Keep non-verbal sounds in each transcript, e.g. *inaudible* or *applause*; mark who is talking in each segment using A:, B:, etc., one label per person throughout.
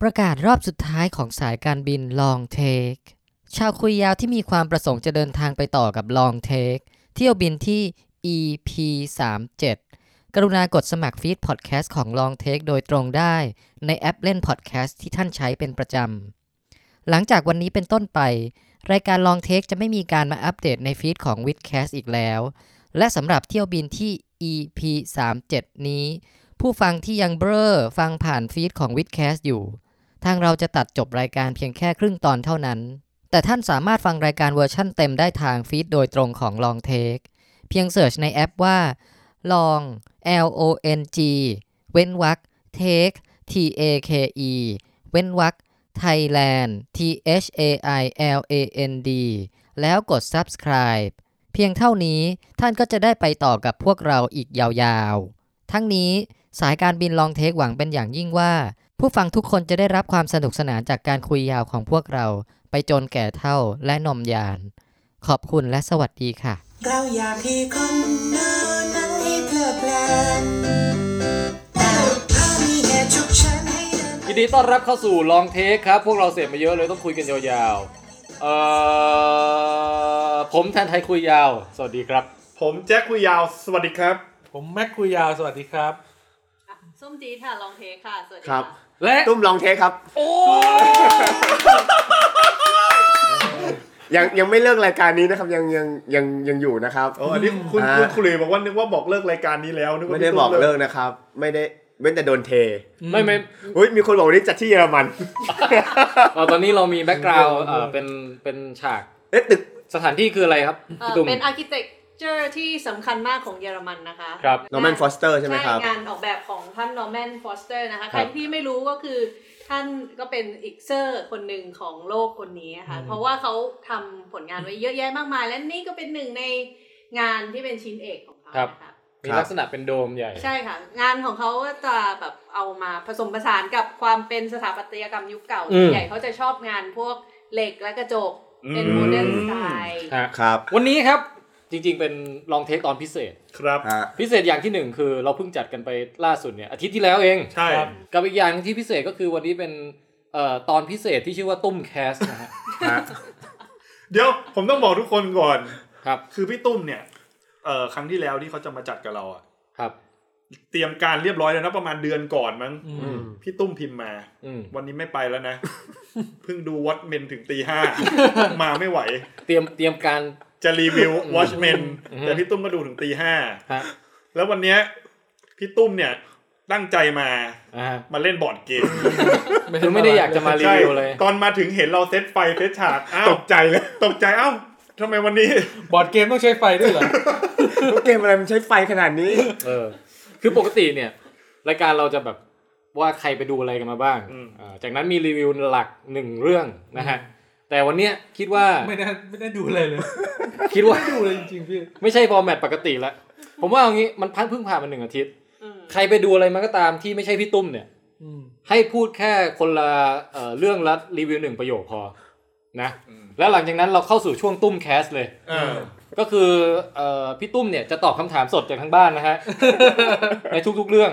A: ประกาศรอบสุดท้ายของสายการบิน Long Take ชาวคุยยาวที่มีความประสงค์จะเดินทางไปต่อกับ Long Take เที่ยวบินที่ EP 3 7กรุณากดสมัครฟีดพอดแคสต์ของ Long Take โดยตรงได้ในแอปเล่นพอดแคสต์ที่ท่านใช้เป็นประจำ หลังจากวันนี้เป็นต้นไป รายการ Long Take จะไม่มีการมาอัปเดตในฟีดของ w i t c a s t อีกแล้ว และสำหรับเที่ยวบินที่ EP 3 7นี้ ผู้ฟังที่ยังเบลอฟังผ่านฟีดของ w i t c a s t อยู่ ทางเราจะตัดจบรายการเพียงแค่ครึ่งตอนเท่านั้น แต่ท่านสามารถฟังรายการเวอร์ชั่นเต็มได้ทางฟีดโดยตรงของ Long Take เพียงเสิร์ชในแอปว่า Long L O N G เว้นวรรค Take T A K E เว้นวรรค Thailand T H A I L A N D แล้วกด subscribe เพียงเท่านี้ท่านก็จะได้ไปต่อกับพวกเราอีกยาวๆ ทั้งนี้สายการบินลองเทคหวังเป็นอย่างยิ่งว่า ผู้ฟังทุกคนจะได้รับความสนุกสนานจากการคุยยาวของพวกเรา ไปจนแก่เท่าและนมยาน ขอบคุณและสวัสดีค่ะ
B: เราอยากให้คนดูนั้นให้เพลิดเพลินแต่ถ้ามีเหตุฉุกเฉินให้เดิน
C: ยินดีต้อนรับเข้าสู่ลองเทคครับ พวกเราเสพมาเยอะเลยต้องคุยกันยาวๆ เอ่อ ผมแทนไทยคุยยาว สวัสดีครับ
D: ผมแจ็คคุยยาวสวัสดีครับ
E: ผมแม็กคุยยาวสวัสดีครับ
F: อ่ะส้มจีดค่ะ ลองเทคค่ะ สวัสดี
G: ครับ
C: และ
G: ตุ้มลองเทคครับ
C: โอ้
G: ยังยังไม่เลิกรายการนี้นะครับ ยังยังยังยังอยู่นะครับ
D: โอ้อันนี้คุณ
G: อ่า
D: คุณคุณหลุยบอกว่านึกว่าบอกเลิกรายการนี้แล้วนึกว่า
G: ไม่ได้
D: พี่ตุ้
G: บอกเลิกนะครับ ไม่ได้เว้นแต่โดนเท
C: ไม่ไม่
G: อุ้ยมีคนบอกวันนี้จัดที่เยอรมัน
C: เอ่อตอนนี้เรามีแบ็กกราวด์เอ่อเป็นเป็นฉาก
G: เอ๊ะตึก
C: สถานที่คืออะไรครับ
F: เอ่
C: พี่
F: อ
C: ตุ้ม
F: เป็นอาร์ i ิเ c ็ u เจอร์ที่สำคัญมากของเยอรมันนะคะ
C: ครับ
G: นอร์แมนฟอสเตอร์ใช่ไหมครับ
F: งานออกแบบของท่านนอร์แมนฟอสเตอร์นะคะ ใครที่ไม่รู้ก็คือท่านก็เป็นอีกเซอร์คนหนึ่งของโลกคนนี้ค่ะ เพราะว่าเขาทำผลงานไว้เยอะแยะมากมาย และนี่ก็เป็นหนึ่งในงานที่เป็นชิ้นเอกของเขา
C: ครับ
F: นะคะ
C: มีลักษณะเป็นโดมใหญ่
F: ใช่ค่ะ งานของเขาก็จะแบบเอามาผสมผสานกับความเป็นสถาปัตยกรรมยุคเก่า
C: อืม
F: ใหญ่เขาจะชอบงานพวกเหล็กและกระจกเป็น
C: อืม
F: โมเดิร์นสไตล์
C: ฮะ
G: ครับ
C: วันนี้ครับจริงๆเป็นลองเทคตอนพิเศษ
D: ครับ
G: ฮะ
C: พิเศษอย่างที่หนึ่งคือเราเพิ่งจัดกันไปล่าสุดเนี่ยอาทิตย์ที่แล้วเอง
D: ใช่
E: ครับ
C: กับอีกอย่างที่พิเศษก็คือวันนี้เป็นเอ่อตอนพิเศษที่ชื่อว่าตุ้มแคสนะฮะ
G: ฮะ
D: เดี๋ยวผมต้องบอกทุกคนก่อน
C: ครับ
D: คือพี่ตุ้มเนี่ยเอ่อครั้งที่แล้วที่เขาจะมาจัดกับเราอะ
C: ครับ
D: เตรียมการเรียบร้อยแล้วนะประมาณเดือนก่อนมั้งพี่ตุ้มพิมพ์มา
C: อืม
D: วันนี้ไม่ไปแล้วนะ เพิ่งดูวอตเมนถึงตีห้า มาไม่ไหว
C: เตรียมเตรียมการ
D: จะรีวิววอชเมน
C: อืม
D: แต่พี่ตุ้มก็ดูถึงตีห้า
C: ฮะ
D: แล้ววันเนี้ยพี่ตุ้มเนี่ยตั้งใจมา
C: อ่า
D: มาเล่นบอร์ดเกม
C: คือไม่ได้อยากจะมารี
D: ใช่
C: วิวเลย
D: ตอนมาถึงเห็นเราเซตไฟเซตฉากอ้าว
G: ตกใจเลย
D: ตกใจเอ้าทำไมวันนี้
E: บอร์ดเกมต้องใช้ไฟด้วยเหรอ
G: เกมอะไรมันใช้ไฟขนาดนี้
C: เออ คือปกติเนี่ย รายการเราจะแบบว่าใครไปดูอะไรกันมาบ้าง
D: อืม
C: อ่าจากนั้นมีรีวิวหลักหนึ่งเรื่องนะฮะ แต่วันเนี้ยคิดว่า
E: ไม่ได้ไม่ได้ดูอะไรเลย
C: คิดว่า
E: ไม่ดูเลยจริงๆพี่
C: ไม่ใช่ฟอร์แมตปกติละผมว่าเอางี้มันพันเพิ่งผ่านมาหนึ่งอาทิตย์
F: อืม
C: ใครไปดูอะไรมาก็ตามที่ไม่ใช่พี่ตุ้มเนี่ย
E: อืม
C: ให้พูดแค่คนละเอ่อเรื่องละรีวิวหนึ่งประโยคพอนะแล้วหลังจากนั้นเราเข้าสู่ช่วงตุ้มแคสเลย
D: เออ
C: ก็คือเอ่อพี่ตุ้มเนี่ยจะตอบคำถามสดจากทางบ้านนะฮะ ในทุกๆเรื่อง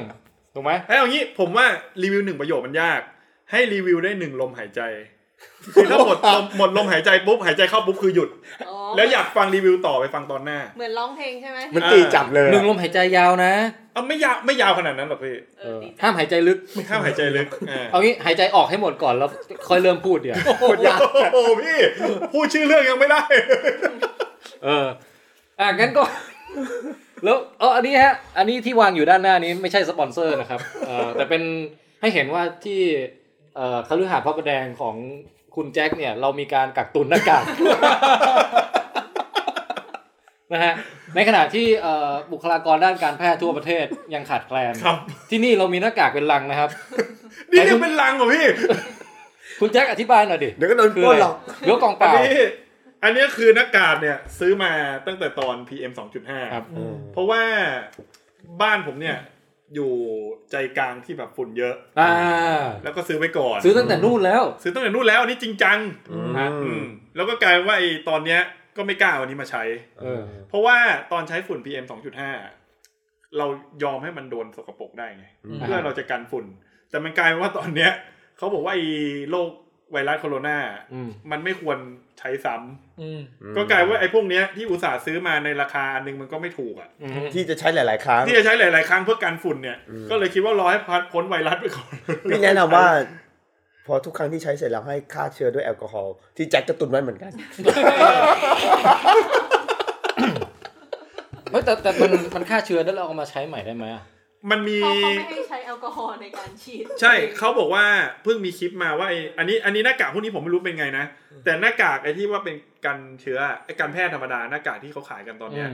C: ถูกไหม
D: ไอ้ยเอางี้ผมว่ารีวิวหนึ่งประโยคมันยาก ให้รีวิวได้หนึ่งลมหายใจคือถ้าหมดลมหมดลมหายใจปุ๊บหายใจเข้าปุ๊บคือหยุด
F: อ๋อ
D: แล้วอยากฟังรีวิวต่อไปฟังตอนหน้า
F: เหมือนร้องเพลงใช่ไหม
G: มันตีจับเลย
C: หนึ่งลมหายใจยาวนะ
D: เอาไม่ยาวไม่ยาวขนาดนั้นหรอกพี่
F: เออดีจัง
C: ห้ามหายใจลึก
D: ห้ามหายใจลึกอ่า
C: เอางี้หายใจออกให้หมดก่อนแล้วค่อยเริ่มพูดเดี๋ยว
D: โคตรยาวโอ้โหพี่พูดชื่อเรื่องยังไม่ได้
C: เอออ่ะงั้นก็ *laughs* แล้วเอออันนี้ฮะ อันนี้ที่วางอยู่ด้านหน้านี้ไม่ใช่สปอนเซอร์นะครับเออแต่เป็นให้เห็นว่าที่เอ่อคฤหาสน์พระประแดงของคุณแจ็คเนี่ย เรามีการกักตุนหน้าก *laughs* าก นะฮะในขณะที่เอ่อบุคลากรด้านการแพทย์ทั่วประเทศยังขาดแคลน
D: ครับ
C: ที่นี่เรามีหน้ากากเป็นลังนะครับ
D: นี่ยังเป็นลังเหรอพี่
C: คุณแจ็คอธิบายหน่อยดิ
G: เดี๋ยวก็โดน
C: คือ
G: ปล้
C: อะ
G: น
C: ไร
G: หรอก
C: ยกกองเป
D: อัน
C: ล่า
D: นี้อันนี้คือหน้ากากเนี่ยซื้อมาตั้งแต่ตอน PM 2.5
C: ครับ
D: เพราะว่าบ้านผมเนี่ยอยู่ใจกลางที่แบบฝุ่นเยอะ
C: อ่า
D: แล้วก็ซื้อไว้ก่อน
C: ซื้อตั้งแต่นู่นแล้ว
D: ซื้อตั้งแต่นู่นแล้วอันนี้จริงจัง
C: ฮะ
D: อืมแล้วก็กลายเป็นว่าไอ้ตอนเนี้ยก็ไม่กล้าเอาอันนี้มาใช้
C: เออ
D: เพราะว่าตอนใช้ฝุ่น PM 2.5 เรายอมให้มันโดนสกปรกได้ไง
G: อืม
D: เพื่อเราจะกันฝุ่น แต่มันกลายเป็นว่าตอนเนี้ย เขาบอกว่าไอ้โรคไวรัสโคโรนา
C: อืม
D: มันไม่ควรใช้ซ้ำ
E: อืม
D: ก็กลายว่าไอ้พวกเนี้ยที่อุตส่าห์ซื้อมาในราคาอันนึงมันก็ไม่ถูกอ่ะ
C: อืม
G: ที่จะใช้หลาย ๆ ครั้ง
D: ที่จะใช้หลาย ๆ ครั้งเพื่อกันฝุ่นเนี่ย
G: อืม
D: ก็เลยคิดว่ารอให้พ้นไวรัสไปก่
G: *laughs*
D: อน
G: พี่แนะนำว่า พอทุกครั้งที่ใช้เสร็จแล้วให้ฆ่าเชื้อด้วยแอลกอฮอล์ที่แจ็คก็ตุนไว้เหมือนกัน
C: เฮ้ยแต่ *coughs* แต่มันมันฆ่าเชื้อแล้วเราเอามาใช้ใหม่ได้ไหมอะ
D: มันมี
F: เขาเขาไม่ให้ใช้แอลกอฮอล์ในการฉีด
D: ใช่เขาบอกว่าเพิ่งมีคลิปมาว่าไอ้อันนี้อันนี้หน้ากากพวกนี้ผมไม่รู้เป็นไงนะ แต่หน้ากากไอ้ที่ว่าเป็นกันเชื้อไอ้กันแพทย์ธรรมดาหน้ากากที่เขาขายกันตอนเนี้ย
C: ม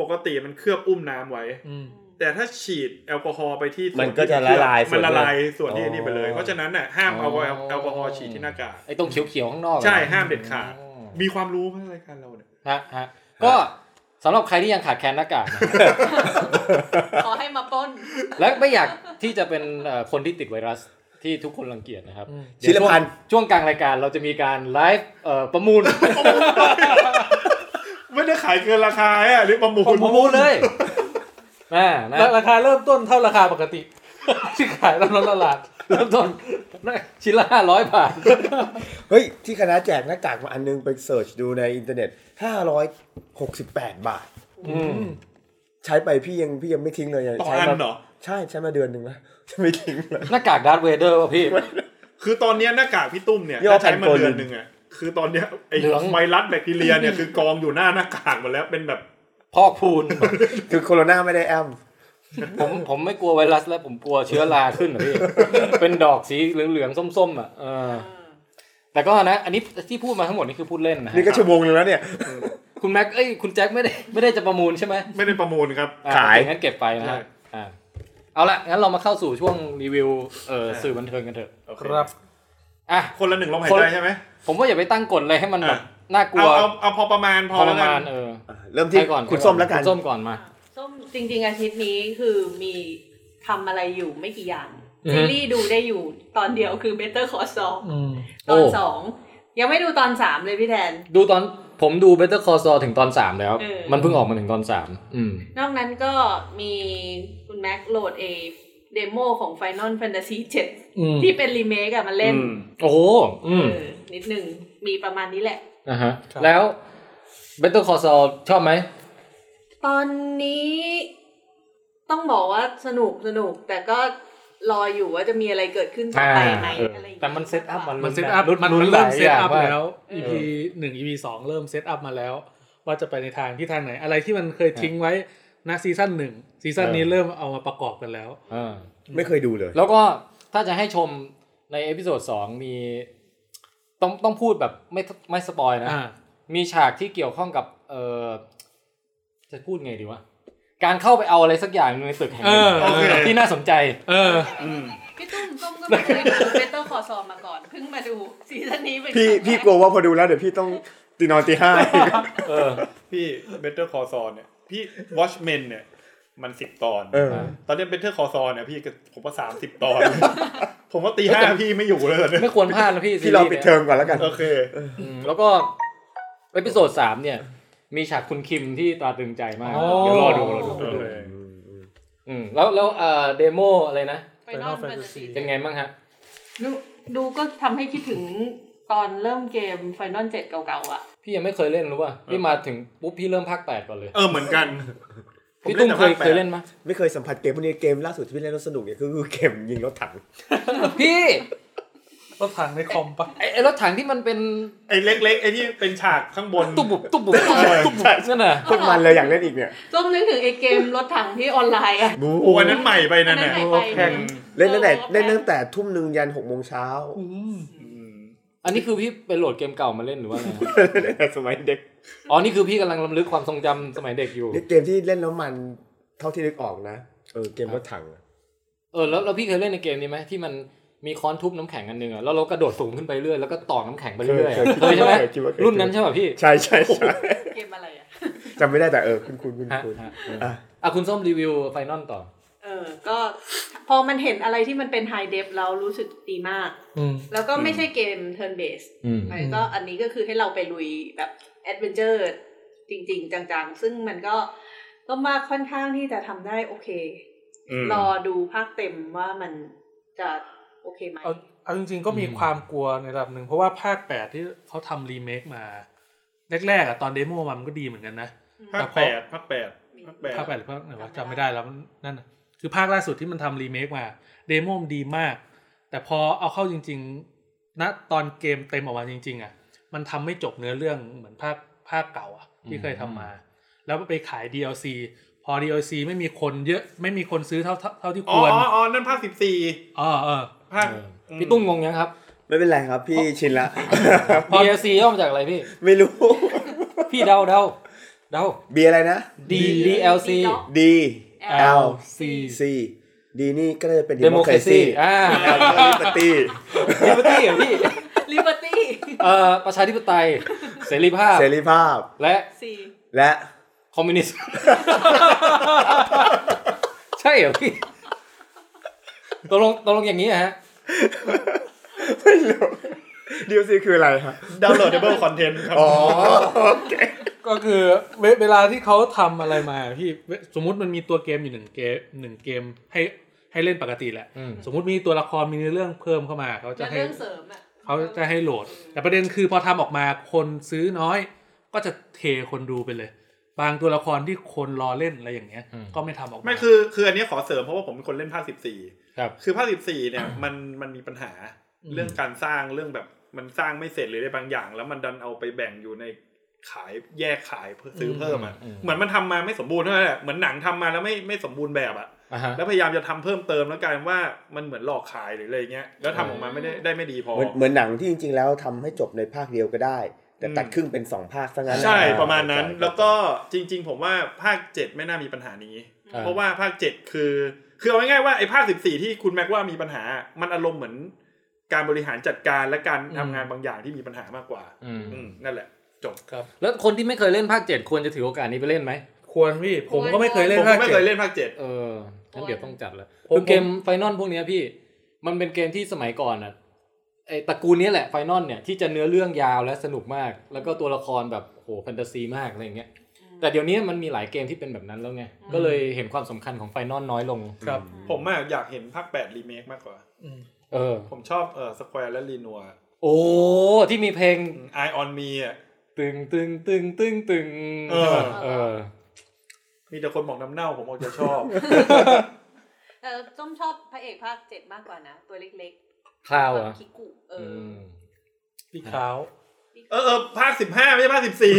D: ปกติมันเคลือบอุ้มน้ำไว้
E: อืม
D: แต่ถ้าฉีดแอลกอฮอล์ไปที่ส่ว
G: มันก็
D: ที่
G: จะละลายส่
D: มั
G: วน น
D: ละ
G: นั้น
D: ลายส่วนที่นี่ไปเลย
G: อ๋อ
D: เพราะฉะนั้นน่ะห้ามเอาแอลแอลกอฮอล์ฉีดที่หน้ากาก
C: ไอ้ตรงเขียวๆข้างนอกอะ
D: ใช่ห้ามเด็ดขาด
C: อืม
D: มีความรู้ไหมรายการเราเนี่ย
C: ฮะฮะก็สำหรับใครที่ยังขาดแคลนหน้ากากนะ
E: *laughs*
F: ขอให้มาปล้น
C: และไม่อยากที่จะเป็นเอ่อคนที่ติดไวรัสที่ทุกคนรังเกียจนะครับ
E: อืม
C: เดี๋ยว
G: ชิลพันธุ์
C: ช่วงช่วงกลางรายการเราจะมีการไลฟ์เอ่อประมูล
D: ไม่ได้ขายเกินราคาอ่ะหรือประมูล
C: ประมูลเลยอ่านะ
E: ราคาเริ่มต้นเท่าราคาปกติ *laughs* ที่ขายตามท้องตลาด
C: เริ่มต้นชิ้นละห้าร้อยบาท
G: เฮ้ย ที่คณะแจกหน้ากากมาอันนึงไปเสิร์ชดูในอินเทอร์เน็ต 568 บาท
C: อืม
G: ใช้ไปพี่ยังพี่ยังไม่ทิ้งเลยยัง
D: ต่อ
G: ใช้
D: อัน
G: มา
D: เหรอ
G: ใช่ใช้มาเดือนหนึ่งแล้ว *laughs* ยังไม่ทิ้งเลย
C: หน้ากากดาร์ธเวเดอร์ป่ะพี่
D: คือตอนเนี้ยหน้ากากพี่ตุ้มเนี่ย
G: ยอด
D: ถ้าใช้มา
G: แผ่นโกลิน
D: เดือนหนึ่งอ่ะคือตอนเนี้ยไอ้
C: เหลือง
D: ไวรัสแบคทีเรียเนี่ยคือกองอยู่หน้าหน้ากากหมดแล้วเป็นแบบ
C: พอกพูน
G: คือโคโรนาไม่ได้แอม
C: ผมผมไม่กลัวไวรัสแล้วผมกลัวเชื้อราขึ้นเหรอพี่ เป็นดอกสีเหลืองๆส้มๆอ่ะเออแต่ก็นะ อันนี้ที่พูดมาทั้งหมดนี่คือพูดเล่นนะฮะ
G: นี่ก็ชั่วโมงนึงแล้วเนี่ย
C: คุณแม็ก เอ้ย คุณแจ็คไม่ได้ไม่ได้จะประมูลใช่ไหม
D: ไม่ได้ประมูลครับ
C: อ่
G: ขาย
C: โอเคงั้นเก็บไปนะ
D: ใช่
C: ฮะอ่าเอาละงั้นเรามาเข้าสู่ช่วงรีวิวเอ่อสื่อบันเทิงกันเถอะ
D: โอเค
E: ครับ
C: อ่ะ
D: คนละหนึ่งลมหาย
C: คน
D: ใจใช่ไหม
C: ผมว่าอย่าไปตั้งกฎอะไรให้มันแบบ
D: อ่ะ
C: น่ากลัว
D: เอาเอาเอาพอประมาณพอ
C: ทร
D: แล้วกั
C: มาน
D: น
C: เออ
G: อ่ะ *laughs* เริ่มที่
C: ใรก่อน
G: คุณ
C: ใร
G: ส้มแล้วกัน
C: คุณส้มก่อนมา
F: ส้มจริงๆอาทิตย์นี้คือมีทำอะไรอยู่ไม่กี่อย่าง
C: อือฮึ
F: ซีรีส์ดูได้อยู่ตอนเดียวคือ Better Call Saul
E: อืม
F: ตอน
C: โอ้
F: สองยังไม่ดูตอนสามเลยพี่แทน
C: ดูตอนผมดู Better Call Saul ถึงตอน 3 แล้ว
F: เออ
C: มันเพิ่งออกมาถึงตอน 3 อืม
F: นอกนั้นก็มีคุณแม็กโหลดเอเดโมของ Final Fantasy 7
E: อืม
F: ที่เป็นรีเมคอะมาเล่น
D: อืม
C: โอ้โหอืม
F: เออนิดหนึ่งมีประมาณนี้แหละ
C: นะฮะ
E: ครับ
C: แล้ว Better Call Saul ชอบไหม
F: ตอนนี้ต้องบอกว่าสนุกสนุก แต่ก็รออยู่ว่าจะมีอะไรเกิดขึ้นต่อไปไหม
C: อ่าเอออ
F: อะไรอย่างงี้ย
C: แต่มันเซตอัพมัน
E: มันเซตอัพมัน
C: ลุ้นห
E: เริ่
C: ลาม ย
E: เซ
C: อ
E: ต
C: ย่าง
E: อัพ
C: ว่า
E: แล้ว EP หนึ่ง EP สองเริ่มเซตอัพมาแล้ว ว่าจะไปในทางที่ทางไหน อะไรที่มันเคยทิ้งไว้ณซีซั่นหนึ่งซีซั่นนี้เริ่มเอามาประกอบกันแล้ว
C: เออ
G: ไม่เคยดูเลย
C: แล้วก็ถ้าจะให้ชมในเอพิโซดสองมี ต้องต้องพูดแบบไม่ไม่สปอยนะ
E: อ่า
C: มีฉากที่เกี่ยวข้องกับเออจะพูดไงดีวะ การเข้าไปเอาอะไรสักอย่างหนึ่งในตึกแห่งหนึง
E: เออโอเค
C: ที่น่าสนใจ
E: เออ
F: พี่ตุ้มส้มก็ไม่เคยดูเบเตอร์คอซอมาก่อน เพิ่งมาดูซีซั่นนี้เป็น
G: พี่
F: ครั้งแร
G: พี่กลัวว่าพอดูแล้วเดี๋ยวพี่ต้องตีนอนตีห้า *laughs*
C: เออ
D: พี่ Better Call Saul เนี่ยพี่ Watchmen เนี่ยมันสิบตอน
G: เออ
D: ตอนเนี้ย Better Call Saul เนี่ยพี่ก็ผมว่าสามสิบตอน *laughs* ผมว่าตีห้า
C: แต่
D: พี่ไม่อยู่เลยตอนเนี้ย
C: ไม่ควรพลาดนะพี่
G: พี่รอ
C: ซี
G: ปิด
C: นี่ย
G: เทอมก่อนแล้วกัน
D: โอเค
C: อืมแล้วก็เอพิโซดสามเนี่ย มีฉากคุณคิมที่ตราตรึงใจมาก
E: อ๋อ
C: เดี๋ยวรอดูรอดู
D: โอเค
C: อืมแล้วแล้วเอ่อเดโมอะไรนะ
F: ไปนอนแฟนตาซี
C: เป็นไงบ้างฮะ
F: ดูดูก็ทำให้คิดถึงตอนเริ่มเกมไฟนอลเจ็ดเก่าๆอ่ะ
C: พี่ยังไม่เคยเล่นรู้ป่ะพี่มาถึงปุ๊บพี่เริ่มภาคแปดก่อนเลย
D: เออเหมือนกันผ
C: พี่ตุ้ม
D: แต่
C: เคย
D: ภาแป
C: เค
D: ด
C: ยเล่นไหม
G: ไม่เคยสัมผัสเกมพวกนี้เกมล่าสุดที่พี่เล่นแล้วสนุกเนี่ยก็คือเกมยิงรถ *laughs* ถัง
C: พี่
E: รถถังในคอมปะ
C: ไอ้ไอ้รถถังที่มันเป็น
D: ไอ้เล็กๆไอ้ที่เป็นฉากข้างบน
C: ตุบบุบตุบบุบตุบบุบตุบบุบนั่นน่ะ
G: โคตรมันเลยอยากเล่นอีกเนี่ย
F: ส้มนึกถึงไอเกมรถถังที่ออนไลน์อ่ะ
G: บู
D: โอ้ยนั้นใหม่ไปนั่น
F: อัน
D: น่ะ
F: นั้นใหม่ไป
D: แข่ง
G: เล่นตั้งแต่เล่นตั้งแต่ทุ่มหนึ่งยันหกโมงเช้า
C: อันนี้คือพี่ไปโหลดเกมเก่ามาเล่นหรือว่าไง
G: เล่นแต่สมัยเด็ก
C: อ๋อนี่คือพี่กำลังรำลึกความทรงจำสมัยเด็กอยู่
G: นี่เกมที่เล่นแล้วมันเท่าที่นึกออกนะเออเกมรถถังอะ
C: เออแล้วแล้วพี่เคยเล่นในเกมนี้ไหมที่มันมีค้อนทุบน้ำแข็งอันหนึ่งอ่ะแล้วเรากระโดดสูงขึ้นไปเรื่อยแล้วก็ตอกน้ำแข็งไปเรื่อยอะเคยใช่ไหม
G: เคยคิดว่าเคย
C: รุ่นนั้นใช่ป่ะพี่
G: ใช่ใช่ใช่
F: เกมอะไรอ่ะ
G: จำไม่ได้แต่เออคุณคุณคุณ
C: ฮะ
G: คุณ
C: ฮะ
G: อ่ะ
C: อ่ะคุณส้มรีวิวไฟนอลต่อ
F: เออ ก็พอมันเห็นอะไรที่มันเป็นไฮเดฟเรารู้สึกดีมาก
E: อืม
F: แล้วก็ไม่ใช่เกมเทิร์นเบส
C: อืม
F: มันก็อันนี้ก็คือให้เราไปลุยแบบแอดเวนเจอร์จริง ๆ จังๆ ซึ่งมันก็ก็มาค่อนข้างที่จะทำได้โอเค
D: อืม
F: รอดูภาคเต็มว่ามันจะโอเคไหม
E: เอา เอาจริง ๆ ก็มีความกลัวในระดับหนึ่งเพราะว่าภาคแปดที่เขาทำรีเมคมา แรกๆอะตอนเดโมมามันก็ดีเหมือนกันนะ
D: ภาคแปดภาคแปดภาคแปด
E: ภาคแปดหรือภาคไหนวะจำไม่ได้แล้วนั่นน่ะคือภาคล่าสุดที่มันทำรีเมคมาเดโมมนดีมาก แต่พอเอาเข้าจริงๆณตอนเกมเต็มออกมาจริง ๆ อ่ะ มันทำไม่จบเนื้อเรื่องเหมือนภาคภาคเก่าอ่ะ ที่เคยทำมา แล้วไปขาย DLC พอ DLC ไม่มีคนเยอะไม่มีคนซื้อเท่าเท่าเท่าที่ค
D: อ๋อ
E: วร
D: อ๋ออ๋อนั่นภาคสิบสี่
E: อ๋อเออ
D: ภาค
C: พี่ตุ้มงงยังครับ
G: ไม่เป็นไรครับ พี่ชินละ
C: DLC ย่อมาจากอะไรพี่
G: ไม่รู้
C: พี่เดาเดาเดา
G: บีอะไรนะ
C: D DLC
G: D L
F: C
G: C D นี่ก็เลยเป็น
C: Democracy
G: democracy
C: อ่า
G: L ก็ liberty
C: Liberty เหรอพี่
F: Liberty
C: เอ่อประชาธิปไตย เสรีภาพ
G: เสรีภาพ
C: และ
F: C
G: และ
C: คอมมิวนิสต์ ใช่เหรอพี่ตกลงตกลงอย่างนี้เหรอฮะ
G: ไม่รู้ DLC คืออะไรครับ
D: ดาวน์โหลดเดเบิลคอนเทนต์ครับ
G: อ๋อ โอเค
E: ก็คือเวเวลาที่เขาทำอะไรมาพี่เวสมมุติมันมีตัวเกมอยู่หนึ่งเกมหนึ่งเกมให้ให้เล่นปกติแหละ
C: อืม
E: สมมุติมีตัวละครมีเนื้อเรื่องเพิ่มเข้ามาเขาจะ
F: แล้ว
E: ให้
F: เรื่องเสริมอ่ะ
E: เขาจะให้โหลด แต่ประเด็นคือพอทำออกมาคนซื้อน้อย ก็จะเทคนดูไปเลย บางตัวละครที่คนรอเล่นอะไรอย่างเงี้ย
C: อืม
E: ก็ไม่ทำออกมา
D: ไม่คือคืออันเนี้ยขอเสริมเพราะว่าผมเป็นคนเล่นภาคสิบสี่
C: ครับ
D: คือภาคสิบสี่เนี่ยมันมันมีปัญหา
E: อืม
D: เรื่องการสร้างเรื่องแบบมันสร้างไม่เสร็จเลยในบางอย่าง แล้วมันดันเอาไปแบ่งอยู่ในขายแยกขายเพื่อซื้อเพิ่มอ่ะ
C: อืมอืม
D: เหมือนมันทำมาไม่สมบูรณ์เท่านั้นแหละเหมือนหนังทำมาแล้วไม่ไม่สมบูรณ์แบบอ่ะ
C: อ่าฮะ
D: แล้วพยายามจะทำเพิ่มเติมแล้วกลายเป็นว่ามันเหมือนหลอกขายหรืออะไรเงี้ยแล้วทำออกมาไม่ได้ได้ไม่ดีพอ
G: เหมือนเหมือนหนังที่จริงๆแล้วทำให้จบในภาคเดียวก็ได้ แต่ตัดครึ่งเป็นสองภาคซะงั้น
D: ใช่
G: อ่
D: ประมาณนั้น
G: ใช่
D: แล้วก็จริง ๆ ผมว่าภาคเจ็ดไม่น่ามีปัญหานี้
C: อ่า
D: เพราะว่าภาคเจ็ดคือ คือเอาง่ายๆว่าไอ้ภาคสิบสี่ที่คุณแม็กว่ามีปัญหา มันอารมณ์เหมือนการบริหารจัดการและการทำงานบางอย่างที่มีปัญหามากกว่า
C: อืม
D: อืมนั่นแหละ จบ
E: ครับ
C: แล้วคนที่ไม่เคยเล่นภาคเจ็ดควรจะถือโอกาสนี้ไปเล่นไหม
E: ควรพี่ผมก็ไม่เคยเล่
D: ผ
E: น
D: ม
E: ภาค
D: ไม่
E: เจ็
D: เค
E: ด
D: ยเล่นภาคเจ็ด
C: เอองั้นเดี๋ยวต้องจัดแล้ว
E: ผม
C: คือเกมไฟนอลพวกเนี้ยพี่ มันเป็นเกมที่สมัยก่อนอ่ะ ไอตระกูลเนี้ยแหละไฟนอลเนี่ยที่จะเนื้อเรื่องยาวและสนุกมาก แล้วก็ตัวละครแบบโหแฟนตาซีมากอะไรอย่างเงี้ย แต่เดี๋ยวนี้มันมีหลายเกมที่เป็นแบบนั้นแล้วไง ก็เลยเห็นความสำคัญของไฟนอลน้อยลง
E: ครับ
D: ผมอะอยากเห็นภาคแปดรีเมคมากกว่า
E: อืม
C: เออ
D: ผมชอบเออสแควร์และรีนัว
C: โอ้ ที่มีเพลง
D: ไอออนมีอ่ะ
C: ตึงตึงตึงตึงตึง
D: เออ
C: ใช่ปะเออ
D: มีแต่คนบอกน้ำเน่าผมออกจะชอบ *laughs*
F: เออส้มชอบพระเอกภาคเจ็ดมากกว่านะ ตัวเล็ก
C: ครา
F: ๆ
C: ว
F: แบบ
C: อ่ะ
F: คิกุเอ
C: อื
F: อ
C: ม
E: พี่ขาว
D: เออเออภาคสิบห้าไม่ใช่ภาคสิบสี่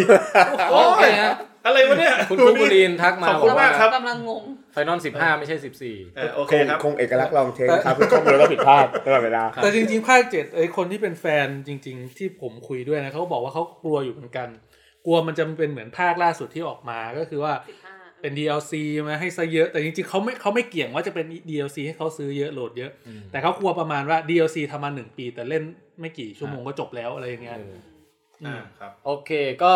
C: โอเคฮะ
D: อะไรวะเนี่ย
C: คุณครูบุรีนทักมา
D: ขอบคุณมากครับ
F: กำลังงง
C: ไฟนอลสิบห้า Final 15 ไม่ใช่สิบสี่
D: เออโอเค
G: คง
D: ครับ
G: คงเอกลักษณ์ลองเทคครับคือข้อมูลเราผิดพลาดตลอดเวลา
E: แต่จริงๆภาคเจ็ดไอ้คนที่เป็นแฟนจริง ๆ ที่ผมคุยด้วยนะเขาบอกว่าเขากลัวอยู่เหมือนกัน กลัวมันจะเป็นเหมือนภาคล่าสุดที่ออกมาก็คือว่า
F: 15
E: เป็น DLC มาให้ซะเยอะ แต่จริงๆเขาไม่เขาไม่เกี่ยงว่าจะเป็น DLC ให้เขาซื้อเยอะโหลดเยอะ
C: อืม
E: แต่เขากลัวประมาณว่า DLC ทำมาหนึ่งปี แต่เล่นไม่กี่ชั่วโมงก็จบแล้วอะไรอย่างเงี้ย
D: อ่าครับ
C: โอเคก็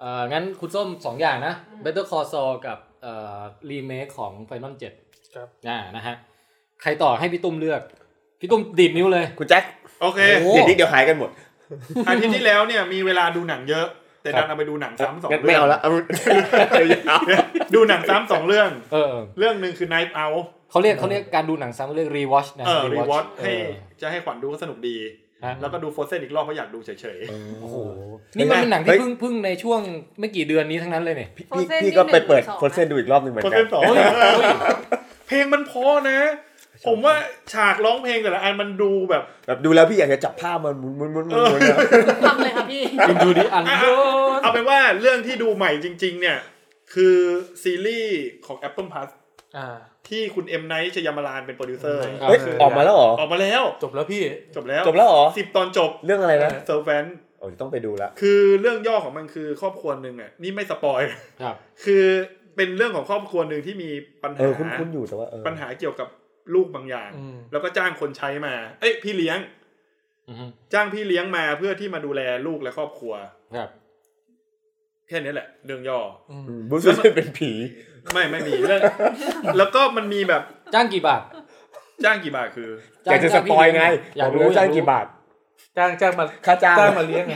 C: เอ่องั้นคุณส้มสองอย่างนะ Better Call Saul กับเอ่อรีเมคของ Final 7
D: ครับ
C: อ่านะฮะ ใครต่อให้พี่ตุ้มเลือก พี่ตุ้มดีดนิ้วเลย
G: คุณแจ็ค
D: โอเค
C: โอ้
G: เดี๋ยวนี้เดี๋ยวหายกันหมด
D: อาทิตย์ที่แล้วเนี่ยมีเวลาดูหนังเยอะ แต่ดันเอาไปดูหนังซ้ำสอง
G: งั้น
D: เรื่อง
G: ไม่เอาละเอา
D: *laughs* ดูหนังซ้ำสองเรื่อง
C: เออ
D: เรื่องหนึ่งคือ Knife Out
C: เขาเรียกเขาเรียกการดูหนังซ้ำเรียก rewatch นะ
D: เออรีวอตให้
C: rewatch
D: จะให้ขวัญดูก็สนุกดี
C: เออฮะ
D: แล้วก็ดูโฟเซนอีกรอบเพราะอยากดูเฉย
C: โอ้โหนี่มันเป็นหนังที่เพิ่งเพิ่งในช่วงไม่กี่เดือนนี้ทั้งนั้นเลยเนี่ย
G: พี่พี่ก็ไปเปิดโฟนเซนดูอีกรอบหนึ่งเหมือนกัน
D: Frozen สอง ๆ *laughs* เพลงมันเพอนะ ผมว่าฉากร้องเพลงแต่ละอันมันดูแบบ
G: แบบดูแล้วพี่อยากจะจับผ้ามันหมุนหมุนหมุนหมุนหมุนอะ
F: ทำเลยค่ะพี่
C: ดูดิอัน
D: อ่ะเอาเป็นว่าเรื่องที่ดูใหม่จริง ๆ เนี่ย คือซีรีส์ของ Apple Plus
E: อ่า
D: ที่คุณเอ็มไนท์ชยามารานเป็นโปรดิวเซอร์
E: ครับ
G: เฮ้ยออกมาแล้วเหรอ
D: ออกมาแล้ว
E: จบแล้วพี่
D: จบแล้ว
G: จบแล้วเหรอ
D: สิบตอนจบ
G: เรื่องอะไรนะ
D: เซอร์แฟน
G: โอ้ยต้องไปดูละ
D: คือเรื่องย่อของมันคือครอบครัวหนึ่งอ่ะนี่ไม่สปอยล์
C: ครับ
D: คือเป็นเรื่องของครอบครัวหนึ่งที่มีปัญ
G: เอ
D: หา
G: อคุ้นคุ้นๆอยู่แต่ว่าเออ
D: ปัญหาเกี่ยวกับลูกบางอย่าง
E: อืม
D: แล้วก็จ้างคนใช้มา เอ้ยพี่เลี้ยง
C: อือฮึ
D: จ้างพี่เลี้ยงมาเพื่อที่มาดูแลลูกและครอบครัว
C: ครับ
D: แค่นี้แหละ เรื่องย่อ
G: อืมบูสเซนเป็นผี
D: ไม่ไม่มีเรื่อง แล้วก็มันมีแบบ
C: จ้างกี่บาท
D: จ้างกี่บาทคือ
G: อยากจะสปอยไง
C: อยาก
G: บ
C: รู้
G: ว่
C: อย
G: จ้าก ง
C: รู้
G: กี่บาท
E: จ้างจ้างมา
G: ค่าจ้าง
E: จ้างมาเลี้ยงไง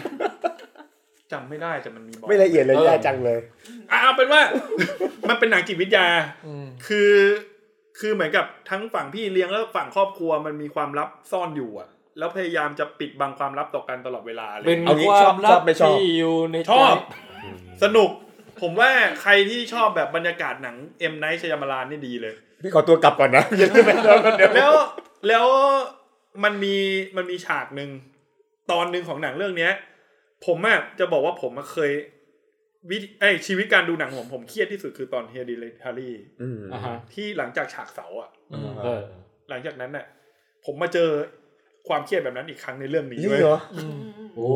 D: จำไม่ได้แต่มันมีบอก
G: ไม่ละเอียดเลย
C: เออ
G: แย่จังเลย
D: อ่ะเอาเป็นว่า *laughs* มันเป็นหนังจิตวิทยา
E: อืม
D: คือคือเหมือนกับทั้งฝั่งพี่เลี้ยงแล้วฝั่งครอบครัวมันมีความลับซ่อนอยู่อ่ะ แล้วพยายามจะปิดบังความลับต่อกันตลอดเวลาเลย
C: เป็น
G: เอางี้
C: ควา
G: ชอบ
C: ม
G: ช
C: ลั
G: อ
C: บบ
G: ไม่ชอบ
C: ที่อยู่ในใจ
D: ชอบ สนุก ผมว่าใครที่ชอบแบบบรรยากาศหนังเอ็มไนท์ชยามารานนี่ดีเลย
G: พี่ขอตัวกลับก่อนนะอย่าลืมไปแล้วกันเดี๋ยว
D: แล้วแล้วมันมีมันมีฉากหนึ่งตอนหนึ่งของหนังเรื่องเนี้ย ผมอะจะบอกว่าผมอะเคยวิธีเอ้ยชีวิตการดูหนังผมผมเครียดที่สุดคือตอนเฮดิเลทารี
G: อืม
C: อ่าฮะ
D: ที่หลังจากฉากเสาอะ
C: เออ
D: หลังจากนั้นน่ะ ผมมาเจอความเครียดแบบนั้นอีกครั้งในเรื่องนี้
G: นี่
D: เว้ย
G: เหรอ
C: โอ้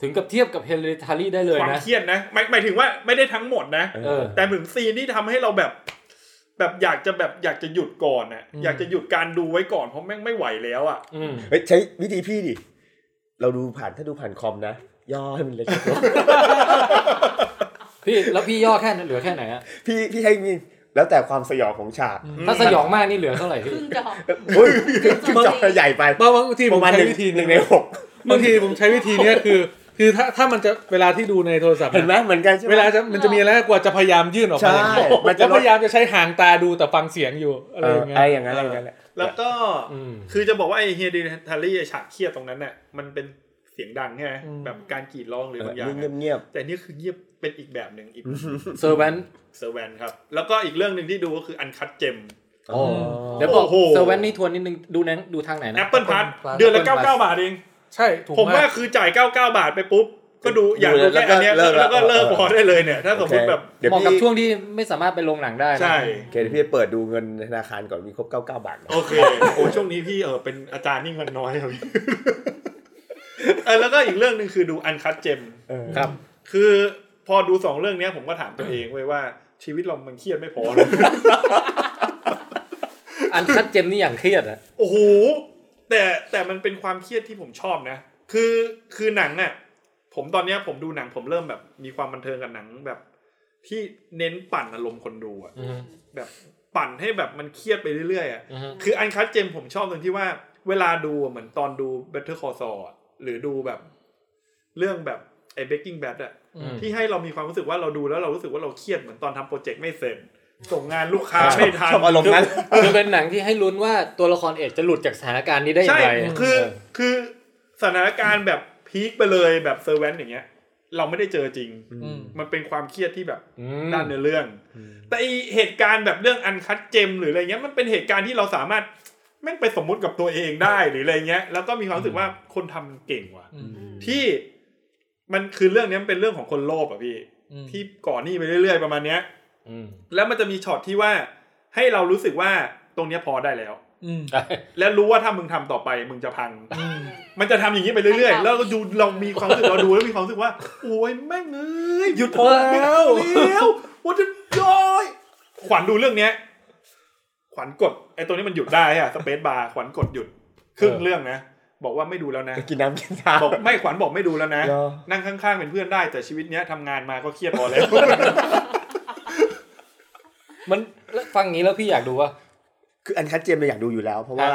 C: ถึงกับเทียบกับเฮเลทารีได้เลย
D: ความ
C: นะ
D: เครียดนะหมายหมายถึงว่าไม่ได้ทั้งหมดนะ
C: เออ
D: แต่ถึงซีนที่ทำให้เราแบบ แบบอยากจะแบบอยากจะหยุดก่อนน่ะ
E: อืม
D: อยากจะหยุดการดูไว้ก่อนเพราะแม่งไม่ไหวแล้วอ่ะ
C: อืม
G: เฮ้ยใช้วิธีพี่ดิ เราดูผ่านถ้าดูผ่านคอมนะ ย่อให้มันเล็กลง
C: พี่แล้วพี่ย่อแค่นั้นเหลือแค่ไหนอะ
G: พี่พี่ให้มีแล้วแต่ความสยองของฉาก
C: ถ้าสยองมากนี่เหลือเท่าไหร่พี่
F: ครึ่งจอ
G: เฮ้ย *laughs* คือจอใหญ่ไป
E: บางบางที
G: ป
E: ผ
G: ระ
E: ม
G: มาณห
E: ใช้
G: นึ่ง
E: วิธี
G: หนึ่ง
E: เน
G: ใน
E: ย
G: หก
E: บางทีผมใช้วิธีเนี้ยคือ คือถ้าถ้ามันจะเวลาที่ดูในโทรศัพท์
G: เห็นไหม
E: นะ
G: เหมือนกันใช่ไหม
E: เวลาจะมันจะมีอะไรกว่าจะพยายามยื่นออก
G: ใช่
E: มา
G: มันจะลด
E: แล้วพยายามจะใช้หางตาดูแต่ฟังเสียงอยู่อะไร
G: เอ
E: อ
G: อย่าง
E: เงี้
G: ไอย อย่างนั้นอะไรอย่างนั้นแหละ
D: แล้วก็
C: อืม
D: คือจะบอกว่าไอเฮดิทารี่ฉากเครียดตรงนั้นน่ะมันเป็นเสียงดังใช่ไหมแบบการกรีดร้องหรือบางอย่าง
G: เงีย
D: อะ
G: บเงียบ
D: แต่นี่คือเงียบเป็นอีกแบบหนึ่งอีก
C: เซอร์แวน
D: เซอร์แวนครับ แล้วก็อีกเรื่องหนึ่งที่ดูก็คืออันคัตเจม
G: ๆอ๋อ
C: เดี๋ยวบอก
D: โอ้โห
C: เซอร์แวนนี่ทวนนิดนึงดูนังดูทางไหนนะ
D: แอปเปิลพัท
C: Plus
D: เดือนละ
C: Apple
D: 99
C: Plus
D: บาทเอง
E: ใช่ถูก
D: ผมว่าม
E: าก
D: คือจ่าย 99 บาทไปปุ๊บ ก็ดูอยากดูแค่อันเนี้ยแล้วก็เลิกพอได้เลยเนี่ย ถ้าสมมติแบบ
G: เดี๋ยว
C: เหมาะ
G: พี่
C: กับช่วงที่ไม่สามารถไปลงหนังได้นะ
D: ใช่
G: โอเคเดี๋ยวพี่เปิดดูเงินธนาคารก่อนมีครบ 99 บาทไหม
D: โอ *laughs* เค โอ้ช่วงนี้พี่เออเป็นอาจารย์นี่เงินน้อยครับพี่เออแล้วก็อีกเรื่องหนึ่งคือดูอันคัตเจม
G: เออ
C: ครับ
D: คือพอดูสองเรื่องเนี้ยผมก็ถามตัวเองเว้ยว่าชีวิตเรามันเครียดไม่พอเลย
C: อันคัดเจมนี่อย่างเครียดอะ
D: โอ้โหแต่แต่มันเป็นความเครียดที่ผมชอบนะ คือคือหนังอ่ะผมตอนเนี้ยผมดูหนังผมเริ่มแบบ มีความบันเทิงกับหนังแบบ ที่เน้นปั่นอารมณ์คนดูอ่ะ
C: อือฮึ
D: แบบปั่นให้แบบมันเครียดไปเรื่อยๆอ่ะ
C: อือฮึ
D: คืออันคัตเจมผมชอบตรงที่ว่า เวลาดูอะเหมือนตอนดู Better Call Saul อะหรือดูแบบ เรื่องแบบไอ้ Breaking Bad อ่ะ
C: อืม
D: ที่ให้เรามีความรู้สึกว่าเราดูแล้วเรารู้สึกว่าเราเครียดเหมือนตอนทำโปรเจกต์ไม่เสร็จ ส่งงานลูกค้าไม่ทัน
G: ชอบอารมณ์นั้น
C: คือเป็นหนังที่ให้ลุ้นว่าตัวละครเอกจะหลุดจากสถานการณ์นี้ได้อย่า
D: ใช่
C: งไร
D: คือ
C: เ
D: คือสถานการณ์แบบพีคไปเลยแบบเซอร์แวนอย่างเงี้ย เราไม่ได้เจอจริง
E: ม
D: มันเป็นความเครียดที่แบบ
C: อืม
D: ด้านเนื้อเรื่อง แต่ไอเหตุการณ์แบบเรื่องอันคัดเจมหรืออะไรเงี้ยมันเป็นเหตุการณ์ที่เราสามารถแม่งไปสมมุติกับตัวเองได้หรืออะไรเงี้ย แล้วก็มีความรู้สึกว่าคนทำเก่งว่ะ ที่มันคือเรื่องเนี้ยมันเป็นเรื่องของคนโลภอ่ะพี่
E: อืม
D: ที่ก่อหนี้ไปเรื่อยๆประมาณเนี้ย
C: อืม
D: แล้วมันจะมีช็อตที่ว่าให้เรารู้สึกว่าตรงเนี้ยพอได้แล้ว
E: อืม
D: และรู้ว่าถ้ามึงทำต่อไปมึงจะพัง มันจะทำอย่างนี้ไปเรื่อย
F: พั
D: ๆ
F: ง
D: แล้วก็ดูเรามีความรู้สึกเราดูแล้วมีความรู้สึกว่าโอ้ยแม่งเอ้ยหยุดพอแล้วเร็วว่าจะย้อยขวัญดูเรื่องเนี้ย ขวัญกดไอ้ตัวนี้มันหยุดได้อะสเปซบาร์ขวัญกดหยุดครึ่งเรื่องนะบอกว่าไม่ดูแล้วนะ
G: กินน้ำกินข้าว
D: บอกไม่ขวัญบอกไม่ดูแล้วนะ
G: เหรอ
D: นั่งข้างๆเป็นเพื่อนได้แต่ชีวิตเนี้ยทำงานมาก็เครียดพอแล้ว
C: มันแล้วฟังอย่างนี้แล้วพี่อยากดูว่า
G: คืออันคัดเจมส์เราอยากดูอยู่แล้ว เพราะว่า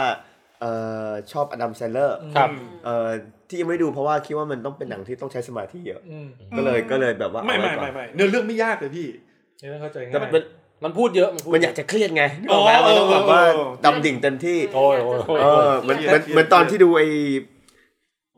G: เออชอบอดัมแซนเลอร์
C: ครับ
G: เออที่ยังไม่ดูเพราะว่าคิดว่ามันต้องเป็นหนังที่ต้องใช้สมาธิเยอะ
E: อืม
G: ก็เลยก็เลยแบบว่า
D: ไม่ไม่
G: เอา
D: ไม่
G: ว้ก่อน
D: ไม่เนื้อเรื่องไม่ยากเลยพี่
E: นี่ต้องเข้าใจง่าย
G: แต่มันมัน
C: มันพูดเยอะมันพูด
G: มันอยากจะเครียดไงนึกออกไหม
D: อ๋อ
G: มันต้องแบบว่า
D: เออ
G: ดำดิ่งเต็มที่
C: โอ้ยโอ้ยโอ้ย
G: เออเหมือนเหมือนเหมือนตอนที่ดูไอ้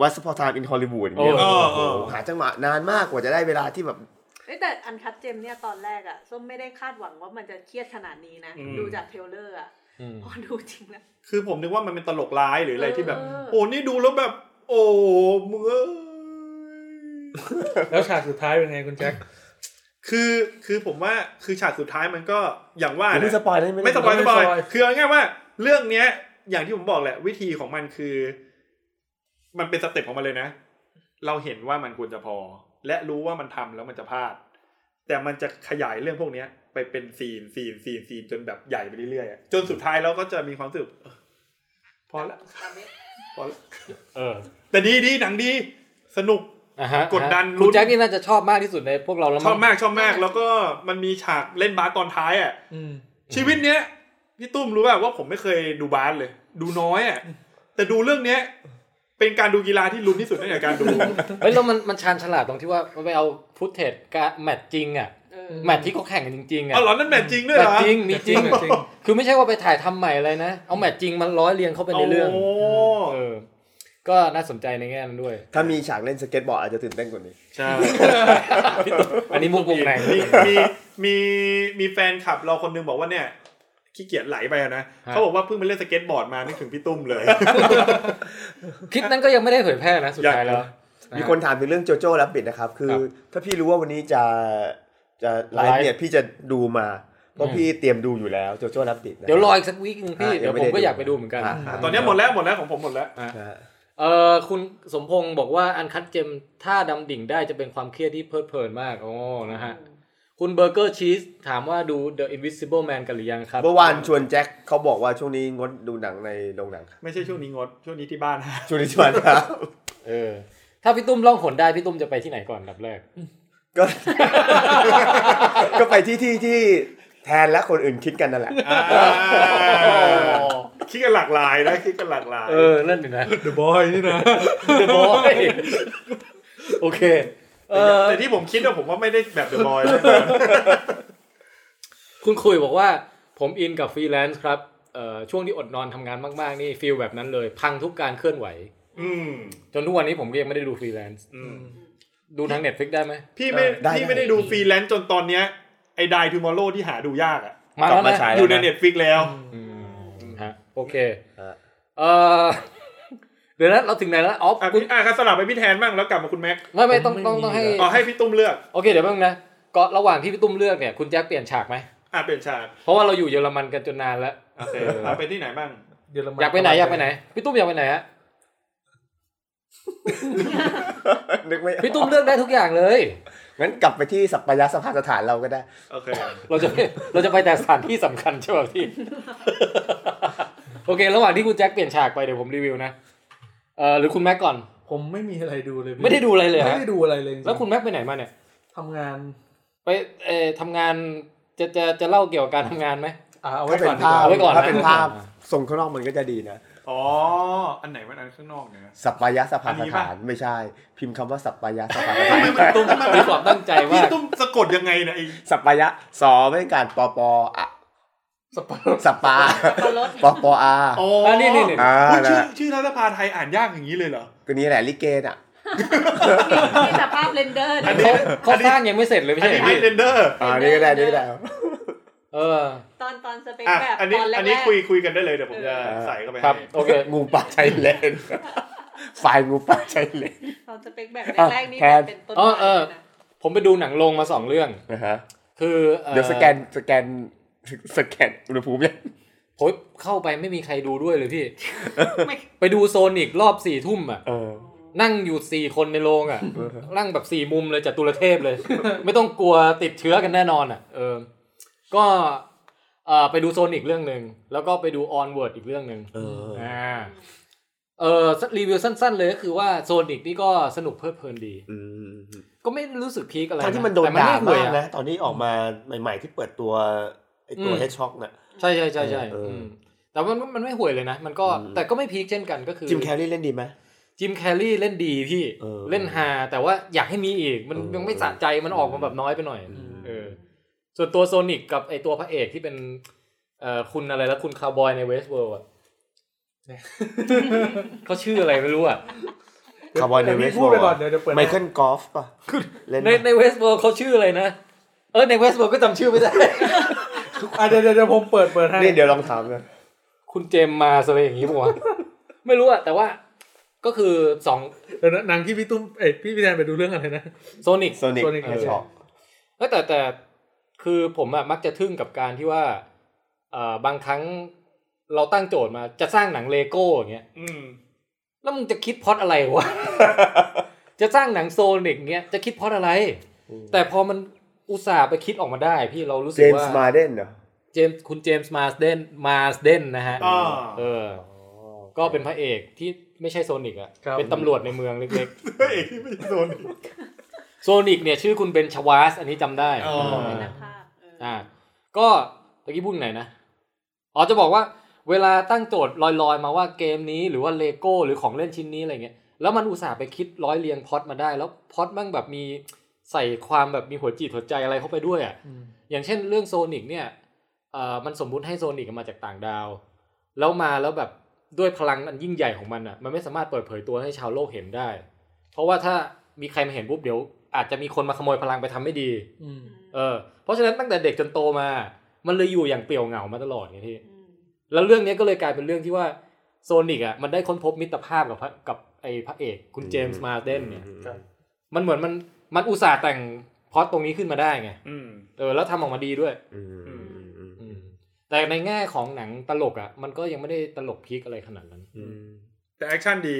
G: Once Upon a Time in Hollywood อย่างเงี้ย
C: เออ
G: โอ้
D: เอ
G: โห
D: อ
G: หาจังหวะนานมากกว่าจะได้เวลาที่แบบ
F: เอ้ยแต่อันคัดเจมเนี่ยตอนแรกอะส้มไม่ได้คาดหวังว่ามันจะเครียดขนาดนี้นะ
D: อืม
F: ดูจากเทรลเลอร์อะ
C: อืม
F: พอดูจริงแล้ว
D: คือผมนึกว่ามันเป็นตลกร้ายหรืออะไรที่แบบ
F: เออ
D: โอ้นี่ดูแล้วแบบ โอ้มึงเอ้ย
E: แล้วฉากสุดท้ายเป็นไงคุณแจ็ค
D: คือคือผมว่าคือฉากสุดท้ายมันก็อย่างว่า
G: ไม่
D: นะ
G: สปอยได้ไหม
D: ไม่สปอย
E: ไม่
D: ไม่ส
E: ส
D: ป
E: ป
D: อ
E: อย ย
D: คือเอาง่ายๆว่า เรื่องเนี้ย อย่างที่ผมบอกแหละ วิธีของมันคือ มันเป็นสเต็ปของมันเลยนะ เราเห็นว่ามันควรจะพอ และรู้ว่ามันทำแล้วมันจะพลาด แต่มันจะขยายเรื่องพวกเนี้ย ไปเป็นซีนซีนซีนซีนจนแบบใหญ่ไปเรื่อยๆอะจนสุดท้ายเราก็จะมีความรู้สึกเออพอละ
F: ตามนี้
D: พอละ
C: เออ
D: แต่ดีดีหนังดีสนุก
C: อ่ะฮะ
D: กดดันลุ้น
C: คุณแจ็คนี่น่าจะชอบมากที่สุดในพวกเราแล้ว
D: ช
C: มั้
D: อง บมากชอบมาก แล้วก็มันมีฉากเล่นบาสตอนท้ายอ่ะ
E: อืม
D: ชีวิตเนี้ยพี่ตุ้มรู้ป่ะว่าผมไม่เคยดูบาสเลย ดูน้อยอ่ะแต่ดูเรื่องเนี้ย เป็นการดูกีฬาที่ลุ้นที่สุดในการดู
C: เฮ้ยแล้วมันมันชาญฉลาดตรงที่ว่ามันไปเอาฟุตเทจการแมตช์จริงอ่ะ
F: เออ
C: แมตช์ที่เขาแข่งกันจริงๆอ่ะ
D: เอาเหรอนั่นแมตช์จริงด้วย
C: แม
D: เห
C: ต
D: ร
C: ช์
D: อ
C: จริงมีจริง
E: แมตช์จริง
C: คือไม่ใช่ว่าไปถ่ายทำใหม่อะไรนะ เอาแมตช์จริงมันร้อยเรียงเข้าไปในเรื่อง
D: โอ้
C: เออ ก็น่าสนใจในแง่นั้นด้วย
G: ถ้ามีฉากเล่นสเก็ตบอร์ดอาจจะตื่นเต้นกว่านี้
D: ใช่
C: อันนี้มุกวง
D: *laughs*
C: ใน
D: มีมีมีมีแฟนคลับเราคนหนึงบอกว่าเนี่ยขี้เกียจไหลไปอะนะเขาบอกว่าเพิ่งไปเล่นสเก็ตบอร์ดมานึกถึงพี่ตุ้ม
C: *laughs*
D: เลย
C: คลิปนั้นก็ยังไม่ได้เผยแพร่นะสุดท้ายแล้ว
G: มีคนถามถึงเรื่องโจโจ้รับบิดนะครับ คื
C: ค
G: อ
C: รับ
G: ถ้าพี่รู้ว่าวันนี้จะจะไล
C: ไลฟ์
G: ฟ์เนี่ยพี่จะดูมาเพราะพี่เตรียมดูอยู่แล้วโจโจ้รับบิดนะคบ
C: เดี๋ยวรออีกสักวีคนึงพี่
G: อ่ะ
C: เดี๋ยว
G: ยัง
C: ผ
G: ไม่ได้
C: มก็
G: ดู
C: อยากไปดูเหมือนกัน
G: อ่ะอ่ะ
D: ตอนเนี้ยหมดแล้วหมดแล้วของผมหมดแล้ว
G: นะฮะ
C: เออคุณสมพงศ์บอกว่าอันคัดเจมถ้าดำดิ่งได้จะเป็นความเครียดที่เพลิดเพลินมากโอ้นะฮะคุณเบอร์เกอร์ชีสถามว่าดู The Invisible Man กันหรือยังครับ
G: เมื่อวานชวนแจ็คเขาบอกว่าช่วงนี้งดดูหนังในโรงหนัง *laughs* ครับ
D: ไม่ใช่ช่วงนี้งดช่วงนี้ที่บ้าน
C: *laughs*
D: ฮะ
G: ช่วงนี้ชวนครับ *laughs*
C: เออถ้าพี่ตุ้มล่องหนได้พี่ตุ้มจะไปที่ไหนก่อนอันดับแรก
G: ก็ *laughs* ก็ไปที่ที่ที่แทนและคนอื่นคิดกันนั่นแหละ
D: คิดกันหลากหลายนะคิดกันหลากหลาย
C: เออนั่นหนึ่งนะ
E: เดอะบอยนี่นะ
C: เดอะบอยโอเค เออ
D: แต่ที่ผมคิดว่าผมว่าไม่ได้แบบเดอะบอยนะ
C: คุณคุยบอกว่า ผมอินกับฟรีแลนซ์ครับเอ่อช่วงที่อดนอนทำงานมาก ๆ นี่ฟีลแบบนั้นเลย พังทุกการเคลื่อนไหว
D: อืม
C: จนทุกวันนี้ผมก็ยังไม่ได้ดูฟรีแลนซ์
D: อืม
C: ดู *laughs* ทางเน็ตฟิกได้ไหม
D: พี่ไม่
G: ได้
D: พี่ไม่ได้
G: ได้
D: ดูฟรีแลนซ์จนตอนเนี้ยไอ้ดายทูมอร์โลที่หาดูยากอ่ะ
C: มาแล้วนะ
D: อยู่ในเน็ตฟิกแล้ว
C: อืมฮะโอเค
G: ฮะ
C: เออ *laughs* เดี๋ยวนะเราถึงไหนแล้วอ๋อ
D: อ่ะ
C: คุณ
D: อ่ะก็สลับไปพี่แทนบ้างแล้วกลับมาคุณแม็ก
C: ไม่ไม่ต้องต้องต้องให้
D: อ๋อให้พี่ตุ้มเลือก
C: โอเคเดี๋ยวแป๊บนึงนะก็ระหว่างที่พี่ตุ้มเลือกเนี่ยคุณแจ็คเปลี่ยนฉากไหม
D: อ่ะเปลี่ยนฉาก
C: เพราะว่าเราอยู่เยอรมันกันจนนานแล้ว
D: โอเคเอาไปที่ไหนบ้าง
E: เยอรมัน
C: อยากไปไหนอยากไปไหนพี่ตุ้มอยากไปไหนฮะ
G: นึกไม่ออก
C: พี่ตุ้มเลือกได้ทุกอย่างเลย
G: งั้นกลับไปที่สัปปายะสภาสถานเราก็ได้
D: โอเค
C: เราจะไปเราจะไปแต่สถานที่สำคัญใช่ไหมพี่ โอเค ระหว่างที่คุณแจ็คเปลี่ยนฉากไปเดี๋ยวผมรีวิวนะ เออหรือคุณแม็กก่อน
E: ผมไม่มีอะไรดูเลยพี่
C: ไม่ได้ดูอะไรเลย
E: ไม่
C: ฮะ
E: ได้ดูอะไรเลยจริงๆ
C: แล้วคุณแม็กไปไหนมาเนี่ย
E: ทำงาน
C: ไปเอ่อทำงานจะจะจะเล่าเกี่ยวกับการทำงานไหม
E: อ่ะเอาไว้
G: ถ้าเป็
E: ก่อนดีกว่า
G: นภาพ
C: เอาไว้ก่อนนะ
G: ถ้าเป็นภาพทรงข้างนอกมันก็จะดีนะ
D: อ๋อ อันไหนมันอันข้างนอกเนี่ยนะ
G: สัปปายะสภา
D: อัน
G: ส
D: นี้
G: ถาน
D: ปะ
G: ไม่ใช่ พิมพ์คำว่าสัปปายะสภาสถาน
C: ตุ้มมีความตั้งใจ
D: พี่
C: มาก
D: ตุ้มสะกดยังไงนะไอ้
G: สัปปายะสอไม่การปอปออะ
C: สปา
G: สัปปา
F: ก็ลด
G: ปอปออา
D: อ๋อ
C: อั
D: อั
C: นนี้นี่นี่
G: อ่า
D: ชื่อชื่อรัฐภาไทยอ่านยากอย่างนี้เลยเหรอ
G: ก็นี่แหละลิเกน่ะ
F: มีแต่ภาพเรนเดอร์
D: อันนี้
C: เขาเขาสร้างยังไม่เสร็จเลยไม่
D: อัน
C: ใช่เหรอ
D: นี้ไม่
C: พี่
D: เรนเดอร์
G: อ่านี่ก็ได้นี่ก็ได้
C: เออ
F: ตอนตอนสเปค
D: อ่ะ
F: แบบ
D: อันนี้
F: ตอนแร
D: อันนี้
F: ก
D: คุยคุยกันได้เลยเดี๋ยวผมจะ
G: เออ
D: ใส่เข้าไปให้
C: ครับ โอเค
G: งูป่าชายเลนไฟล์งูป่าชายเลน
F: ๆตอนสเปคแบบ
G: อ่ะ
F: แรกๆนี่
G: แทน
F: เป็นต้น
C: อ๋อ
F: ไม้
C: เออ
F: เลยนะ
C: ผมไปดูหนังโรงมาสองเรื่อง
G: นะฮะ
C: คืออ่อ
G: เดี๋ยวสแกนสแกนสแกนอุณหภูมิยัง
C: โอ้ยเข้าไปไม่มีใครดูด้วยเลยพี่ ไปดูโซนิกรอบสี่ทุ่มอ่ะ
G: เออ
C: นั่งอยู่สี่คนในโรงอ่ะ นั่งแบบสี่มุมเลยจากตุลเทพเลย ไม่ต้องกลัวติดเชื้อกันแน่นอนอ่ะ เออ ก็เอ่อไปดูโซนิกเรื่องหนึ่งแล้วก็ไปดูออนเวิร์ดอีกเรื่องหนึ่ง
G: เอออ่
C: าเออรีวิวสั้น ๆ เลยก็คือว่าโซนิกนี่ก็สนุกเพลิดเพลินดี
G: อืม
C: ก็ไม่รู้สึกพีคอะไระ
G: ตอนที่มันโดน
C: แต่
G: ด่า
C: ไห่ว
G: มาย ก
C: อะ
G: นะ ตอนนี้ออกมาใหม่ ๆ ที่เปิดตัวไอตัว
C: อืม
G: เฮดช็อกน่ะ
C: ใช่ใช่ใช่ใช่
G: เอออื
C: มแต่มันมันไม่ห่วยเลยนะ มันก็
G: อืม
C: แต่ก็ไม่พีคเช่นกันก็คือ
G: จิมแคร์รี่เล่นดีไหม
C: จิมแคลรี่เล่นดีพี่
G: เออ
C: เล่นฮาแต่ว่าอยากให้มีอีก มัน
G: เออ
C: ยังไม่สะใจมันออกมาแบบน้อยไปหน่อย
G: อืม
C: เออส่วนตัวโซนิกกับไอตัวพระเอกที่เป็นเอ่อคุณอะไรแล้วคุณคาวบอยในเวสเวิลด์อะ *laughs* เขาชื่ออะไรไม่รู้อ่ะ
G: คาร์บอนใน
E: ดี๋ยว
G: เว
E: พี่
G: ส
E: พูดไปก่อนเดี๋ยวเดี๋ยวเปิด
G: ไมเคิลกอล์ฟป่ะเล่น
C: ในในเวสเวิลด์เขาชื่ออะไรนะ เออในเวสเวิลด์ก็จำชื่อไม่ได้
E: อ่ะเดี๋ยวเดี๋ยวเดี๋ยวผมเปิดเปิดให้
G: นี่เดี๋ยวลองถามนะ
C: *laughs* คุณเจมส์มาอะไรอย่างงี้ป่ะวะ *laughs* ไม่รู้อ่ะแต่ว่าก็คือสอง
E: เดี๋ยวนะหนังที่พี่ตุ้มเอ้ยพี่พี่แทนไปดูเรื่องอะไรนะ
C: โซนิก
G: โซนิก
E: Sonic
G: เฮดช็อก
C: เอ้ยแต่แต่คือผมอะมักจะทึ่งกับการที่ว่าเอ่อบางครั้งเราตั้งโจทย์มาจะสร้างหนังเลโก้อย่างเงี้ย
D: อืม
C: แล้วมึงจะคิดพล็อตอะไรวะ *laughs* จะสร้างหนังโซนิกเงี้ยจะคิดพล็อตอะไร
G: อืม
C: แต่พอมันอุตส่าห์ไปคิดออกมาได้ พี่เรารู้
G: เจ
C: สึก
G: ม
C: ว่า
G: ส์มาเดนเหรอ
C: เจมส์คุณเจมส์มาสเดนมาสเดนนะฮะ
D: อ่า
C: เออ ก็เป็นพระเอกที่ไม่ใช่โซนิกอะ
E: ครับ
C: เป็นตำรวจในเมืองเล็ก
D: พระเอกที่ไม่โดน
C: ๆ โซนิกเนี่ยชื่อคุณเบนชวาสอันนี้จำได้
D: อ๋อ
F: เป็นนักภาพเอออ
C: อ่าก็ตะกี้พูดไหนนะ อ๋อจะบอกว่าเวลาตั้งโจทย์ลอยๆ มาว่าเกมนี้หรือว่าเลโก้หรือของเล่นชิ้นนี้อะไรเงี้ยแล้วมันอุตส่าห์ไปคิดร้อยเรียงพล็อตมาได้ แล้วพล็อตมั่งแบบมีใส่ความแบบมีหัวจิตหัวใจอะไรเข้าไปด้วยอ่ะ
E: อืม
C: อย่างเช่นเรื่องโซนิกเนี่ยเอ่อมันสมมุติให้โซนิกมาจากต่างดาว แล้วมาแล้วแบบ ด้วยพลังอันยิ่งใหญ่ของมันอ่ะ มันไม่สามารถเปิดเผยตัวให้ชาวโลกเห็นได้ เพราะว่าถ้ามีใครมาเห็นปุ๊บเดี๋ยว อาจจะมีคนมาขโมยพลังไปทำไม่ดี
E: อืม
C: เออ เพราะฉะนั้นตั้งแต่เด็กจนโตมา มันเลยอยู่อย่างเปลี่ยวเหงามาตลอดไงพี่ แล้วเรื่องเนี้ยก็เลยกลายเป็นเรื่องที่ว่าโซนิกอ่ะมันได้ค้นพบมิตรภาพกับพระกับไอ้พระเอกคุณเจมส์มาร์เดนเนี่ย
E: ครับ
C: มันเหมือนมันมันอุตส่าห์แต่งพล็อตตรงนี้ขึ้นมาได้ไง
D: อืม
C: เออ แล้วทำออกมาดีด้วย
G: อืมอืมอืม
C: อืม แต่ในแง่ของหนังตลกอ่ะ มันก็ยังไม่ได้ตลกพีคอะไรขนาดนั้น
G: อืม
D: แต่แอคชั่นดี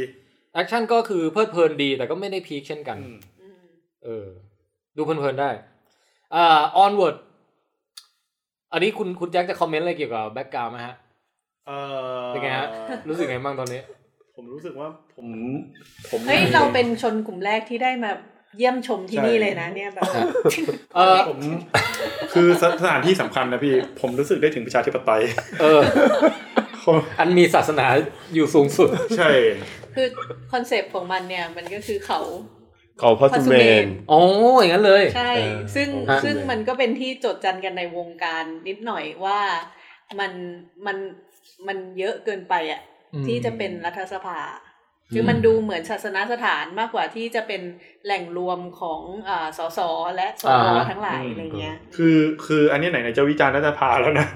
C: แอคชั่นก็คือเพลิดเพลินดี แต่ก็ไม่ได้พีคเช่นกัน
D: อืม
C: เออ ดูเพลินๆได้อ่าออนเวิร์ด อันนี้คุณคุณแจ็คจะคอมเมนต์อะไรเกี่ยวกับแบ็กกราวด์ไหมฮะ
D: เออ
C: เป็นไงฮะ รู้สึกไงบ้างตอนนี้
D: ผมรู้สึกว่าผม
H: ผม
F: เฮ้ยเราเป็นชนกลุ่มแรกที่ได้มาเยี่ยมชมที่นี่
D: ใช่
F: เลยนะเนี่ยแบบ
C: เออ
D: ผม คือสถานที่สำคัญนะพี่ ผมรู้สึกได้ถึงประชาธิปไตย
C: เออ อันมีศาสนาอยู่สูงสุด
D: ใช่
F: คือคอนเซปต์ของมันเนี่ยมันก็คือเขา
G: เขาพัสุเมน
C: อ๋อ อย่างนั้นเลย
F: ใช่
G: เออ
F: ซึ่ง
G: ฮะ
F: ซึ่งมันก็เป็นที่โจดจันกันในวงการนิดหน่อยว่ามันมันมันเยอะเกินไปอ่ะ
E: อืม
F: ที่จะเป็นรัฐสภา คือมันดูเหมือนศาสนสถานมากกว่าที่จะเป็นแหล่งรวมของอาสสและส
C: อ่าว ฮะ
F: ทั้งหลาย
D: อืม
F: อะไรเงี้ย
D: คือคืออันนี้ไหนๆจะวิจารณ์รัฐสภาแล้วนะ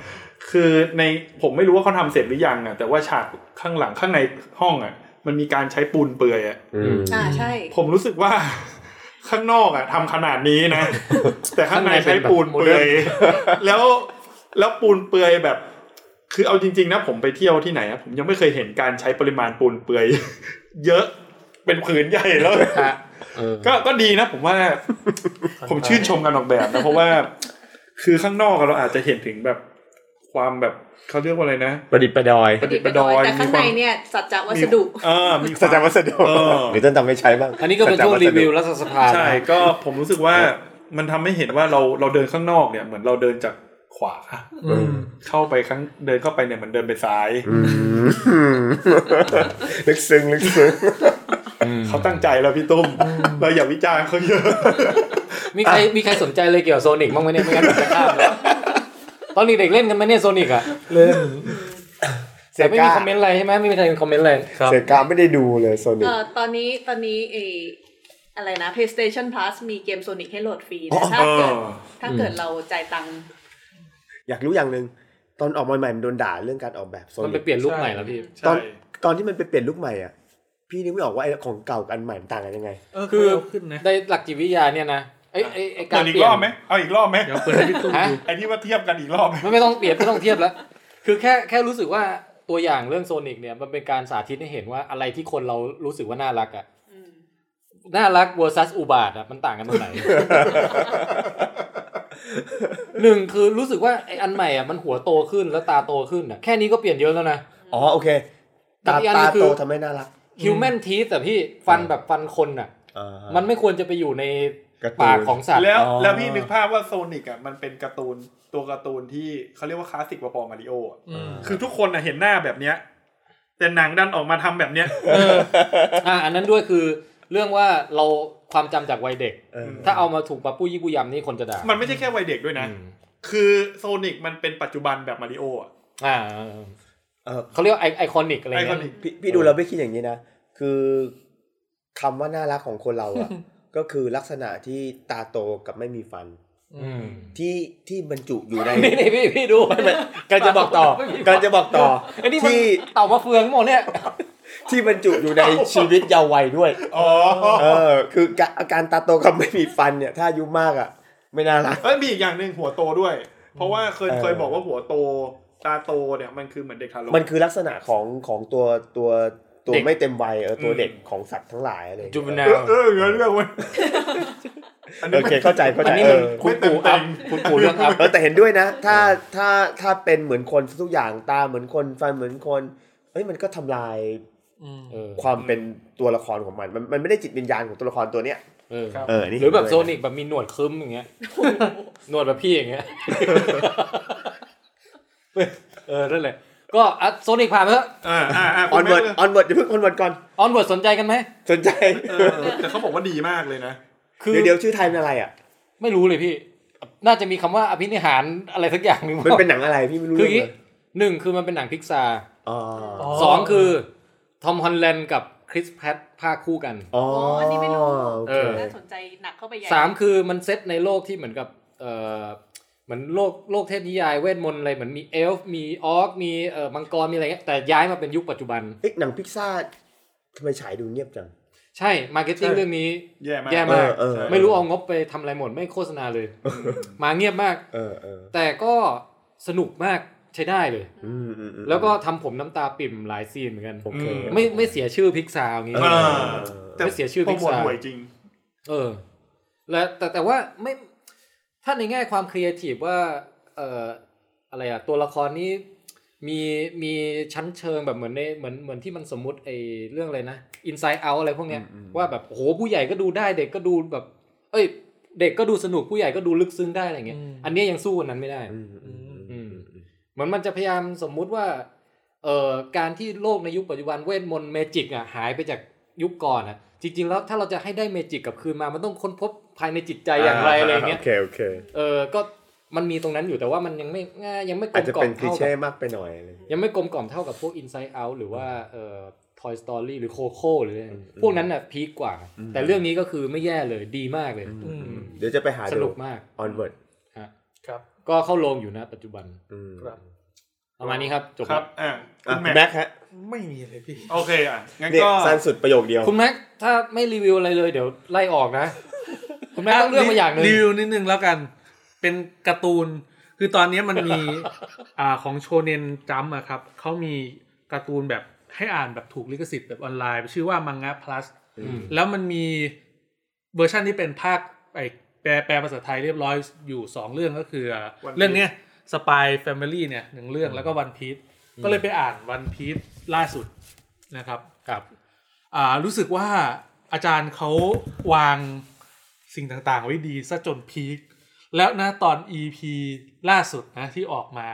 D: *laughs* คือในผมไม่รู้ว่าเขาทำเสร็จหรือยังอ่ะ แต่ว่าฉากข้างหลังข้างในห้องอ่ะ มันมีการใช้ปูนเปื่อยอ่ะ
G: อืม
F: อ่าใช่
D: ผมรู้สึกว่า *laughs* ข้างนอกอ่ะทำขนาดนี้ *laughs* นะ แต่ข้างในใช้ปูนเปลือย *laughs* แล้วแล้วปูนเปลือยแบบ คือเอาจริงๆนะผมไปเที่ยวที่ไหนอะผมยังไม่เคยเห็นการใช้ปริมาณปูนเปลือย *laughs* เยอะเป็นผืนใหญ่ *laughs* แล้ว
C: ฮะเออ
D: ก็ก็ดีนะ *laughs* ผมว่า ผมชื่นชมการออกแบบนะเพราะว่า คือข้างนอกอะเราอาจจะเห็นถึงแบบความแบบเขาเรียกว่าอะไรนะ
G: ประดิษฐ์ประดอย
D: ประดิษฐ์ประดอย
F: แต่ข้างในเนี่ยสัจจะวัสดุ
D: มีเออมีค
G: สั
D: วา
G: จจ
D: ม
G: วัสดุ
D: เออ
G: หรือจะจำไม่ใช้บ้าง
C: อันนี้ก็เป็นช่วงรีวิวรัฐสภา
D: ใช่ก็ผมรู้สึกว่ามันทำให้เห็นว่าเราเราเดินข้างนอกเนี่ย เหมือนเราเดินจากขวา
E: อืม
D: เข้าไปข้างเดินเข้าไปเนี่ยเหมือนเดินไปซ้าย
G: อืมลึกซึ้งลึกซึ้ง
D: เขาตั้งใจแล้วพี่ตุ้มเราอย่าวิจารณ์เขาเยอะ
C: มีใครมีใครสนใจเลยเกี่ยวกับโซนิกบ้างไหมเนี่ยไม่งั้นผมจะข้ามแล้วตอนนี้เด็กๆเล่นกันไหมเนี่ยโซนิกอะ
E: เล่น
G: เสี
C: แต่
G: ย
C: ไม่
G: กา
C: มีคอมเมนต์อะไรใช่ไหมไม่มีใครมีคอมเมนต์อะไร
E: ครับ
G: เสียกาไม่ได้ดูเลยโซนิ
F: เอ
G: ค
F: อตอนนี้ตอนนี้เอออะไรนะ PlayStation Plus มีเกม Sonic ให้โหลดฟรี
G: อ๋อ
F: นะถ้าเกิด
D: เออ
F: ถ้าเกิดเราจ่ายตังค์
G: อยากรู้อย่างหนึ่งตอนออกมาใหม่มันโดนด่าเรื่องการออกแบบโซ
C: มัน
G: นิ
C: ไป
G: ค
C: เปลี่ยนลุคใหม่แล้วพี่
G: ตอน ตอนที่มันไปเปลี่ยนลุคใหม่อ่ะ พี่นึกไม่ออกว่าไอ้ของเก่ากับอันใหม่มันต่างกันยังไง
E: เออ
C: คื
E: คือ อขึ้นนะ
C: ได้หลักจิตวิทยาเนี่ยนะไอ้ไอ้ไอ้กา
D: เปิ
C: ร
D: ดอี
C: เป
D: ก
C: ลี่
D: ร
C: ย
D: อบ
C: น
D: ไหมเอาอีกรอบไหม
E: เดี๋ยวเปิดให้พี่ตุ้ม
C: ฮะ
E: ดู
D: ไอ้ที่ว่าเทียบกันอีกรอบไหม
C: ไม่ไม่ต้องเปลี่ยนไม่ต้องเทียบแล้ว คือแค่แค่รู้สึกว่าตัวอย่างเรื่องโซนิกเนี่ยมันเป็นการสาธิตให้เห็นว่าอะไรที่คนเรารู้สึกว่าน่ารักอะ
F: อืม
C: น่ารัก versus อุบาทอะมันต่างกันตรงไหน หนึ่งคือรู้สึกว่าไอ้อันใหม่อะมันหัวโตขึ้นแล้วตาโตขึ้นอะแค่นี้ก็เปลี่ยนเยอะแล้วนะ
G: อ๋อโอเคตา
C: อีกอันห
G: ตา
C: นึ่งคือ
G: โตทำให้น่ารัก
C: human teeth แต่พี่ฟันแบบฟันคนน่ะ
G: อ่า
C: มันไม่ควรจะไปอยู่ใน
G: การ์ตูน
C: ปากของสัตว์
D: แล้ว
G: อ๋อ
D: แล้วพี่นึกภาพว่าโซนิกอ่ะมันเป็นการ์ตูนตัวการ์ตูนที่เขาเรียกว่าคลาสสิกกว่าปอมาริโออะ
E: อืม
D: คือทุกคนอ่ะเห็นหน้าแบบเนี้ย แต่หนังดันออกมาทำแบบเนี้ย
C: อ่ะอันนั้นด้วยคือเรื่องว่าเราความจำจากวัยเด็ก
G: เออ
C: ถ้าเอามาถูกปะปุ้ยี่ปุยยำนี่คนจะด่า
D: มันไม่ใช่แค่วัยเด็กด้วยนะ
C: อืม
D: คือโซนิกมันเป็นปัจจุบันแบบมาริโออ่ะ
C: อ่า
G: เออ
C: เขาเรียกไอไอคอนิกอะไร
D: ไอคอนิ
C: เงี้ย
D: ก
G: พี่พี่ดูเราไม่คิดอย่างนี้นะ คือคำว่าน่ารักของคนเราอ่ะ
C: *laughs*
G: ก็คือลักษณะที่ตาโตกับไม่มีฟัน
C: อืม
G: ที่ที่บรรจุอยู่ใน
C: นี่นี่พี่พี่ดู
G: ไม่ไม่กำลันจะบอกต่อกำลันจะบอกต่อ
C: ไอ้นี่มัน
G: ที่
C: เต่ามาเฟืองหมดเนี่ย
G: ที่บรรจุอยู่
C: *laughs*
G: ในชีวิตเยาว์วัยด้วย
D: อ๋อ
G: เออ คืออาการตาโตกับไม่มีฟันเนี่ย ถ้าอายุมากอ่ะ ไม่น่ารัก
D: เอ้ยมีอีกอย่างหนึ่งหัวโตด้วย เพราะว่าเคย
G: เออ
D: เคยบอกว่าหัวโตตาโตเนี่ยมันคือเหมือนเด็กทารก
G: มันคือลักษณะของของตัวตัวตัว
D: เด็ก
G: ไม่เต็มวัยเออตัวเด็กของสัตว์ทั้งหลายอะไรอย่าง
C: จู
G: เงี้ย
C: บนา
D: เอ
C: ว
D: อเอออย่างนั้นเรื่องมัน
G: โอเคเข้าใจเข้า
C: อั
G: ใจ
C: นนี้
G: เอ
C: มัน
G: อ
C: คุณปู่
D: ไม่
C: อัพ
D: เต็ม
C: คุณปู่เรื่องอัพ
G: เออแต่เห็นด้วย
F: *laughs*
G: นะ ถ้าถ้าถ้าเป็นเหมือนคนทุกอย่างตาเหมือนคนฟันเหมือนคนเอ้ยมันก็ทำลาย
E: อืม
C: เออ
G: ความเป็นตัวละครของมัน มันมันไม่ได้จิตวิญญาณของตัวละครตัวเนี้ย
C: เออ
G: เออนี่
C: หรือแบบ
G: เห็
C: โซ
G: ด้วยะ
C: นิกแบบมีหนวดคึ้มอย่างเงี้ยหนวดแบบพี่อย่างเงี้ยเออนั่นแหละก็อ่ะโซนิกผ่านไปเถอะ
D: อ่าอ่าอ่า
G: อ
D: คุ
G: อ
D: ณ
G: น
D: แม่
G: เวิร์ด
D: เรื่อง
G: ออนเวิร์ดอย่าเพิ่งออนเวิร์ดก่อน
C: ออนเวิร์ดสนใจกันไหม
G: สนใจ
D: เออแต่เขาบอกว่าดีมากเลยนะ
C: คือ
G: เดี๋ยวเดี๋ยวชื่อไทยเป็นอะไร
F: *laughs*
G: อ่ะ
C: ไม่รู้เลยพี่ น่าจะมีคำว่าอภินิหารอะไรสักอย่างหนึ่ง
G: มันเป็นหนังอะไรพี่ไม่รู้
C: คืออง
G: เรื่อ
C: ย่าง
G: เล
C: งี้
G: ย
C: หนึ่งคือมันเป็นหนังพิกซา
G: อ๋อ
E: อ๋อ
C: สองคือทอมฮอลแลนด์กับคริสแพทภาคคู่กัน
G: อ๋อ
F: อ๋ออันนี้ไม่รู้
G: โอ
C: เอ
G: เค
C: อ
F: น่าสนใจหนักเข้าไปใหญ่
C: สามคือมันเซตในโลกที่เหมือนกับเออเหมือนโลกโลกเทพนิยายเวทมนต์อะไรเหมือนมีเอลฟ์มีออคมีเอ่อมังกรมีอะไรเงี้ยแต่ย้ายมาเป็นยุคปัจจุบัน
G: เอ๊ะหนังพิกซ่าทำไมฉายดูเงียบจัง
C: ใช่มาร์เก็ตติ้ง
D: ใช่
C: เรื่องนี้
D: แย่มาก
C: แย่มาก
G: เออเออ
C: ไม่รู้เอางบไปทำอะไรหมดไม่โฆษณาเลย มาเงียบมาก
G: เออเออ
C: แต่ก็สนุกมากใช้ได้เลย
G: อืมอืมอืม
C: แล้วก็ทำผมน้ำตาปิ่มหลายซีนเหมือนกัน
G: โอเค
C: ไม่ไม่เสียชื่อพิกซาวงี้
G: เอ
D: อ่า
G: อ
D: แต่
C: ไม่เสียชื่อ
D: โปร
C: Pixar
D: โมทห่วยจริง
C: เออ และแต่แต่ว่าไม่ถ้าในแง่ความครีเอทีฟว่า เอ่ออะไรอะตัวละครนี้มีมีชั้นเชิงแบบเหมือนในเหมือนเหมือนที่มันสมมุติไอเรื่องอะไรนะ Inside Out อะไรพวกเนี้ย
D: อืมอืม
C: ว่าแบบโหผู้ใหญ่ก็ดูได้เด็กก็ดูแบบ เอ้ย เด็กก็ดูสนุกผู้ใหญ่ก็ดูลึกซึ้งได้อะไรเงี้ย
E: อืม
C: อันเนี้ยยังสู้อันนั้นไม่ได้
G: อืมอืมอืมอืม
C: เหมือนมันจะพยายามสมมุติว่า เอ่อ การที่โลกในยุคปัจจุบันเวทมนต์เมจิกอ่ะหายไปจากยุคก่อนอ่ะ จริง ๆ แล้วถ้าเราจะให้ได้เมจิกกลับคืนมา มันต้องค้นพบภายในจิตใจอย่างไรอะไรเงี้ย
G: โอเคโอเค
C: เออ ก็มันมีตรงนั้นอยู่แต่ว่ามันยังไม่ง่ายยังไม่กล
G: อาจ
C: ม
G: จะ
C: กล่อ
G: เป็น
C: ม
G: คลี
C: เท่า
G: เช่
C: กับ
G: มากไปหน่อยอะไรอย่างเงี้ย
C: ยังไม่กลมกล่อมเท่ากับพวก Inside Out หรือว่าเอ่อ Toy Story หรือ Coco หรืออะไรพวกนั้นน่ะพีคกว่า
G: อืม
C: แต่เรื่องนี้ก็คือไม่แย่เลยดีมากเลย
G: อืม
E: อืม
G: เดี๋ยวจะไปหา
C: ส
G: ดู
C: นุกมาก
G: onward
E: ครับ
C: ก็เข้าโรงอยู่นะปัจจุบัน
G: อืม
E: ครับ
C: ประมาณนี้ครับจบ
D: ครับอ่ะ
G: อ่ะ
D: คุณ
G: แม็กฮะ
E: ไม่มีเลยพี่
D: โอเคอ่ะงั้น
G: เนี่ย
D: ก็
G: สั้นสุดประโยคเดียว
C: คุณแม็กถ้าไม่รีวิวอะไรเลยเดี๋ยวไล่ออกนะ *laughs* คุณแม่ต้องเลือกมาอย่างหนึ่ง
E: รีวิวนิดนึงแล้วกัน เป็นการ์ตูน คือตอนนี้มันมี *laughs* อ่าของโชเนนจัมอะครับ เขามีการ์ตูนแบบให้อ่านแบบถูกลิขสิทธิ์แบบออนไลน์ ชื่อว่ามังงะ plus
C: อืม
E: แล้วมันมีเวอร์ชันที่เป็นภาคไอแปลแปลภาษาไทยเรียบร้อยอยู่สองเรื่องก็คืออ่ะ
D: One Piece
E: เรื่องเนี้ยสปายแฟมิลี่เนี่ยหนึ่งเรื่องแล้วก็วันพีชก็เลยไปอ่านวันพีชล่าสุดนะครับ
C: ครับ
E: อ่ารู้สึกว่าอาจารย์เขาวางสิ่งต่างๆ ไว้ดีซะจนพีคแล้วนะตอน EP ล่าสุดนะที่ออกมา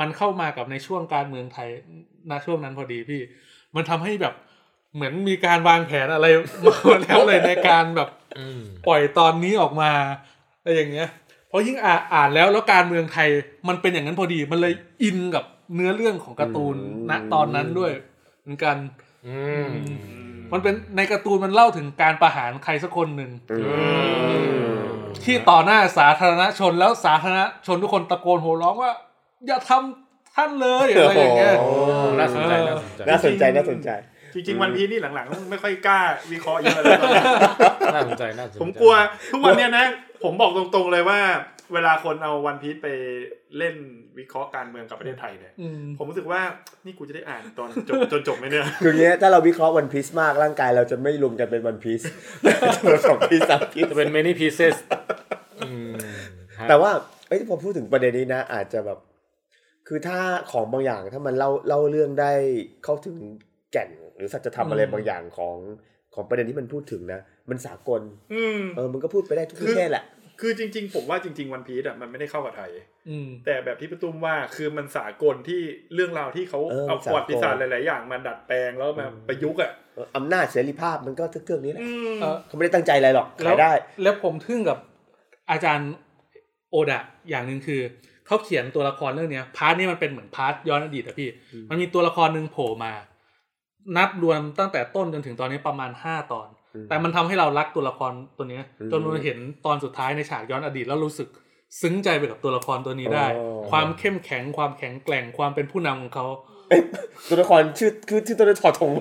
E: มันเข้ามากับในช่วงการเมืองไทยณช่วงนั้นพอดีพี่ มันทำให้แบบเหมือนมีการวางแผนอะไร *laughs* มาแล้วเลยในการแบบ
C: อืม
E: ปล่อยตอนนี้ออกมาอะไรอย่างเงี้ย เพราะยิ่งอ่าอ่านแล้วแล้วการเมืองไทยมันเป็นอย่างนั้นพอดี มันเลยอินกับเนื้อเรื่องของการ์ตูนณตอนนั้นด้วยเหมือนกัน
C: อืม
E: มันเป็นในการ์ตูนมันเล่าถึงการประหารใครสักคนหนึ่งที่ต่อหน้าสาธารณชนแล้วสาธารณชนทุกคนตะโกนโห่ร้องว่า อย่าทำท่านเลยอะไรอย่างเงี้ย
G: โอ้โห
C: น่าสนใจน่าสนใจ
G: น่าสนใจน่าสนใจ
D: จริงๆวันพีชนี่หลังๆ ไม่ค่อยกล้าวิเคราะห์เยอะเลยตอนเนี้ย
C: น่าสนใจน่าสนใจ
D: ผมกลัวทุกวันเนี้ยนะ ผมบอกตรงๆเลยว่า เวลาคนเอาวันพี e ไปเล่นวิเคราะห์การเมืองกับประเทศไทยเนี่ย
E: อืม
D: ผมรู้สึกว่านี่กูจะได้อ่านตอนจบ *laughs* จนจบไหมเนี่ย
G: คืออย่างเงี้ยถ้าเราวิเคราะห์วันพีซมากร่างกายเราจะไม่รวมกันเป็นวันพีซ จะเป็นสองพีซสามพีซ
C: จะเป็น many pieces อืมฮะ
G: *laughs* แต่ว่าเอ้ยพอพูดถึงประเด็นนี้นะ อาจจะแบบ คือถ้าของบางอย่างถ้ามันเล่าเล่าเรื่องได้เข้าถึงแก่น หรือสัจธรรมอะไรบางอย่างของของประเด็นที่มันพูดถึงนะ มันสากล
D: อืม
G: เออมันก็พูดไปได้ทุกประเทศแหละ
D: คือจริง ๆ ผมว่าจริง ๆ วันพี e อ่ะมันไม่ได้เข้ากับไทย
E: อืม
D: แต่แบบที่ประตุ้มว่าคือมันสากลที่เรื่องราวที่เขา
G: เออ
D: เอาป
G: สากล
D: ระวัติศาสตร์หลายๆ อย่างมาดัดแปลงแล้วมาประยุกต์อ่ะ
G: เอออำนาจเสรีภาพมันก็เทือกๆนี้แหละ
D: อืม
E: เออ
G: เขาไม่ได้ตั้งใจอะไรหรอกขายได้
E: แล้วผมทึ่งกับอาจารย์โอดะอย่างหนึ่งคือ เขาเขียนตัวละครเรื่องเนี้ยพาร์ทนี้มันเป็นเหมือนพาร์ทย้อนอดีตอะพี่ มันมีตัวละครหนึ่งโผล่มา นับรวมตั้งแต่ต้นจนถึงตอนนี้ประมาณห้าตอน
G: อืม
E: แต่มันทำให้เรารักตัวละครตัวเนี้ย
G: อืม
E: จนเราเห็นตอนสุดท้ายในฉากย้อนอดีตแล้วรู้สึกซึ้งใจไปกับตัวละครตัวนี้ได้
G: อ๋อ
E: ความเข้มแข็งความแข็งแกร่งความเป็นผู้นำของเขา
G: ตัวละครชื่อคือชื่อตัวละครถอดธง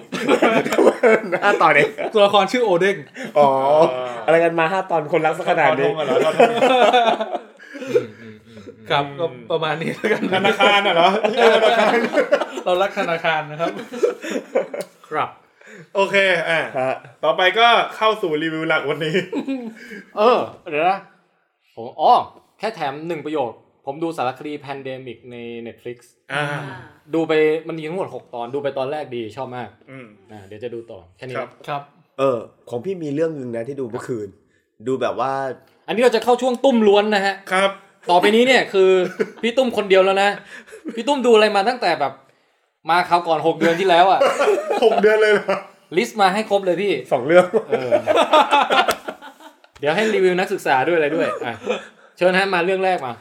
G: *laughs* ห้าตอนเอง
E: ตัวละครชื่อโอเด้ง
G: *laughs* อ๋ออะไรกันมาห้าตอนคนรักสักขนาดนี้
D: ทอทงอะเหรอทอทง
E: ครับก็ประมาณนี้แล้วกัน
D: ธนาคารอ่ะเหร *laughs* อ
E: *laughs* เรารักธนาคารนะครับ
C: ครับ
D: โอเคอ่ะ
G: ฮะ
D: ต่อไปก็เข้าสู่รีวิวหลักวันนี้
C: เออ เดี๋ยวนะผมอ๋อ แค่แถมหนึ่งประโยค ผมดูสารคดี Pandemic ใน Netflix
D: อ่า
F: อ่า
C: ดูไปมันมีทั้งหมด 6 ตอนดูไปตอนแรกดีชอบมาก
D: อืม
C: อ่าเดี๋ยวจะดูต่อ แค่นี้
D: ค
C: ค
D: รั
C: รับ บ
E: ครับ
G: เออ ของพี่มีเรื่องหนึ่งนะที่ดูเมื่อคืน ดูแบบว่า
C: อันนี้เราจะเข้าช่วงตุ้มล้วนนะฮะ
D: ครับ
C: ต่อไปนี้เนี่ยคือ พี่ตุ้มคนเดียวแล้วนะ พี่ตุ้มดูอะไรมาตั้งแต่แบบ มาคราวก่อน 6 เดือนที่แล้วอะ
D: หกเดือนเลยเหรอ
C: ลิสต์มาให้ครบเลยพี่
G: สองเรื่อง
C: เออ เดี๋ยวให้รีวิวนักศึกษาด้วยอะไรด้วยอ่ะเชิญฮะมาเรื่องแรกมา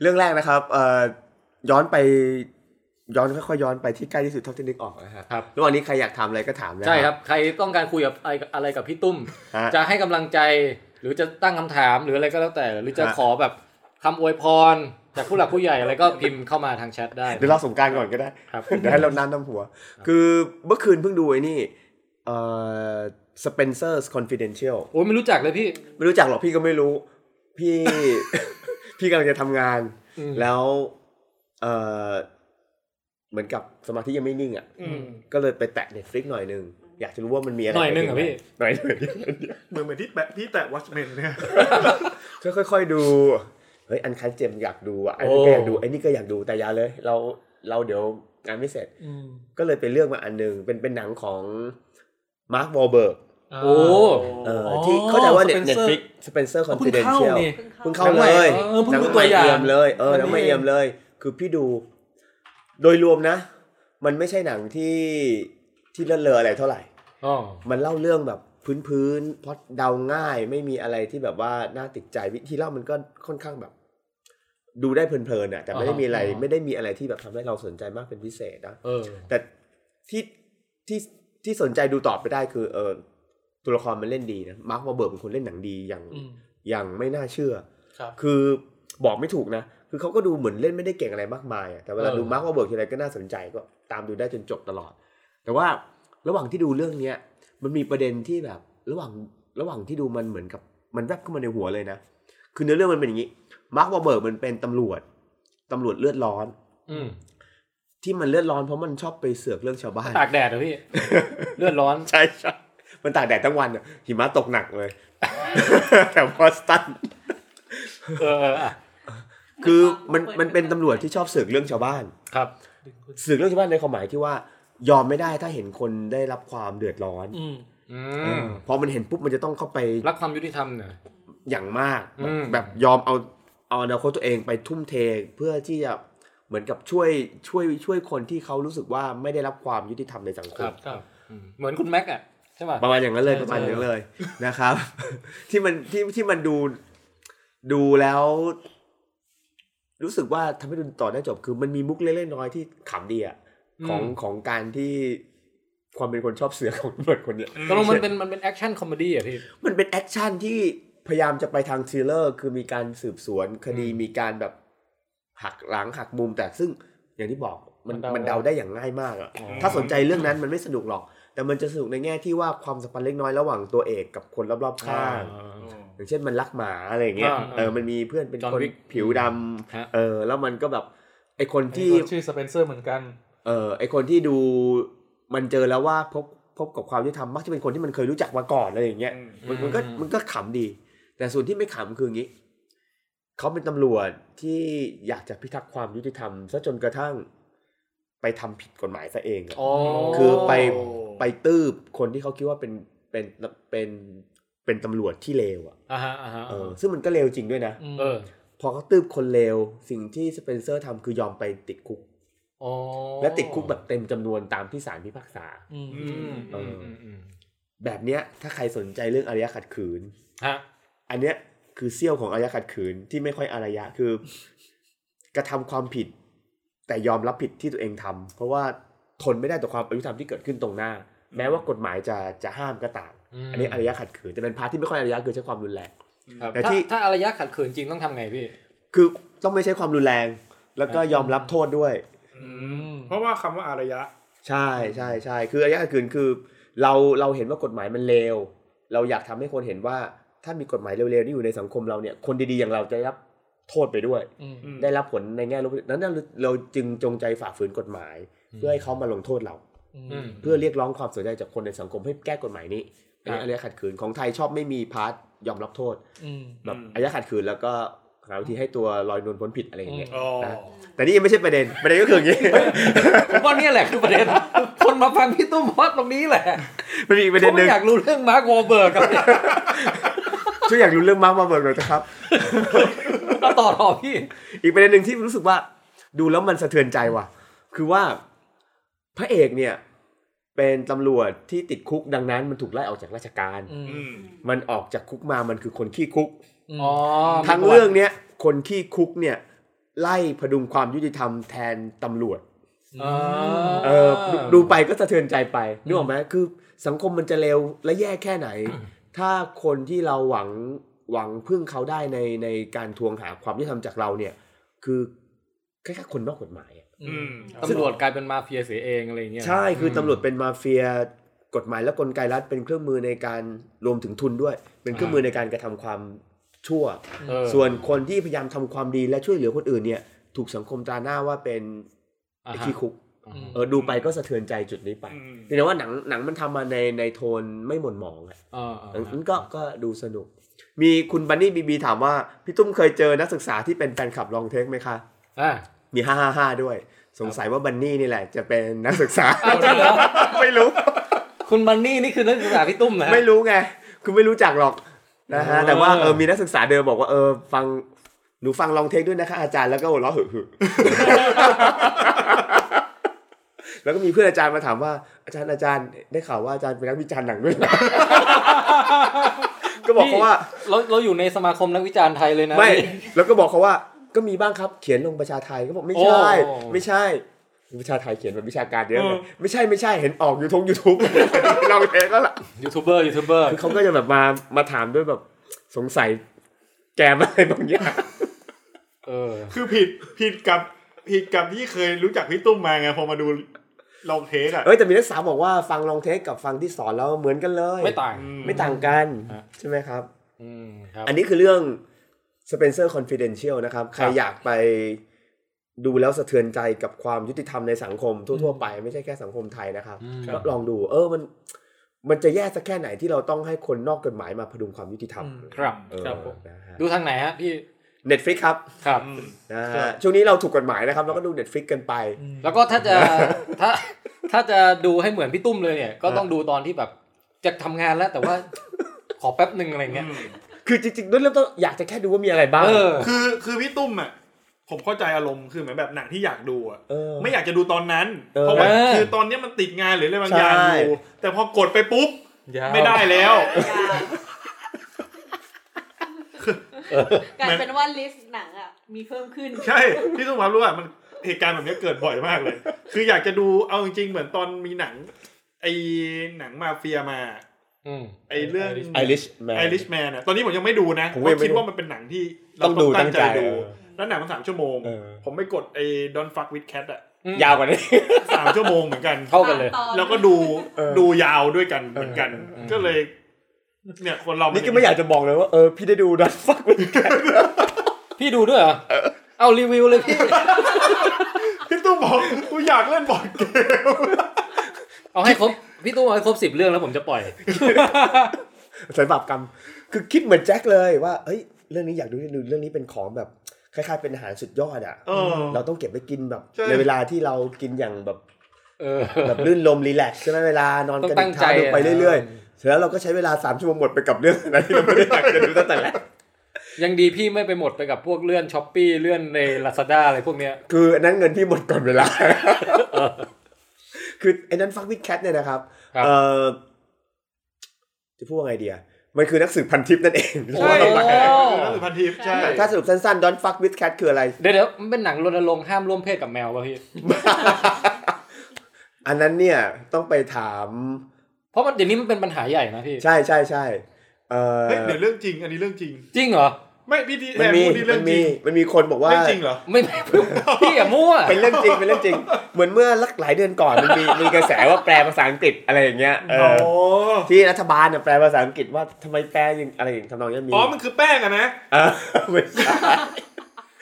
G: เรื่องแรกนะครับเอ่อย้อนไป ย้อนค่อยๆย้อนไปที่ใกล้ที่สุดเท่าที่นึกออกนะฮะ
C: ครับ
G: ระหว่างนี้ใครอยากถามอะไรก็ถามนะ
C: ใช่ครับ ใครต้องการคุยกับอะไรอะไรกับพี่ตุ้ม
G: ฮะ
C: จะให้กำลังใจหรือจะตั้งคำถามหรืออะไรก็แล้วแต่ หรือจะ
G: ฮะ
C: ขอแบบคำอวยพร จากผู้หลักผู้ใหญ่อะไรก็พิมพ์เข้ามาทางแชทได้
G: เดี๋ยวเราสงกรารก่อนก็ได้
C: ครับ
G: เดี๋ยวให้เราน้ำน้ำหัว คือเมื่อคืนเพิ่งดูไอ้นี่เอ่อ Spencer's Confidential
C: โอ้ยไม่รู้จักเลยพี่
G: ไม่รู้จักหรอกพี่ก็ไม่รู้ พี่ *laughs* พี่กำลังจะทำงาน
C: อืม
G: แล้วเอ่อเหมือนกับสมาธิยังไม่นิ่งอ่ะ
D: อืม
G: ก็เลยไปแตะ Netflix หน่อยหนึง อยากจะรู้ว่ามันมีอะไร
C: หน่อยหนึ่งเหรอพี่
G: หน่อยหนึง *laughs*
D: เหมือนเหมือนที่แปะที่แตะวอชแมนเนี่ย
G: ก็ค่อยๆดู เฮ้ย อันคันเจมอยากดูอ่ะอัน
C: โอ้
G: นี้ก็อยากดูไอ้นี่ก็อยากดูแต่อยาเลย เราเราเดี๋ยวงานไม่เสร็จ
E: อืม
G: ก็เลยไปเลือกมาอันหนึงเป็นเป็นหนังของมาร์ควอลเบิร์ก
E: า
C: โอ้
G: เอออ
E: อ
G: ที่เข้าใจว่าเน็ต
E: Spencer
G: เน็ตฟิกสเปนเซอร์คอน
E: เพิ่
G: ฟิ
E: ง
G: เดน
E: เข้า
G: เชียล
E: นี่
G: เพิ่งเข้าเลย
E: เออเพิ่ง
G: หนัง
E: ดูตัว
G: ใหม่
E: อย่าง
G: เอี่ยมเลย เออ
E: วันนี้
G: หนังใหม่เอี่ยมเลย คือพี่ดู โดยรวมนะ มันไม่ใช่หนังที่ที่เลื่อนเลออะไรเท่าไหร่
C: อ๋อ
G: มันเล่าเรื่องแบบพื้นพื้นๆพล็อดเดาง่าย ไม่มีอะไรที่แบบว่าน่าติดใจวิธีเล่ามันก็ค่อนข้างแบบ ดูได้เพลินๆอ่ะแต่ไม่ได้มีอะไร ไม่ได้มีอะไรที่แบบทำให้เราสนใจมากเป็นพิเศษนะ
C: เออ
G: แต่ที่ที่ที่สนใจดูต่อไปได้คือ เออตัวละครมันเล่นดีนะมาร์ควาเบิร์เป็นคนเล่นหนังดีอย่าง
E: อืม
G: อย่างไม่น่าเชื่อ
E: ครับ
G: อบอกไม่ถูกนะ คือเขาก็ดูเหมือนเล่นไม่ได้เก่งอะไรมากมายอะแต่เวลา
C: เออ
G: ดูมาร์ควาเบิร์ทีไรก็น่าสนใจก็ตามดูได้จนจบตลอด แต่ว่าระหว่างที่ดูเรื่องเนี้ยมันมีประเด็นที่แบบ ระหว่างระหว่างที่ดูมันเหมือนกับมันแวบเข้ามาในหัวเลยนะคือเนื้อเรื่องมันเป็นอย่างนี้มาร์ควาเบิร์มันเป็นตำรวจตำรวจเลือดร้อน
C: อืม
G: ที่มันเลือดร้อนเพราะมันชอบไปเสือกเรื่องชาวบ้าน
C: ตากแดดเหร
G: *laughs*
C: อพี่ เลือดร้อน
G: ใช่ใช่มันตากแดดทั้งวันอะหิมะตกหนักเลย *laughs* แถวบอสตัน
C: เออเอออ่ะ
G: คือมันมันเป็นตำรวจที่ชอบสืบเรื่องชาวบ้าน
C: ครับ
G: สืบเรื่องชาวบ้านในความหมายที่ว่า ยอมไม่ได้ถ้าเห็นคนได้รับความเดือดร้อน
E: อืม
C: อื
G: เอ
C: ม
G: อพอมันเห็นปุ๊บมันจะต้องเข้าไป
C: รักความยุติธรรมหน่อย
G: อย่างมากแบบ
C: อืม
G: แบบยอมเอาเอาอนาคตตัวเองไปทุ่มเทเพื่อที่จะเหมือนกับช่วยช่วยช่วยคนที่เขารู้สึกว่าไม่ได้รับความยุติธรรมในสังคม
E: ครับ
C: อืมเหมือนคุณแม็กอะใช่ป่ะ
G: ประมาณอย่างนั้นเลย
E: ใช่
G: ประมาณ
E: ใช่
G: อย่างนั้นเลยนะครับ *laughs* ที่มันที่ที่มันดูดูแล้ว รู้สึกว่าทำให้ดูต่อได้จบ คือมันมีมุกเล็กๆน้อยๆที่ขำดีอะ
C: อืม
G: ของของการที่ความเป็นคนชอบเสือกของตำรวจคนเนี้ย
C: ตกลงมันเป็นมันเป็นแอคชั่นคอมเมดี้อะพี่
G: มันเป็นแอคชั่นที่พยายามจะไปทางทริลเลอร์ คือมีการสืบสวนคดี
C: อืม
G: มีการแบบหักหลังหักมุมแต่ซึ่งอย่างที่บอกมัน
C: มั
G: มัน
C: น
G: เดา
C: เดา
G: ได้อย่างง่ายมากอะ
C: อ๋อ
G: ถ้าสนใจเรื่องนั้นมันไม่สนุกหรอก แต่มันจะสนุกในแง่ที่ว่าความสัมพันธ์เล็กน้อยระหว่างตัวเอกกับคนรอบๆข้าง
C: อ่า
G: อย่างเช่นมันรักหมาอะไรอย่างเงี้ย
C: อ่า
G: เออ มันมีเพื่อนเป็น
C: จอห์น
G: คน
C: วิก
G: ผิวดำ
C: ฮะ
G: เออ แล้วมันก็แบบไอคน
E: ที่
G: ที่
E: ชื่อสเปนเซอร์เหมือนกัน
G: เออไอคนที่ดูมันเจอแล้วว่าพบพบกับความยุติธรรมมักจะเป็นคนที่มันเคยรู้จักมาก่อนอะไรอย่างเงี้ย มันมันก็
C: อืม
G: มันก็ขำดี แต่ส่วนที่ไม่ขำคืออย่างงี้เขาเป็นตำรวจที่อยากจะพิทักษ์ความยุติธรรมซะจนกระทั่งไปทำผิดกฎหมายซะเองอะ
C: อ๋อ
G: คือไป ไปตืบคนที่เขาคิดว่าเป็นเป็นเป็นเป็นตำรวจที่เลวอ่ะ
C: อ่าฮะอ่าฮะ
G: เออซึ่งมันก็เลวจริงด้วยนะ
C: เออ
G: พอเขาตืบคนเลวสิ่งที่สเปนเซอร์ทำคือยอมไปติดคุก
C: อ๋อ
G: และติดคุกแบบเต็มจำนวนตามที่ศาลพิพากษา
E: อืม
C: อืมอืมอืมอืม
G: แบบเนี้ยถ้าใครสนใจเรื่องอารยะขัดขืน
C: ฮะ
G: อันเนี้ยคือเซี่ยวของอารยะขัดขืนที่ไม่ค่อยอารยะคือ กระทำความผิด แต่ยอมรับผิดที่ตัวเองทำเพราะว่าทนไม่ได้ต่อความอายุธรรมที่เกิดขึ้นตรงหน้า แม้ว่ากฎหมายจะจะห้ามก็ตาม
C: ม
G: อันนี้อารยะขัดขืนแต่เป็นพาร์ทที่ไม่ค่อยอารยะคือใช้ความรุนแรง
C: ครับ
G: แต่
C: ถ้า
G: ที่
C: ถ้าอารยะขัดขืนจริงต้องทำไงพี่
G: คือต้องไม่ใช้ความรุนแรง แล้วก็ยอมรับโทษด้วย
D: เพราะว่าคำว่าอารยะ
G: ใช่ใช่ใช่คืออารยะขัดขืนคือ เราเราเห็นว่ากฎหมายมันเลวเราอยากทำให้คนเห็นว่า ถ้ามีกฎหมายเร็วๆที่อยู่ในสังคมเราเนี่ย คนดีๆอย่างเราจะได้รับโทษไปด้วย
E: อืม
G: ได้รับผลในแง่ลบนั้นเราเราจึงจงใจฝ่าฝืนกฎหมาย เพื่อให้เขามาลงโทษเรา
E: อืม
G: เพื่อเรียกร้องความสนใจจากคนในสังคมให้แก้กฎหมายนี้อัน
C: ครับ
G: นี้อารยะขัดขืนของไทยชอบไม่มีพาร์ทยอมรับโทษ
E: อืม
G: แบบ
D: อืม
G: อารยะขัดขืนแล้วก็หาวิธีให้ตัวลอยนวลพ้นผิดอะไรอย่างเงี้ย
D: อ๋อ
G: นะแต่นี่ยังไม่ใช่ประเด็นประเด็นก็คืออย่างนี้
C: ผมว่าเนี่ยแหละคือประเด็น *laughs* คนมาฟังพี่ตุ้มพอดตรงนี้แหละ
G: มันมีอีกประเด็
C: เขา
G: นห
C: ไม่
G: นึ่ง
C: อยากรู้เรื่องมาร์ควอเบิร์ก
G: ช่วยอยากรู้เรื่องมาร์คมาเบิร์กหน่อยนะครับ
C: เอาต่อต่อพี่
G: อีกประเด็นหนึ่งที่รู้สึกว่า ดูแล้วมันสะเทือนใจว่ะ คือว่าพระเอกเนี่ย เป็นตำรวจที่ติดคุกดังนั้น มันถูกไล่ออกจากราชการ
E: อืม
D: อืม
G: มันออกจากคุกมามันคือคนขี้คุก
C: อ๋อ
G: ทั้งเรื่องเนี้ยคนขี้คุกเนี่ย ไล่พดุงความยุติธรรมแทนตำรวจ เออดูดูไปก็สะเทือนใจไปนึกออกไหมคือสังคมมันจะเร็วและแย่แค่ *coughs* ไหน ถ้าคนที่เราหวังหวังพึ่งเขาได้ในในการทวงหาความยุติธรรมจากเราเนี่ย คือแค่คนนอกกฎหมายอะ
D: อืม
C: ตำรวจกลายเป็นมาเฟียเสียเองอะไรอย่างเงี้ย
G: ใช่คือตำรวจเป็นมาเฟียกฎหมายและกลไกรัฐเป็นเครื่องมือในการรวมถึงทุนด้วย เป็นเครื่องมือในการกระทำความชั่ว
C: เออ
G: ส่วนคนที่พยายามทำความดีและช่วยเหลือคนอื่นเนี่ย ถูกสังคมตราหน้าว่าเป็น
C: อ่า
G: ไอ้
C: ฮะ
G: ขี้คุก
C: อ่าฮะ
G: เออดูไปก็สะเทือนใจจุดนี้ไป
D: อืม
G: เพียงแต่ว่าหนังหนังมันทำมาในในโทนไม่หม่นหมองอะ
C: เออเออ
G: นั้นก็ก็ดูสนุก มีคุณบันนี่บีบีถามว่า พี่ตุ้มเคยเจอนักศึกษาที่เป็นแฟนคลับลองเทคไหมคะ
C: อ่ะ
G: มีห้าห้าห้าด้วย สงสัยว่าบันนี่นี่แหละ จะเป็นนักศึกษา
C: อ้าวจริงเหรอ
G: *laughs* ไม่รู้
C: คุณมันนี่นี่คือนักศึกษาพี่ตุ้มนะ
G: ไม่รู้ไง คือไม่รู้จักหรอกนะฮะ
C: เออ
G: แต่ว่าเออมีนักศึกษาเดิมบอกว่าเออฟังหนูฟังลองเทคด้วยนะคะอาจารย์แล้วก็หัวเราะหึ *laughs* หึ แล้วก็มีเพื่อนอาจารย์มาถามว่าอาจารย์อาจารย์ได้ข่าวว่าอาจารย์เป็นนักวิจารณ์หนังด้วยนะก็บอกเขาว่า
C: เราเราอยู่ในสมาคมนักวิจารณ์ไทยเลยนะ
G: ไม่ แล้วก็บอกเขาว่าก็มีบ้างครับเขียนลงประชาไทยก็บอกไม่ใช่
C: โอ้
G: ไม่ใช่ประชาไทยเขียนแบบวิชาการเยอะเลยไม่ใช่ไม่ใช่เห็นออกยูทงยูทูบลองเทคก็ละ
C: ยูทูบเบอร์ยูทูบเบอร์
G: คือเขาก็จะแบบมามาถามด้วยแบบสงสัยแกมอะไรบางอย่าง
C: เออ
D: คือผิดผิดกับผิดกับที่เคยรู้จักพี่ตุ้มมาไงพอมาดูลองเทสอ่ะ
G: เอ้ยแต่มีนักศึกษาบอกว่าฟังลองเทสกับฟังที่สอนแล้วเหมือนกันเลย
C: ไม่ต่าง
D: อืม
G: ไม่ต่างกัน
C: ฮะ
G: ใช่ไหมครับ
C: อืมครับ
G: อันนี้คือเรื่อง Spencer Confidential นะครับ ใคร
C: ครับ
G: อยากไปดูแล้วสะเทือนใจกับความยุติธรรมในสังคมทั่วๆไปไม่ใช่แค่สังคมไทยนะครับ
C: อืม
G: ก็ลองดู เออมัน มันจะแย่สักแค่ไหนที่เราต้องให้คนนอกกฎหมายมาพดุงความยุติธรรม
E: อืม
C: ครับ
G: เออ
E: ครับผม
G: นะฮะ
C: ดูทางไหนฮะพี่
G: Netflix ครับ
C: ครับ
D: อืม
G: นะ
E: ครั
G: ฮะ
E: บ
G: ช่วงนี้เราถูกกฎหมายนะครับเราก็ดู Netflix กันไป
C: แล้วก็ถ้าจะถ้าถ้าจะดูให้เหมือนพี่ตุ้มเลยเนี่ย ก็ต้องดูตอนที่แบบจะทำงานแล้ว แต่ว่า ขอแป๊บหนึ่งอะไรเงี้ย
G: คือจริงๆด้วยเริ่มต้นอยากจะแค่ดูว่ามีอะไรบ้าง
C: เออ
D: คือคือพี่ตุ้มอ่ะผมเข้าใจอารมณ์คือเหมือนแบบหนังที่อยากดูอ่ะ
G: เออ
D: ไม่อยากจะดูตอนนั้น
G: เออ
D: เพราะว่า
C: เออ
D: คือตอนเนี้ยมันติดงานหรืออะไรบางอย่าง
G: ใช่
D: อยู่แต่พอกดไปปุ๊บ
E: ยาว
D: ไม่ได้แล้ว
F: กลายเป็นว่าลิสต์หนังอ่ะมีเพิ่มขึ้น
D: ใช่พี่ตุ้มครับรู้ว่ามันเหตุการณ์แบบเนี้ยเกิดบ่อยมากเลย คืออยากจะดูเอาจริงๆเหมือนตอนมีหนัง ไอ้หนังมาเฟียมา
C: อืม
D: ไอ้เรื่อง
G: ไอริชแมน
D: ไอริชแมนอ่ะ ตอนนี้ผมยังไม่ดูนะ
G: ผม
D: เพ
G: ก็ยั
D: ราะ
G: งไม่
D: คิด
G: ดู
D: ว่ามันเป็นหนังที่
G: ต้องดูตั้งใจ
D: ดู
G: เออ
D: แล้วหนังมันสามชั่วโมง
G: เออ
D: ผมไม่กดไอ้ดอนฟักวิดแคทอ่ะ
C: อืม
G: ยาวกว่านี้
D: สามชั่วโมงเหมือนกัน
C: เข้ากันเลย
D: แล้วก็ดู
G: เออ
D: ดูยาวด้วยกันเหมือนกัน ก็เลย เนี่ยคนเรา
G: นี่
D: นี่
G: ก็ไม่อยากจะบอกเลยว่าเออพี่ได้ดูดันฟักเหมือนกัน
C: พี่ดูด้วยเหรอ เอารีวิวเลยพี่
D: พี่ตุ้มบอกกูอยากเล่นบอร์ดเกม
C: เอาให้ครบ พี่ตุ้มเอาให้ครบสิบเรื่องแล้วผมจะปล่อย
G: สายบาปกรรม คือคิดเหมือนแจ็คเลยว่าเฮ้ยเรื่องนี้อยากดูเรื่องนี้เป็นของแบบคล้ายๆเป็นอาหารสุดยอดอ่ะ
D: เออ
G: เราต้องเก็บไว้กินแบบ
D: ใช่
G: ในเวลาที่เรากินอย่างแบบ
C: เออ
G: แบบลื่นลมรีแลกซ์ใช่ไหมเวลานอน
C: ต้อง
G: กระ
C: ตั้
G: ดิ
C: ง
G: กเท้า
C: ใจ
G: ดูไป
C: อะ
G: เรื่อยๆเสร็จแล้วเราก็ใช้เวลาสามชั่วโมงหมดไปกับเรื่องนั้นที่เราไม่ได้อยากจะดูตั้งแต่แรก
C: ยังดีพี่ไม่ไปหมดไปกับพวกเลื่อนช้อปปี้เลื่อนในลาซาด้าอะไรพวกเนี้ย
G: คืออันนั้นเงินที่หมดก่อนเวลา คือไอ้นั้นฟักวิดแคทเนี่ยนะครับ
C: ครับ
G: เอ่อจะพูดว่าไงเดียมันคือนักสืบพันทิปนั่นเอง
C: โอ้
D: ใช่
C: ห
D: ใช่นั่นคือพันทิปใช่
G: ถ้าสรุปสั้นๆดอนฟักวิดแคทคืออะไร
C: เดี๋ยวเดี๋ยวมันเป็นหนังรณรงค์ห้ามร่วมเพศกับแมวป่ะพี่
G: อันนั้นเนี่ยต้องไปถาม
C: เพราะมันเดี๋ยวนี้มันเป็นปัญหาใหญ่นะพี่
G: ใช่ใช่ใช่เอ่อ
D: เฮ้ยเดี๋ยวเรื่องจริง อันนี้เรื่องจริง
C: จริงเหรอ
D: ไม่พี่ทีแท
G: มัน
D: น
G: มี
D: พูดนี่เรื่
G: มั
D: อน งจ
G: มี
D: ริง
G: มันมีคนบอกว่า
D: เรื่องจริงเหรอ
C: ไม่ไม่พี่อย่ามั่ว
G: เป็นเรื่องจริงเป็นเรื่องจริง เหมือนเมื่อลักหลายเดือนก่อนมันมีมีกระแสว่าแปลภาษาอังกฤษอะไรอย่างเงี้ยเอ
D: อ๋
G: อ
D: อ
G: ที่รัฐบาลน่ะแปลภาษาอังกฤษว่าทำไมแปลอย่างอะไรอย่างทำนองเนี้ยมี
D: อ๋อมันคือแป้งอะนะ
G: อ่าไม่ใช่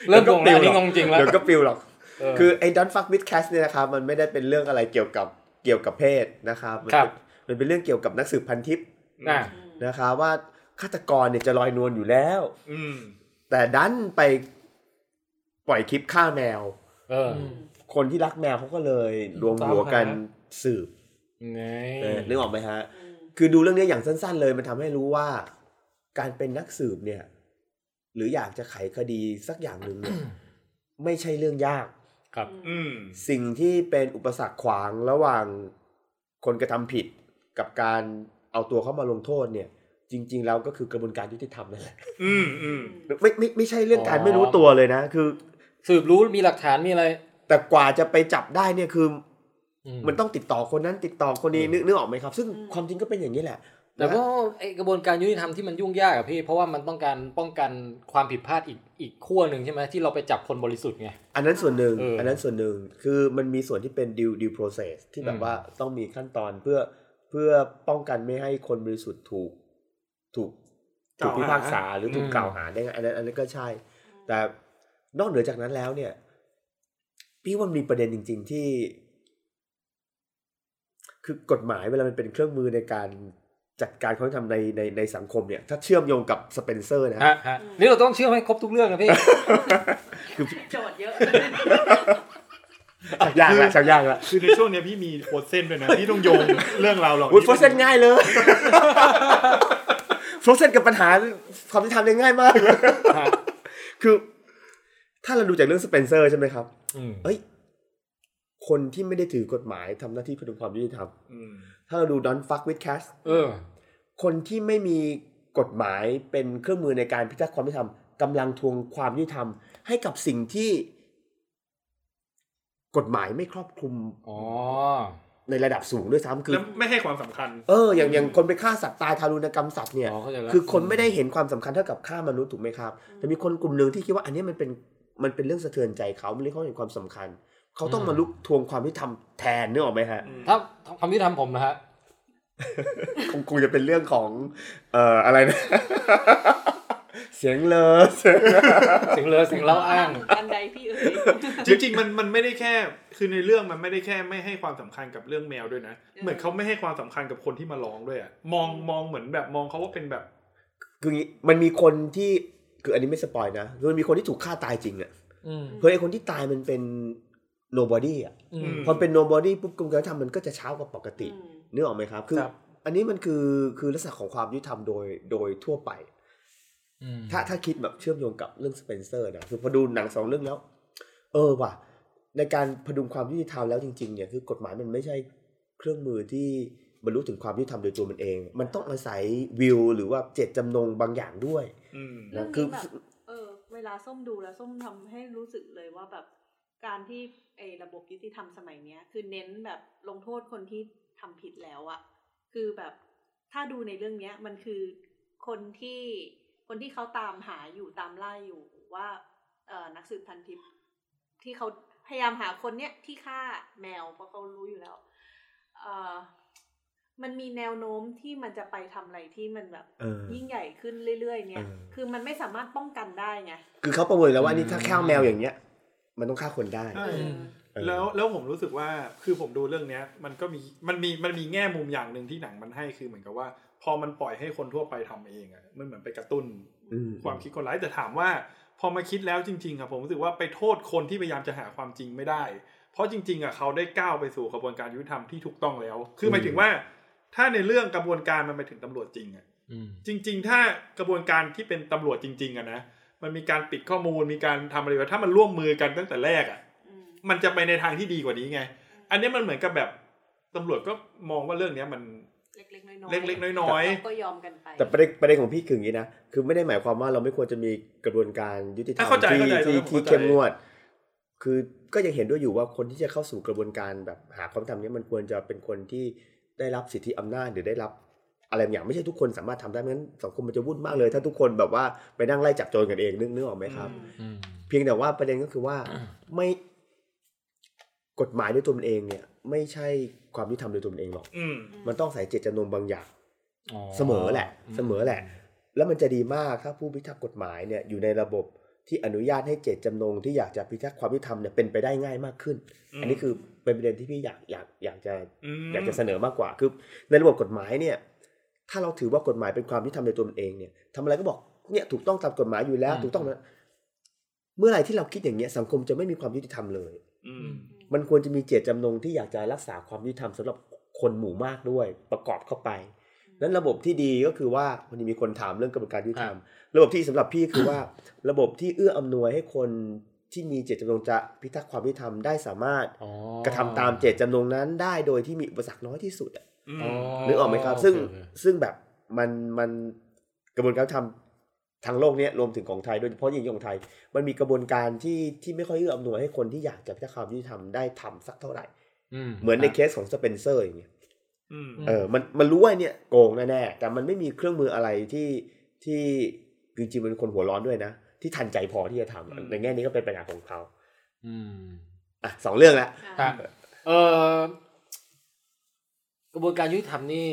C: เริ่มงงแล้วอันนี่ง
G: หรอก
C: งจริงแล้ว
G: เดี๋ยวก็ปิวหรอก
C: เออ
G: คือไอ้ดอนฟักวิดแคสเนี่ยนะครับมันไม่ได้เป็นเรื่องอะไรเกี่ยวกับเกี่ยวกับเพศนะครับมัน
C: ครับ
G: เป็นมันเป็นเรื่องเกี่ยวกับนักสืบพันทิป
C: น่ะ
G: นะครับว่าฆาตกรเนี่ยจะลอยนวลอยู่แล้ว
D: อืม
G: แต่ดันไปปล่อยคลิปฆ่าแมว
C: เออ
E: อืม
G: คนที่รักแมวเขาก็เลยรวมหัวกัน
E: ตามห
G: สืบ
C: ไง
G: เออนึกออกไหมฮะ คือดูเรื่องเนี้ยอย่างสั้น ๆ เลยมันทำให้รู้ว่า การเป็นนักสืบเนี่ย หรืออยากจะไขคดีสักอย่างหนึ่งเนี่ย *coughs* ไม่ใช่เรื่องยาก
D: อืม
G: สิ่งที่เป็นอุปสรรคขวางระหว่างคนกระทำผิด กับการเอาตัวเข้ามาลงโทษเนี่ย จริง ๆ แล้วก็คือกระบวนการยุติธรรมนั่นแหละ
D: อืมอืม
G: ไม่ไม่ไม่ใช่เรื่องการไม่รู้ตัวเลยนะ คือ
C: สืบรู้มีหลักฐานมีอะไร
G: แต่กว่าจะไปจับได้เนี่ยคือ
C: อื
G: อมันต้องติดต่อคนนั้นติดต่อคนนี้นึกนึกออกไหมครับ ซึ่ง
F: อืม
G: ความจริงก็เป็นอย่างนี้แหละ
C: แต่ว่าไอกระบวนการยุติธรรมที่มันยุ่งยากอะพี่ เพราะว่ามันต้องการป้องกันความผิดพลาดอีกอีกขั้วหนึ่งใช่ไหมที่เราไปจับคนบริสุทธิ์ไง
G: อันนั้นส่วนหนึ่ง
C: เอออั
G: อันนั้นส่วนหนึ่งคือมันมีส่วนที่เป็น due due process ที่แบ
C: อื
G: บ
C: ม
G: ว่าต้องมีขั้นตอนเพื่อเพื่อป้องกันไม่ให้คนบริสุทธิ์ถูกถูกถูก
D: กล่าวหา
G: พิพากษาหรือถูกกล่าวหาได้ไงอันนั้นอันนั้นก็ใช่ แต่นอกเหนือจากนั้นแล้วเนี่ย พี่ว่ามันมีประเด็นจริง ๆ ที่ คือกฎหมายเวลามันเป็นเครื่องมือในการจัดการความยุติธรรมในในในสังคมเนี่ย ถ้าเชื่อมโยงกับสเปนเซอร์นะฮะ
C: ฮะฮะนี่เราต้องเชื่อมให้ครบทุกเรื่องนะพี่
F: โจทย์เยอะ
G: ชักยากละชั *laughs* กยากละ
D: คือในช่วงเนี้ยพี่มีโฟร์เซนด้วยนะพี่ต้องโยงเรื่องราวเหล่า
G: โอ้ย
D: นี้
G: โฟรเซนง่าย *laughs* เลยโฟรเซนกับปัญหาความยุติธรรมเนี่ยง่ายมาก
C: ฮะ
G: คือ ถ้าเราดูจากเรื่องสเปนเซอร์ใช่ไหมครับ
C: อืม
G: เอ้ย คนที่ไม่ได้ถือกฎหมายทำหน้าที่พดุงความยุติธรรม
D: อืม
G: ถ้าเราดูดอนฟักวิดแคส
C: เออ
G: คนที่ไม่มีกฎหมายเป็นเครื่องมือในการพิทักษ์ความยุติธรรมกำลังทวงความยุติธรรม ให้กับสิ่งที่ กฎหมายไม่ครอบคลุม
C: อ๋อ
G: ในระดับสูงด้วยซ้ำคือ
D: แล้วไม่ให้ความสำคัญ
G: เอออย่างอย่างคนไปฆ่าสัตว์ตายทารุณกรรมสัตว์เนี่ย
C: อ๋อเข้าใจแล้ว
G: คือคนไม่ได้เห็นความสำคัญเท่ากับฆ่ามนุษย์ถูกไหมครับ แต่มีคนกลุ่มหนึ่งที่คิดว่าอันเนี้ยมันเป็นมันเป็นเรื่องสะเทือนใจเขามันเรื่องเขาเห็นความสำคัญ เขาต้องมาลุกทวงความยุติธรรมแทนนึกออกไหมฮะ
C: ถ้าความยุติธรรมผมนะฮะ
G: คงคงจะเป็นเรื่องของเอ่ออะไรนะ *laughs* เสียงเลอเสียง
C: เสียงเลอเสียงเล่าอ้าง
F: อันใดพี่เอ๋ย
D: จริงๆมันมันไม่ได้แค่คือในเรื่องมันไม่ได้แค่ไม่ให้ความสำคัญกับเรื่องแมวด้วยนะ เหมือนเขาไม่ให้ความสำคัญกับคนที่มาร้องด้วยอะมองมองเหมือนแบบมองเขาว่าเป็นแบบ
G: คืออย่างงี้มันมีคนที่คืออันนี้ไม่สปอยนะคือมันมีคนที่ถูกฆ่าตายจริงอะ
E: อืม
G: เพื่อไอคนที่ตายมันเป็น nobody อะ
E: อืม
G: พอเป็น nobody ปุ๊บกรมการยุติธรรมมันก็จะเช้ากว่าปกติ
F: อืม
G: นึกออกไหมครับ คือ
E: ครับ
G: อันนี้มันคือคือลักษณะของความยุติธรรมโดยโดยทั่วไป
C: อืม
G: ถ้าถ้าคิดแบบเชื่อมโยงกับเรื่องสเปนเซอร์นะคือพอดูหนังสองเรื่องแล้ว เออว่ะ ในการพดุงความยุติธรรมแล้วจริงๆเนี่ยคือกฎหมายมันไม่ใช่เครื่องมือที่บรรลุถึงความยุติธรรมโดยตัวมันเอง มันต้องอาศัยวิวหรือว่าเจตจำนงบางอย่างด้วย
D: อืม
F: เรื่อง
G: คือ
F: นี้แบบเออ เวลาส้มดูแล้วส้มทำให้รู้สึกเลยว่าแบบการที่ไอ้ระบบยุติธรรมสมัยเนี้ย คือเน้นแบบลงโทษคนที่ทำผิดแล้วอะคือแบบถ้าดูในเรื่องเนี้ย มันคือคนที่คนที่เขาตามหาอยู่ตามล่าอยู่ว่าเออนักสืบพันทิพย์ที่เขาพยายามหาคนเนี้ยที่ฆ่าแมวเพราะเขารู้อยู่แล้ว เออมันมีแนวโน้มที่มันจะไปทำอะไรที่มันแบบ
G: เออ
F: ยิ่งใหญ่ขึ้นเรื่อย ๆ เนี่ย
G: เออ
F: คือมันไม่สามารถป้องกันได้ไง
G: คือเขาประเมินแล้วว่านี่ถ้า
C: อืม
G: แค่แมวอย่างเนี้ย มันต้องฆ่าคนได้
D: ใช่
F: เออ
G: เออ
D: แล้วแล้วผมรู้สึกว่าคือผมดูเรื่องเนี้ย มันก็มีมันมีมันมีแง่มุมอย่างหนึ่งที่หนังมันให้คือเหมือนกับว่า พอมันปล่อยให้คนทั่วไปทำเองอะมันเหมือนไปกระตุ้น
G: อืม
D: ความคิดคนร้ายแต่ถามว่า พอมาคิดแล้วจริงๆครับผมรู้สึกว่าไปโทษคนที่พยายามจะหาความจริงไม่ได้ เพราะจริงๆอ่ะเขาได้ก้าวไปสู่กระบวนการยุติธรรมที่ถูกต้องแล้ว คือหมายถึงว่า ถ้าในเรื่องกระบวนการมันไปถึงตำรวจจริงอ่ะ
C: อืม
D: จริง ๆ ถ้ากระบวนการที่เป็นตำรวจจริงๆอ่ะนะมันมีการปิดข้อมูลมีการทำอะไรไว้ถ้ามันร่วมมือกันตั้งแต่แรกอ่ะ
F: อืม
D: มันจะไปในทางที่ดีกว่านี้ไง อันเนี้ยมันเหมือนกับแบบตำรวจก็มองว่าเรื่องเนี้ยมัน
F: เล็กๆน้อยๆ
D: เล็กๆน้อยๆ
F: เราก็ยอมกันไป
G: แต่ประเด็นประเด็นของพี่คืออย่างนี้นะคือไม่ได้หมายความว่าเราไม่ควรจะมีกระบวนการยุติธรรม
D: อ่ะเข้าใจ
G: ที่
D: เข้าใจ
G: ที่
D: เข้าใจ
G: ที่เข้มงวด คือก็ยังเห็นด้วยอยู่ว่าคนที่จะเข้าสู่กระบวนการแบบหาความยุติธรรมเนี้มันควรจะเป็นคนที่ได้รับสิทธิอำนาจหรือได้รับอะไรบางอย่างไม่ใช่ทุกคนสามารถทำได้ไม่งั้นสังคมมันจะวุ่นมากเลย ถ้าทุกคนแบบว่าไปนั่งไล่จับโจรกันเองนึกนึกออกไหมครับ
F: อืม
C: อืม
G: เพียงแต่ว่าประเด็นก็คือว่าไม่กฎหมายด้วยตัวมันเองเนี่ย ไม่ใช่ความยุติธรรมโดยตัวมันเองหรอก
D: อืม
G: มันต้องใส่เจตจำนงบางอย่าง
C: อ๋อ
G: เสมอแหละเสมอแหละ แล้วมันจะดีมากถ้าผู้พิทักษ์กฎหมายเนี่ยอยู่ในระบบที่อนุญาตให้เจตจำนงที่อยากจะพิทักษ์ความยุติธรรมเนี่ยเป็นไปได้ง่ายมากขึ้น
D: อืม
G: อันนี้คือเป็นประเด็นที่พี่อยากอยากอยากจะ
D: อืม
G: อยากจะเสนอมากกว่าคือในระบบกฎหมายเนี่ยถ้าเราถือว่ากฎหมายเป็นความยุติธรรมในตัวมันเองเนี่ยทำอะไรก็บอกเนี่ยถูกต้องตามกฎหมายอยู่แล้ว ถูกต้องนะเมื่อไหร่ที่เราคิดอย่างเงี้ยสังคมจะไม่มีความยุติธรรมเลย
D: อืม
G: มันควรจะมีเจตจำนงที่อยากจะรักษาความยุติธรรมสำหรับคนหมู่มากด้วยประกอบเข้าไปนั้นระบบที่ดีก็คือว่ามันมีคนถามเรื่องกระบวนการยุติธรรม ระบบที่สำหรับพี่คือว่า *coughs* ระบบที่เอื้ออำนวยให้คนที่มีเจตจำนงจะพิทักษ์ความยุติธรรมได้สามารถ
C: อ๋อก
G: ระทำตามเจตจำนงนั้นได้โดยที่มีอุปสรรคน้อยที่สุดอะ
D: อืม
C: อ๋อ
G: นึกออกไหมครับ ซึ่ง
C: โอเค
G: ซึ่งแบบมันมันกระบวนการยุติธรรม ทางโลกเนี้ยรวมถึงของไทยโดยเฉพาะยิ่งของไทย มันมีกระบวนการที่ที่ไม่ค่อยเอื้ออำนวยให้คนที่อยากจะพิทักษ์ความยุติธรรมได้ทำสักเท่าไหร่ เหมือนในเคสของสเปนเซอร์อย่างเงี้ย
D: อืม
G: เออ มัน มันรู้ว่าเนี่ยโกงแน่ๆ แต่มันไม่มีเครื่องมืออะไรที่ที่จริงๆมันเป็นคนหัวร้อนด้วยนะ ที่ทันใจพอที่จะทำในแง่นี้ก็เป็นปัญหาของเขา
C: อืม
G: อ่ะสองเรื่องละ
F: อ่า
C: เออกระบวนการยุติธรรมนี่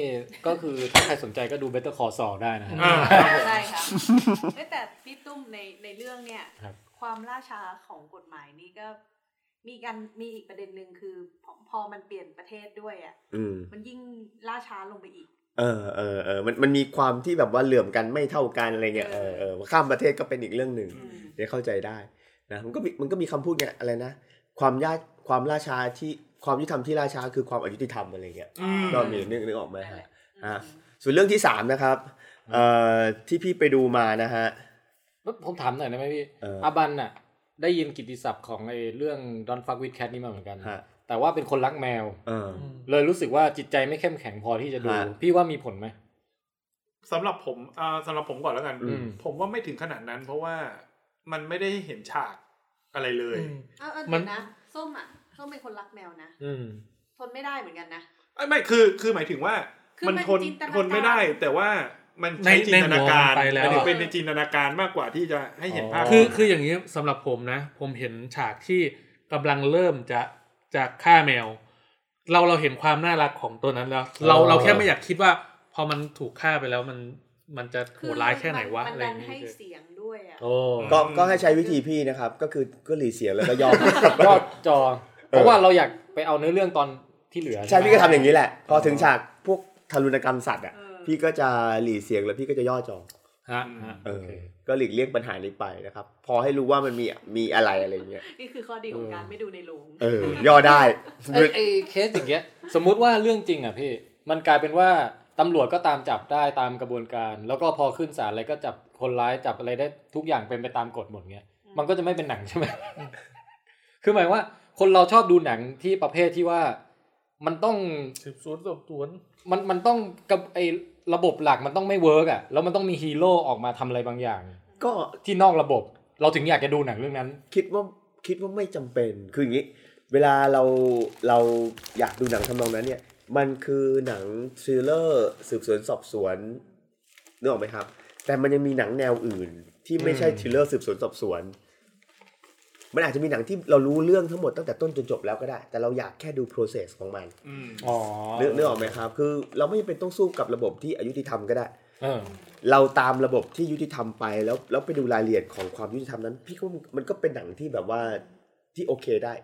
C: ก็คือถ้าใครสนใจก็ดู Better Call Saul ได้นะฮะ
D: อ่า
F: ได้
G: *laughs*
F: ค่ะเอ้ยแต่พี่ตุ้มในในเรื่องเนี่ย
C: ครับ
F: ความล่าช้าของกฎหมายนี่ก็ มีกันมีอีกประเด็นหนึ่งคือพอพอมันเปลี่ยนประเทศด้วยอ่ะ
G: อืม
F: มันยิ่งล่าช้าลงไปอีก
G: เออเออเออมัน มันมีความที่แบบว่าเหลื่อมกันไม่เท่ากันอะไรเงี้ย เออเออข้ามประเทศก็เป็นอีกเรื่องหนึ่ง
F: อืม
G: เดี๋ยวเข้าใจได้นะ มันก็มีมันก็มีคำพูดเนี่ยอะไรนะ ความยาก ความล่าช้าที่ ความยุติธรรมที่ล่าช้าคือความอายุติธรรมอะไรเงี้ย
D: อืม
G: ก็มีนึกนึกออกไหม
F: นั่นแห
G: ฮะ
F: ละ
G: อ่ะ ส่วนเรื่องที่สามนะครับ เอ่อ ที่พี่ไปดูมานะฮะ
C: แล้วผมถามหน่อยได้ไหมพี่
G: เอออ
C: อาบันน่ะ ได้ยินกิตติศัพท์ของไอ้เรื่อง Don't fuck with cat นี่มาเหมือนกัน
G: ฮะ
C: แต่ว่าเป็นคนรักแมว
G: เออ
C: เลยรู้สึกว่าจิตใจไม่เข้มแข็งพอที่จะดู
G: ฮะ
C: พี่ว่ามีผลไหม
D: สำหรับผมอ่าสำหรับผมก่อนแล้วกัน
C: อืม
D: ผมว่าไม่ถึงขนาดนั้น เพราะว่ามันไม่ได้เห็นฉากอะไรเลย
F: เอาเอา
E: มั
F: เดี๋
E: น
F: ยวนะ ส้มอ่ะ ส้มเป็นคนรักแมวนะ
C: อืม
F: ทนไม่ได้เหมือนกันนะ
D: ไอ้ไม่คือคือหมายถึงว่า
F: คือ
D: มัน
F: มัน
D: ทน
F: จินตนา
D: ท
F: การ
D: นไม่ได้ แต่ว่ามัน
E: ใน
D: ใช้จินตนาการ
E: ในหัวมันไปแล้ว
D: หมายถึงเป็นในจินตนาการมากกว่าที่จะให้เห็นภาพ
E: คือคืออย่างนี้สำหรับผมนะ ผมเห็นฉากที่กำลังเริ่มจะจะฆ่าแมว เราเราเห็นความน่ารักของตัวนั้นแล้ว เรา
C: เออ
E: เราแค่ไม่อยากคิดว่า พอมันถูกฆ่าไปแล้วมันมันจะโหดร้ายแค่ไหนวะ
F: มัน
E: อะไรอ
F: ดั
E: ย่าน ง
F: ให้
E: เงี้ย
F: เสียงด้วยอ่ะ
C: โอ้
G: ก็
D: อืม
G: ก็ให้ใช้วิธีพี่นะครับ ก็คือ ก็หลีเสียงแล้วก็ยอม *laughs*
C: ยอดจอ เพราะว่าเราอยากไปเอาเนื้อเรื่องตอนที่เหลือ
G: ใช่
C: ไหม
G: พี่ก็ทำอย่างนี้แหละ พอถึงฉากพวกทารุณกรรมสัตว์อ่ะ
F: เออ
G: พี่ก็จะหลีเสียงแล้วพี่ก็จะย่อจอ
C: ฮะฮะ
G: เอ
C: โอ
G: อ
C: เค
G: ก็หลีกเลี่ยงปัญหานี้ไปนะครับ พอให้รู้ว่ามันมี มีอะไรอะไรเงี้ย
F: นี่คือข้อดีของการ
C: เออ
F: ไม่ดูในโรง
G: เออ ย่อได้
C: ไอ้ไอ้เคสอย่างเงี้ย สมมุติว่าเรื่องจริงอ่ะพี่ มันกลายเป็นว่าตำรวจก็ตามจับได้ตามกระบวนการ แล้วก็พอขึ้นศาลอะไรก็จับคนร้ายจับอะไรได้ทุกอย่างเป็นไปตามกฎหมดเงี้ย มันก็จะไม่เป็นหนังใช่ไหม คือหมายว่า คนเราชอบดูหนังที่ประเภทที่ว่า มันต้อง
E: สืบสวนสอบสวน
C: มันมันต้องกับไอ้ระบบหลักมันต้องไม่เวิร์กอ่ะ แล้วมันต้องมีฮีโร่ออกมาทำอะไรบางอย่าง
G: ก็
C: ที่นอกระบบ เราถึงอยากจะดูหนังเรื่องนั้น
G: คิดว่า คิดว่าไม่จำเป็น คืออย่างนี้ เวลาเรา เราอยากดูหนังทำนองนั้นเนี่ย มันคือหนังทริลเลอร์สืบสวนสอบสวนนึกออกไหมครับ แต่มันยังมีหนังแนวอื่น ที่ไม่ใช่
C: อืม
G: ทริลเลอร์สืบสวนสอบสวน มันอาจจะมีหนังที่เรารู้เรื่องทั้งหมดตั้งแต่ต้นจนจบแล้วก็ได้ แต่เราอยากแค่ดู process ของมัน
D: ม
C: อ๋อ
G: เนื้อเนื้อออกไหมครับ คือเราไม่จำเป็นต้องสู้กับระบบที่อายุติธรรมก็ได้
C: เออ
G: เราตามระบบที่ยุติธรรมไปแล้วแล้วไปดูรายละเอียดของความยุติธรรมนั้น พี่ก็มันก็เป็นหนังที่แบบว่าที่โอเคได้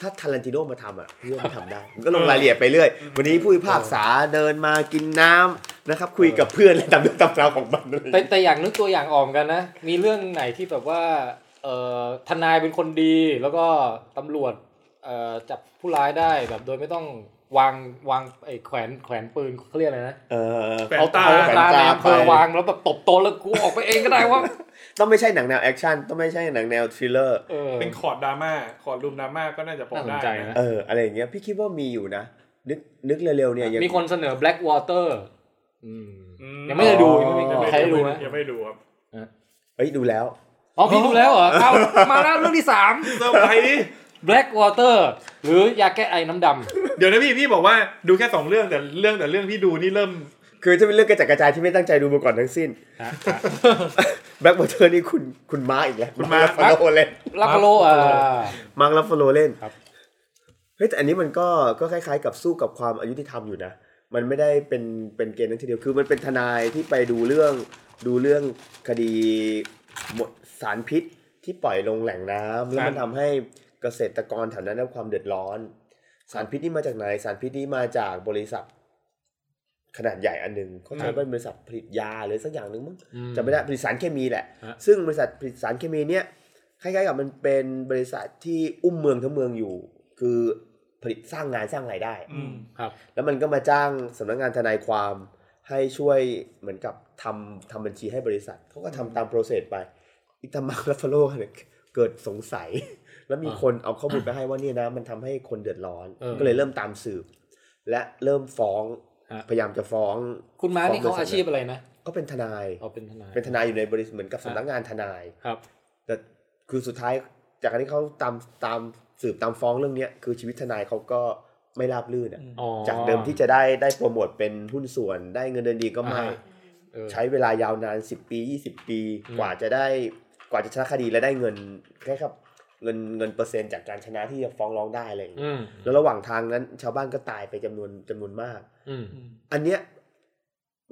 G: ถ้าทารันติโนมาทำอ่ะพี่ว่ามันทำได้ มันก็ลงรายละเอียดไปเรื่อยวันนี้ผู้พิพากษาเดินมากินน้ำนะครับ คุยกับเพื่อนและตามเรื่องตามราวของมันเลย
C: แต่แต่อย่างนึกตัวอย่างออกเหมอนกันนะ มีเรื่องไหนที่แบบว่าเอ่อทนายเป็นคนดีแล้วก็ตำรวจเอ่อจับผู้ร้ายได้แบบโดยไม่ต้องวางวางไอ้แขวนแขวนปืนเขาเรียกอะไรนะ
G: เออ
D: แปล
C: เอา
D: ตา
C: เอา
G: แขวน
C: ตา
G: ตา
C: ในอำเภอ
G: ไป
C: วางแล้วแบบตบโตะแล้วกูออกไปเองก็ได้ว่า
G: ต้องไม่ใช่หนังแนวแอคชั่นต้องไม่ใช่หนังแนวทริลเลอร์
C: เออ
D: เป็นคอร์ดดราม่าคอร์ดรุมดราม่าก็น่าจะพอได้
C: น่าสนใจนะ
G: เอออะไรอย่างเงี้ยพี่คิดว่ามีอยู่นะ นึกนึกเร็วๆเนี่ยยัง
C: มีคนเสนอ black water อืม
D: อื
C: ยังไม่ได้ดูยังไม่
G: อ๋อ
C: มีใครได้ดูไหม
D: ยังไม่ดูครับ
G: เอ้ยดูแล้ว
C: อ๋อพี่ดูแล้วเหรอเอามาแล้วเรื่องที่สาม
D: เซอร์ไพรส์ *laughs*
C: black water หรือยาแก้ไอน้ำด
D: เดี๋ยวนะพี่พี่บอกว่าดูแค่สองเรื่องแต่เรื่องแต่เรื่องที่ดูนี่เริ่ม
G: คือจะเป็นเรื่องกระจัดกระจายที่ไม่ตั้งใจดูมาก่อนทั้งสิ้น
C: ำ
G: *laughs* แบ็กบอเทอร์นี่คุณคุณมาอีกแล้ว
D: คุณม้า
G: ฟโลเล่น
C: ลักโลอ่ะ
G: มาร์คลัฟฟโลเล่น
C: ครับ
G: เฮ้ยแต่อันนี้มันก็ก็คล้ายๆ กับสู้กับความอายุติธรรมอยู่นะ มันไม่ได้เป็นเป็นเกณฑ์นั้นทีเดียวคือมันเป็นทนายที่ไปดูเรื่องดูเรื่องคดีหมดสารพิษที่ปล่อยลงแหล่งน้ำแล้วมันทำให้เกษตรกรแถวนั้นได้รับความเดือดร้อน สารพิษนี่มาจากไหนสารพิษนี่มาจากบริษัท ขนาดใหญ่อันหนึ่งเขาใช้เป็นบริษัทผลิตยาหรือสักอย่างหนึ่งมั้ง
C: อืม
G: จำไม่ได้ผลิตสารเคมีแหละ
C: ฮะ
G: ซึ่งบริษัทผลิตสารเคมีเนี่ยคล้ายๆกับมันเป็นบริษัทที่อุ้มเมืองทั้งเมืองอยู่ คือผลิตสร้างงานสร้างรายได้
D: อืม
C: ครับ
G: แล้วมันก็มาจ้างสำนักงานทนายความให้ช่วยเหมือนกับทำทำบัญชีให้บริษัทเขาก็ทำตามโปรเซสไปอิตามาลัฟฟาโลเนี่ยเกิดสงสัย *laughs* แล้วมี
C: อ่า
G: คนเอาข้อมูลไปให้ว่าเนี่ยนะมันทำให้คนเดือดร้อน
C: เออ
G: ก็เลยเริ่มตามสืบ และเริ่มฟ้อง
C: ฮะ
G: พยายามจะฟ้อง
C: คุณม้านี่
G: ฟ้
C: เขา
G: งบ
C: อา
G: ษัท
C: ชีพอะไรนะ
G: ก็เป็นทนาย
C: เอาเป็นทนาย
G: เป็นทนายอยู่ในบริษัทเหมือนกับ
C: ฮะ
G: สำนักงานทนาย
C: ครับ
G: แต่คือสุดท้ายจากการที่เขาตามตามสืบตามฟ้องเรื่องเนี้ยคือชีวิตทนายเขาก็ไม่ราบรื่นอะ
C: อ๋อ
G: จากเดิมที่จะได้ได้โปรโมทเป็นหุ้นส่วนได้เงินเดือนดีก็ไม่
C: เออ
G: ใช้เวลายาวนาน 10 ปี 20 ปี
C: อืม
G: กว่าจะได้กว่าจะชนะคดีและได้เงินแค่ครับเงินเงินเปอร์เซ็นต์จากการชนะที่จะฟ้องร้องได้อะไรอย่างเงี้ย
C: อืม
G: แล้วระหว่างทางนั้น ชาวบ้านก็ตายไปจำนวนจำนวนมาก
C: อืม
G: อันเนี้ย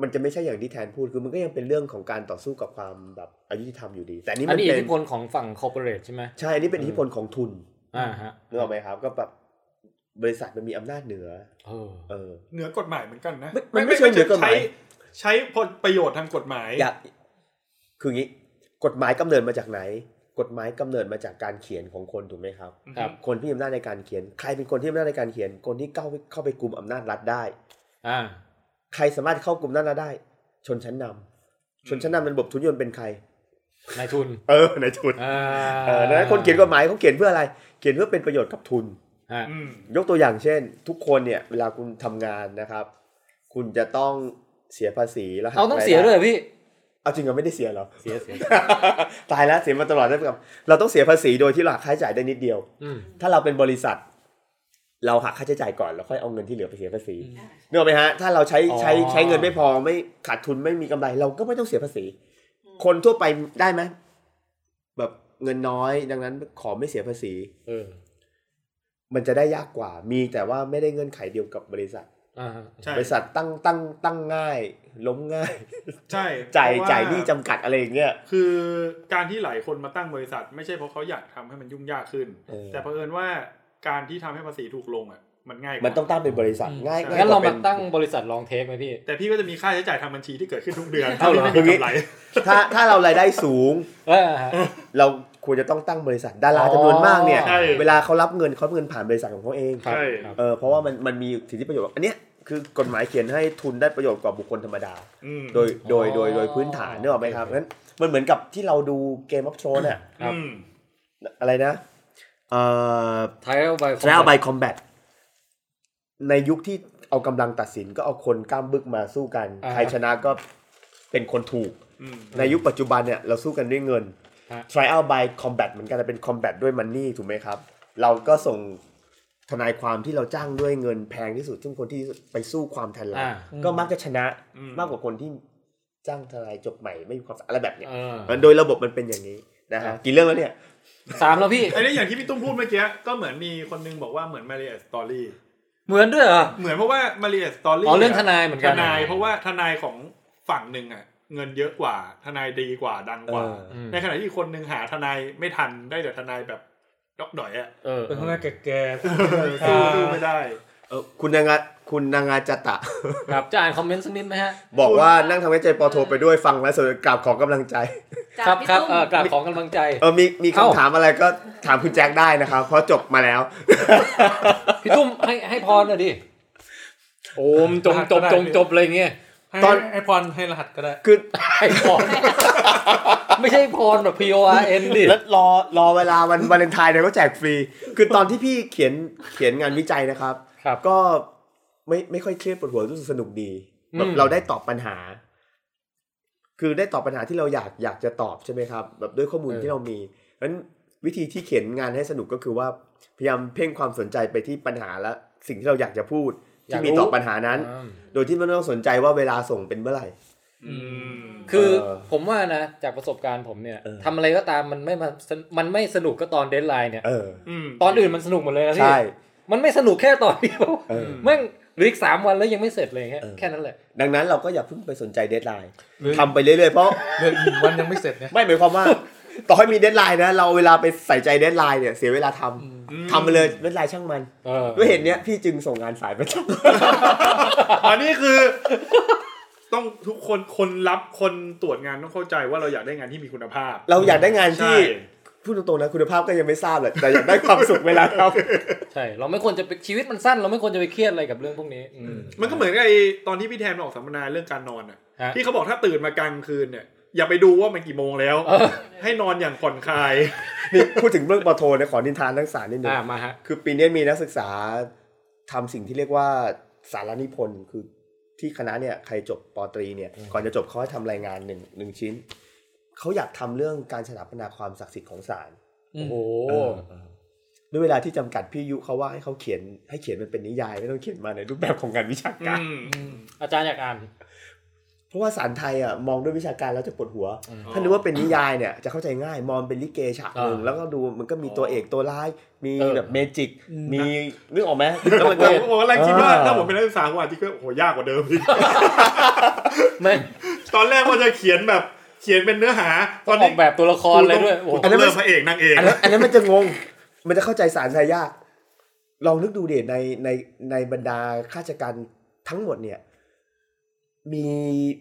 G: มันจะไม่ใช่อย่างที่แทนพูดคือมันก็ยังเป็นเรื่องของการต่อสู้กับความแบบอยุติธรรมอยู่ดี แต่อันนี้
C: อั
G: มัน น
C: นี้อิท
G: เป็น
C: ธิพลของฝั่งคอร์ปอเรทใช่ไหม
G: ใช่อันนี้เป็น
C: เอออิ
G: อิทธิพลของทุน
C: อ่าฮะ
G: นึกออกไหมครับ ก็แบบบริษัทมันมีอำนาจเหนือ
C: เออ
G: เออ
D: เหนือกฎหมายเหมือนกันนะ
G: ไม่มันไม่เชิงเหนือกฎหมาย
D: ใช้ใช้ผลประโยชน์ทางกฎหมาย
G: อยากคืองี้กฎหมายกำเนิดมาจากไหน กฎหมายกำเนิดมาจากการเขียนของคนถูกไหมครับ
D: อืม
C: ครับ
G: คนที่มีอำนาจในการเขียน ใครเป็นคนที่มีอำนาจในการเขียน คนที่เข้าเข้าไปกลุ่มอำนาจรัฐได้
C: อ่า
G: ใครสามารถเข้ากลุ่มอำนาจรัฐได้ ชนชั้นนำชนชั้นนำในระบบทุนนิยมเป็นใคร
C: นายทุน
G: เออในทุน
C: อ่า
G: เออดังนั้นคนเขียนกฎหมายเขาเขียนเพื่ออะไร เขียนเพื่อเป็นประโยชน์กับทุน
C: อ่า
D: อืม
G: ยกตัวอย่างเช่น ทุกคนเนี่ยเวลาคุณทำงานนะครับ คุณจะต้องเสียภาษีแล้วหัก
C: เอาต้อง
G: รได้
C: เสียด้วยเหรอพี่
G: เอาจริงเหรอไม่ได้เสียเหรอ
C: เสียเสีย
G: ตายแล้วเสียมาตลอดได้ครับเราต้องเสียภาษีโดยที่เราหักค่าใช้จ่ายได้นิดเดียว
C: อืม
G: ถ้าเราเป็นบริษัท เราหักค่าใช้จ่ายก่อนแล้วค่อยเอาเงินที่เหลือไปเสียภาษีเนกอะไหมฮะถ้าเราใช้
C: อ๋อ
G: ใช้ใช้เงินไม่พอไม่ขาดทุนไม่มีกำไร เราก็ไม่ต้องเสียภาษี คนทั่วไปได้ไหมแบบเงินน้อยดังนั้นขอไม่เสียภาษี
C: เออ
G: มันจะได้ยากกว่า มีแต่ว่าไม่ได้เงื่อนไขเดียวกับบริษัท
C: อ่าฮะ
D: ใช่
G: บริษัทตั้งตั้งตั้งง่าย ล้ม
D: *laughs*
G: ง่าย
D: ใช่
G: จ่าย
D: เพระว่
G: จ่ายหนี้จำกัดอะไรอย่างเงี้ย
D: คือการที่หลายคนมาตั้งบริษัท ไม่ใช่เพราะเขาอยากทำให้มันยุ่งยากขึ้น
G: เออ
D: แต่เผอิญว่าการที่ทำให้ภาษีถูกลงอ่ะมันง่ายกว่า
G: มันต้องตั้งเป็นบริษัท
E: อืม
G: ง่าย
D: ใช่
G: ง่ย
C: งั้น
G: ก
C: เรา
G: ว่ป็
C: มาตั้งบริษัทลองเทคไหมพี่
D: แต่พี่ก็จะมีค่าใช้จ่ายทางบัญชีที่เกิดขึ้นทุกเดือน
C: เอาเหรอ
D: ไม่มีกำไร
G: ถ้าถ้าเรารายได้สูง
C: เออฮะ
G: เราควรจะต้องตั้งบริษัทดารา
C: อ๋อ
G: จำนวนมากเนี่ย
D: ใช่
G: เวลาเขารับเงินเขารับเงินผ่านบริษัทของเขาเอง
D: ใช่
C: ครับ
G: เออเพราะว่ามันมันมีสิทธิประโยชน์อันเนี้ยคือกฎหมายเขียนให้ทุนได้ประโยชน์กว่าบุคคลธรรมดา
D: อืม
G: โดยโดยโดย
C: อ๋อ
G: โดยพื้นฐานเนี่ยหรอกไหมครับ
C: โอเค
G: งั้นมันเหมือนกับที่เราดูเกมออฟทรอนอะ
C: ครับ
D: อืม
G: อะไรนะเอ่อ
C: ไทยเอาไป
G: แทรลไบคอมแบทในยุคที่เอากำลังตัดสินก็เอาคนกล้ามบึกมาสู้กัน ใครชนะก็เป็นคนถูก
D: อืม
G: ในยุคปัจจุบันเนี่ยเราสู้กันด้วยเงิน
C: ฮะ
G: trial by combat เหมือนกันแต่เป็น combat ด้วย money ถูกไหมครับ เราก็ส่งทนายความที่เราจ้างด้วยเงินแพงที่สุด ซึ่งคนที่ไปสู้ความแทนเรา
C: อ่า
G: ก็มักจะชนะ
D: อืม
G: มากกว่าคนที่จ้างทนายจบใหม่ไม่มีความสามารถอะไรแบบเนี้ย
C: เออ
G: มันโดยระบบมันเป็นอย่างนี้นะ
C: ครั
G: ฮะ
C: บ
G: กี่เรื่องแล้วเนี่ย
C: สามแล้วพี่
D: ไอ้เนี่ยอย่างที่พี่ตุ้มพูดเมื่อกี้ก็เหมือนมีคนนึงบอกว่าเหมือนมาเรียสตอรี่
C: เหมือนด้วยเหรอ
D: เหมือนเพราะว่ามาเรียสตอรี่
C: อ๋อเรื่องทนายเหมือนกัน
D: ทนายเพราะว่าทนายของฝั่งหนึ่งอ่ะ เงินเยอะกว่า ทนายดีกว่าดังกว่า
G: เออ
C: อืม
D: ในขณะที่อีกคนนึงหาทนายไม่ทันได้แต่ทนายแบบดอกดอยอ่ะ
C: เออ
E: เป็นพนักงานแก่ๆ
D: สู้สู้ไม่ได้
G: เออคุณนางาคุณนางาจตะ
C: ครับจะอ่านคอมเมนต์สักนิดไหมฮะ
G: บอกว่านั่งทำให้ใจปอโทไปด้วยฟังและสดกราบของกำลังใจ
F: จาก
C: ครับ
F: พี่
C: ครับ
F: ตุ้ม
C: เออกราบของกำลังใจ
G: เออมีมี
C: เอ้า
G: คำถามอะไรก็ถามคุณแจ็คได้นะครับ เพราะจบมาแล้ว
C: พี่ตุ้มให้ให้พรหน่อยดิ โอมจงจบจงจบอะไรเงี้ย
E: ให้
G: ตอน
E: ให้พรให้รหัสก็ได้
G: คือ
C: ให้พร *laughs* ไม่ใช่พรแบบ P O R N ดิ
G: แล้วรอรอเวลาวันวาเลนไทน์เนี่ยก็แจกฟรี คือตอนที่พี่เขียนเขียนงานวิจัยนะครับ
C: ครับ
G: ก็ไม่ไม่ค่อยเครียดปวดหัวรู้สึกสนุกดีแบบ
C: อืม
G: เราได้ตอบปัญหา คือได้ตอบปัญหาที่เราอยากอยากจะตอบใช่ไหมครับ แบบด้วยข้อมูล
C: เออ
G: ที่เรามีนั้นวิธีที่เขียนงานให้สนุกก็คือว่าพยายามเพ่งความสนใจไปที่ปัญหาและสิ่งที่เราอยากจะพูดที่มีต่อปัญหานั้น
C: อืม
G: โดยที่ไม่ต้องสนใจว่าเวลาส่งเป็นเมื่อไหร่
D: อืม
C: คือ
G: เออ
C: ผมว่านะจากประสบการณ์ผมเนี่ย
G: เออ
C: ทำอะไรก็ตามมันไม่มาสนมันไม่สนุกก็ตอนเดนไลน์เนี่ย
G: เออ
D: ม
C: ตอนอื่นมันสนุกหมดเลยนะพี่
G: ใช่
C: มันไม่สนุกแค่ตอนเดียว
G: เออ
C: แม่งเหรืออีกสามวันแล้วยังไม่เสร็จเลยแค่
G: เออ
C: แค่นั้นแหละ
G: ดังนั้นเราก็อย่าเพิ่งไปสนใจเดทไลน์
E: หรือ
G: ทำไปเรื่อยๆเพราะ
E: เดี๋ยวอีกวันยังไม่เสร็จเนี่ย
G: ไม่หมายความว่า ต่อให้มีเดทไลน์นะ เราเอาเวลาไปใส่ใจเดทไลน์เนี่ยเสียเวลาทำทำไปเลยเดทไลน์ช่างมัน
C: เออ
G: ด้วยเหตุเนี้ยพี่จึงส่งงานสายประจ
D: อันนี้คือ ต้องทุกคนคนรับคนตรวจงานต้องเข้าใจว่าเราอยากได้งานที่มีคุณภาพ
G: ำเราอยากได้งานที่
D: ใช่
G: พูดตรงๆนะคุณภาพก็ยังไม่ทราบเลยแต่อยากได้ความสุขเวลาท
C: ใช่ เราไม่ควรจะไปชีวิตมันสั้น เราไม่ควรจะไปเครียดอะไรกับเรื่องพวกนี้อืม
D: มันก็เหมือนกับไอตอนที่พี่แทนมาออกสัมมนาเรื่องการนอนอ่ะ
C: ฮะ
D: ที่เขาบอกถ้าตื่นมากลางคืนเนี่ย อย่าไปดูว่ามันกี่โมงแล้ว
C: เออ
D: ให้นอนอย่างผ่อนคลาย
G: ำนี่พูดถึงเรื่องปอโทนะขอนินทานนักศึกษานิดนึง
C: อ่ะมาฮะ
G: คือปีเนี้ยมีนักศึกษาทำสิ่งที่เรียกว่าสารานิพนธ์คือ ที่คณะเนี่ยใครจบปอตรีเนี่ยก่อนจะจบเขาให้ทำรายงานหนึ่งหนึ่งชิ้นเขาอยากทำเรื่องการสถาปนาความศักดิ์สิทธิ์ของศาล
E: อืม
G: โอ้
D: เออ
G: ด้วยเวลาที่จำกัดพี่ยุเขาว่าให้เขาเขียนให้เขียนมันเป็นนิยายไม่ต้องเขียนมาในรูปแบบของงานวิชาการ
D: อืม
C: อาจารย์อยากอ่าน
G: เพราะว่าสารไทยอ่ะมองด้วยวิชาการแล้วจะปวดหัว
C: อืม
G: ถ้านึกว่าเป็นนิยายเนี่ยจะเข้าใจง่ายมองเป็นลิเกฉากหนึ่ง
C: อ่า
G: แล้วก็ดูมันก็มีตัวเอกตัวร้าย มี
C: เออ
G: แบบเมจิก
E: อืม
G: มีนึกออกไหม
D: แต่
G: แล้ว
D: ผ
G: มั
D: ม
G: นก็
D: ผมกำลังคิดว่า
G: เออ
D: ถ้าผมเป็นนักศึกษาผมอาจจะคิดว่าโอ้โหยากกว่าเดิมอีก *laughs*
C: ไม่
D: ตอนแรกว่าจะเขียนแบบ *laughs* เขียนเป็นเนื้อหา ต
C: ต้
D: อ
C: องอ
D: นนี้
C: อกแบบตัวละครอะไรด้วย โอ้โห
D: กูต้องเริ่มพระเอกนางเอก
G: อันนั้นอันนั้นมันจะงง มันจะเข้าใจสารไทยยาก ลองนึกดูเดชในในในบรรดาข้าราชการทั้งหมดเนี่ย มี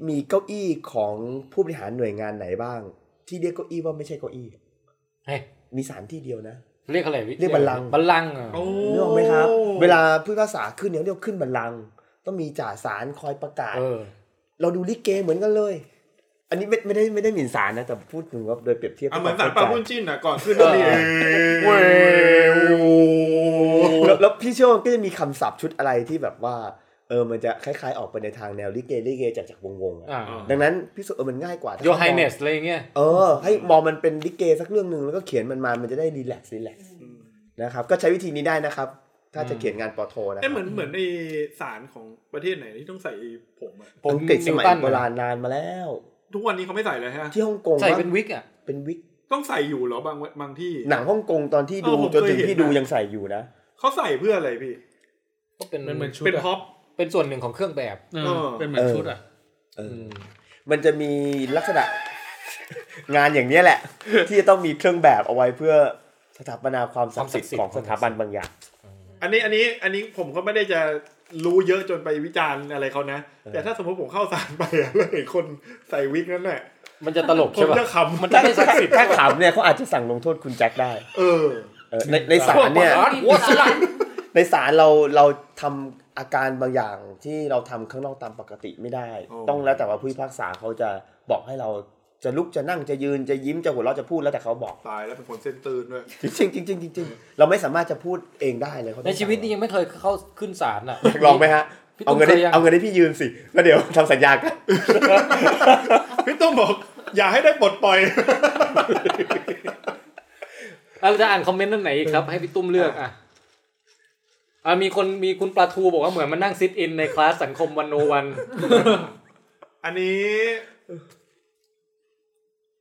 G: มีเก้าอี้ของผู้บริหารหน่วยงานไหนบ้าง ที่เรียกเก้าอี้ว่าไม่ใช่เก้าอี้
C: เฮ้ย
G: มีสารที่เดียวนะ
C: เรียกอะไรวิ
G: เรียกบัลลังก์
C: บัลลังก์เหรอ
D: โอ้
G: นึกออกไหมครับ เวลาผู้พิพากษาขึ้นเนี่ยเรียกว่าขึ้นบัลลังก์ต้องมีจ่าสารคอยประกาศ
C: เออ
G: เราดูลิเกเหมือนกันเลย อันนี้ไม่ไม่ได้ไม่ได้หมิ่นสารนะ แต่พูดถึงว่าโดยเปรียบเทียบ
D: เอาเหมือน
G: กับ
D: สารปลา
G: ค
D: พุ่น
G: น
D: จิ้นอ่ะก่อนขึ้นนั่นนี่
C: เอ
D: เว้ย
G: จ่ายแล้วแล้วพี่เชื่อว่ามันก็จะมีคำศัพท์ชุดอะไรที่แบบว่า เออมันจะคล้ายๆออกไปในทางแนวลิเกลิเกจากจากวงวงๆอะ
C: อ่า
G: ดังนั้นพี่สุเออมันง่ายกว่าถ้า
C: โยไฮเนส
G: มอง
C: อะไรอย่างเงี้ย
G: เออ ให้มองมันเป็นลิเกสักเรื่องหนึ่งแล้วก็เขียนมันมามันจะได้รีแลกซ์รีแลกซ์นะครับก็ใช้วิธีนี้ได้นะครับ ถ้าจะเขียนงานปอโทนะค
D: เอ้
G: รั
D: ย
G: บ
D: เหมือนเหมือนไอสารของประเทศไหนที่ต้องใส่ผมอะ
C: ผม
G: อังกฤษสมั
C: นิ
G: ย
C: วตัน
G: โบราณนานมาแล้ว
D: ทุกวันนี้เขาไม่ใส่เลยฮะ
G: ที่ฮ่องกง
C: ใส่
G: มั้ง
C: เป็นวิกอ่ะ
G: เป็นวิก
D: ต้องใส่อยู่เหรอบางบางที่
G: หนังฮ่องกงตอนที่ดู
D: เออผม
G: จนถึง
D: เคยเห็น
G: ที่ดู
D: นะ
G: ยังใส่อยู่นะ
D: เขาใส่เพื่ออะไรพี่
C: ก็เป็น
E: มันเหมือนชุด
D: เป็น
E: อะ
D: พ็อป
C: เป็นส่วนหนึ่งของเครื่องแบบ
E: เอ
D: เอ
E: อ
D: อ
E: เป็นเหมือนชุดอ่ะ
G: เอออ
C: ม
G: มันจะมีลักษณะ *laughs* งานอย่างเนี้ยแหละ ที่จะต้องมีเครื่องแบบเอาไว้เพื่อสถาปนาความศักดิ์สิทธิ์
C: ค
G: ข
C: วา
G: อ
C: ม
G: ง
C: ศั
G: ส
C: กดิ์สิทธิ์
G: ถาบันบางอย่าง
D: อันนี้อันนี้อันนี้ผมก็ไม่ได้จะรู้เยอะจนไปวิจารณ์อะไรเขานะ แต่ถ้าสมมติผมเข้าสารไปอะแล้วเห็นคนใส่วิกนั้นน่ะ
C: มันจะตลก
D: ผ
C: ใช่
D: ม
C: ป่ะ
D: จะขำ
C: มันจะไม่ศักดิ์สิทธิ์
G: ถ้าขำเนี่ยเขาอาจจะสั่งลงโทษคุณแจ็คได้
D: เออ
G: เออในในศาลเนี่ย
C: วัวสลัด
G: ในศาลเราเราทำอาการบางอย่างที่เราทำข้างนอกตามปกติไม่ได้
D: โอ้
G: ต้องแล้วแต่ว่าผู้พิพากษาเขาจะบอกให้เราจะลุกจะนั่งจะยืนจะยิ้มจะหัวเราะจะพูดแล้วแต่เขาบอก
D: ตายแล้วเป็นคนเส้นตื่นด้วย
G: จริงๆจริงๆจริงๆจริงๆเราไม่สามารถจะพูดเองได้เลยเขา
C: ในชีวิตนี้ยังไม่เคยเข้าขึ้นศาลอ่ะ
G: ลองไหมฮะ
C: พี่ตุ้ม
G: เอาเงินให้
C: เคยยัง
G: เอาเงินให้พี่ยืมสิแล้วเดี๋ยว *laughs* ทำสัญญากัน
D: พี่ตุ้มบอก อย่าให้ได้ปลดปล่อย
C: เราจะอ่านคอมเมนต์นั่นไหนอีกครับ ให้พี่ตุ้มเลือกอ่ะอ่ะมีคนมีคุณปลาทูบอกว่าเหมือนมานั่งซิทอินในคลาสสังคมวันโนวัน
D: อันนี้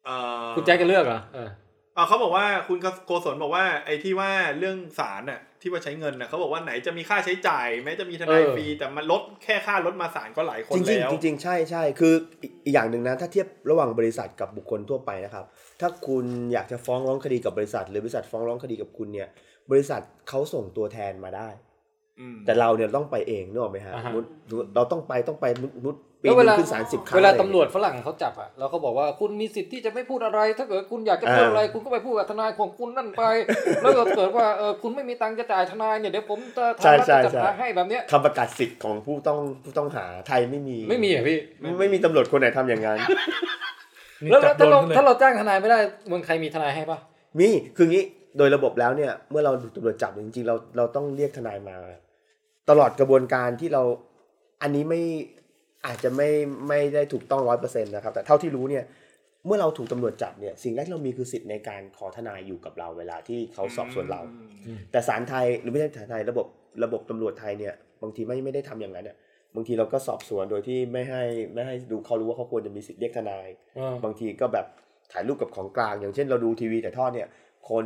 D: เอ่อ
C: คุณแจ็คจะเลือกเหรอเออ
D: อ่ะเขาบอกว่าคุณโกศลบอกว่า ไอ้ที่ว่าเรื่องสารน่ะ ที่ว่าใช้เงินน่ะเขาบอกว่าไหนจะมีค่าใช้จ่าย แม้จะมีทนายฟรีแต่มันลดแค่ค่ารถมาสารก็หลายคน
G: จริง
D: แล้ว
G: ๆจริงๆใช่ใช่คืออีกอีกอย่างหนึ่งนะถ้าเทียบระหว่างบริษัทกับบุคคลทั่วไปนะครับ ถ้าคุณอยากจะฟ้องร้องคดีกับบริษัท หรือบริษัทฟ้องร้องคดีกับคุณเนี่ย บริษัทเขาส่งตัวแทนมาได้
D: อืม
G: แต่เราเนี่ยต้องไปเองนึกออกไหมฮะ
C: อ่าฮะ
G: มุดมุดเราต้องไปต้องไปมุดมุดปี
C: แล้
G: นึ
C: วเวลาง
G: ขึ้นศาลสิบครั้ง
C: เวลา
G: อะไรอย่ง
C: ตำรว
G: เงี้ย
C: จฝรั่งเขาจับอ่ะแล้วเขาบอกว่าคุณมีสิทธิ์ที่จะไม่พูดอะไร ถ้าเกิดคุณอยากจะพูด
G: เอออ
C: อะไร คุณก็ไปพูดกับทนายของคุณนั่นไป แล้วถ้าเกิดว่าเออคุณไม่มีตังค์จะจ่ายทนายเนี่ยเดี๋ยวผมจะทำรัฐจัดหาให้แบบเนี้ย
G: คำประกาศสิทธิ์ของผู้ต้องผู้ต้องหาไทยไม่มี
C: ไม่มีอ่ะพี่
G: ไม่ไม่มีตำรวจคนไหนทำอย่างนั้น
E: นี่
C: แล้ว
E: จั
C: แล้
E: บ
C: ว
E: โด
C: ถ้านเราถ้า
E: ขึ้นเลย
C: เราจ้างทนายไม่ได้เมืองไทยมีทนายให้ปะ
G: มีคืองี้โดยระบบแล้วเนี่ยเมื่อเราถูกตำรวจจับเนี่ยจริงๆเราเราต้องเรียกทนายมา ตลอดกระบวนการที่เราอันนี้ไม่อาจจะไม่ไม่ได้ถูกต้องร้อยเปอร์เซ็นต์นะครับ แต่เท่าที่รู้เนี่ยเมื่อเราถูกตำรวจจับเนี่ยสิ่งแรกที่เรามีคือสิทธิ์ในการขอทนายอยู่กับเราเวลาที่เขาสอบสวนเรา แต่ศาลไทยหรือไม่ใช่ศาลไทยระบบระบบตำรวจไทยเนี่ยบางทีไม่ไม่ได้ทำอย่างนั้นอ่ะบางทีเราก็สอบสวนโดยที่ไม่ให้ไม่ให้ดูเขารู้ว่าเขาควรจะมีสิทธิ์เรียกทนาย
C: เออ
G: บางทีก็แบบถ่ายรูปกับของกลาง อย่างเช่นเราดูทีวีแต่ายทอดเนี่ย คน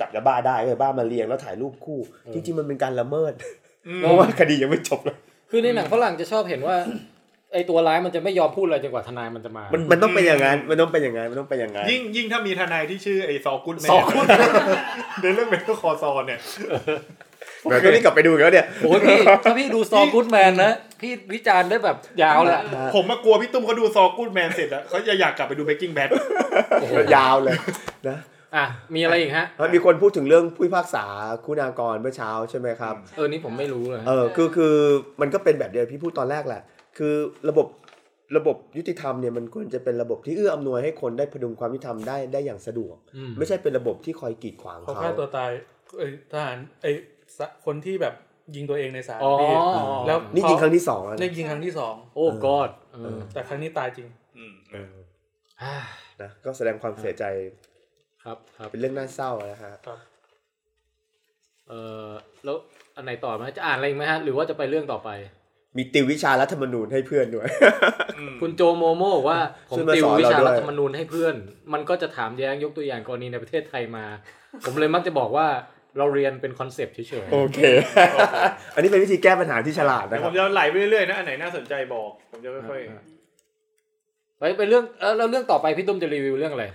G: จับยาบ้าได้ก็เอายาบ้ามาเรียงแล้วถ่ายรูปคู่
C: เออ
G: จริงๆมันเป็นการละเมิด
D: อืม
G: เพราะว่าคดียังไม่จบเลย
C: คือในหนังฝรั่งจะชอบเห็นว่า ไอตัวร้ายมันจะไม่ยอมพูดอะไรจนกว่าทนายมันจะมา
G: มันมันต้องเป็นอย่างนั้นมันต้องเป็นอย่างนั้นมันต้องเป็นอย่างนั้น
D: ยิ่งยิ่งถ้ามีทนายที่ชื่อไอ้ซอกุนแมน
C: ซอกุน
D: ใน *laughs* เรื่องเป็นคอซอนเนี่ย
G: เดี๋ยวก็รีบกลับไปดูอีกแล้วเนี่ย
C: โอ้ยพี่ถ้าพี่ดูซอกูดแมนนะ พี่วิจารณ์ได้แบบยาวแหละ
D: ผมมากลัวพี่ตุ้มเขาดูซอกุนแมนเสร็จแล้วเขาจะอยากกลับไปดูเบกกิ้งแบท
G: ยาวเลยนะ
C: อ่ะ มีอะไรอีกฮะ
G: แล้วมีคนพูดถึงเรื่องผู้พิพากษาคุณากรเมื่อเช้าใช่ไหมครับ
C: เออ นี่ผมไม่รู้เลย
G: เออคือคือมันก็เป็นแบบเดียวพี่พูดตอนแรกแหละ คือระบบระบบยุติธรรมเนี่ยมันควรจะเป็นระบบที่เอื้ออำนวยให้คนได้พดุงความยุติธรรมได้ได้อย่างสะดวก
C: อืม
G: ไม่ใช่เป็นระบบที่คอยกีดขวาง
E: เขา
G: เขา
E: ฆ่าตัวตายเอ้ยทหารไอ้ยสะคนที่แบบ ยิงตัวเองในสาร
C: อ๋อ
E: มีดแล้ว
G: นี่
E: เขา
G: ยิงครั้งที่สองแล้ว
E: นี่
G: นะ
E: ยิงครั้งที่สอง
C: โอ้กอด
G: เออ
E: แต่ครั้งนี้ตายจริง
D: อืม
G: เออ
C: อ่า
G: นะก็แสดงความเสียใจ
C: ครับครับ
G: เป็นเรื่องน่าเศร้านะฮะ
C: เออแล้วอันไหนต่อไหมจะอ่านอะไรอีกไหมฮะ หรือว่าจะไปเรื่องต่อไป
G: มีติววิชารัฐธรรมนูญให้เพื่อนด้วย
D: อืม
C: คุณโจโมโมบอกว่า ผม
G: ช่วยมา
C: ติว
G: สอน
C: วิ
G: เรา
C: ชา
G: ด้วย
C: รัฐธรรมนูญให้เพื่อน มันก็จะถามแย้งยกตัวอย่างกรณีในประเทศไทยมา ผมเลยมักจะบอกว่าเราเรียนเป็นคอนเซปต์เฉย
G: โอเค *laughs* อันนี้เป็นวิธีแก้ปัญหาที่ฉลาด
D: เดี๋ยว
G: นะค
D: ผ
G: รับ
D: มจะไหลไปเรื่อยๆนะ อันไหนน่าสนใจบอก ผมจะค่อย
C: ๆไปไปเรื่องเออแล้วเรื่องต่อไปพี่ตุ้มจะรีวิวเรื่องอะไร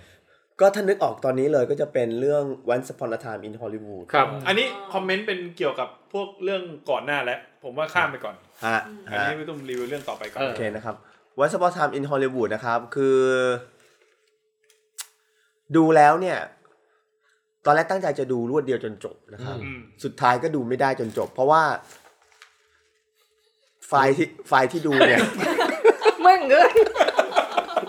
G: ก็ถ้านึกออกตอนนี้เลยก็จะเป็นเรื่อง Once Upon a Time in Hollywood
C: ครับ
D: ๆ อันนี้คอมเมนต์เป็นเกี่ยวกับพวกเรื่องก่อนหน้าแล้ว ผมว่าข้ามไปก่อน
G: ฮะ
D: อัน
G: ฮะ
D: นี้ไม่ต้องรีวิวเรื่องต่อไปก่อน
C: เออ
G: โอเคนะครับ Once Upon a Time in Hollywood นะครับ คือ ดูแล้วเนี่ย ตอนแรกตั้งใจจะดูรวดเดียวจนจบนะครับ
C: อื
D: อืม
G: สุดท้ายก็ดูไม่ได้จนจบ เพราะว่า ไฟล์ที่ไฟล์ที่ดูเนี่ย
C: แม่งเอ้ย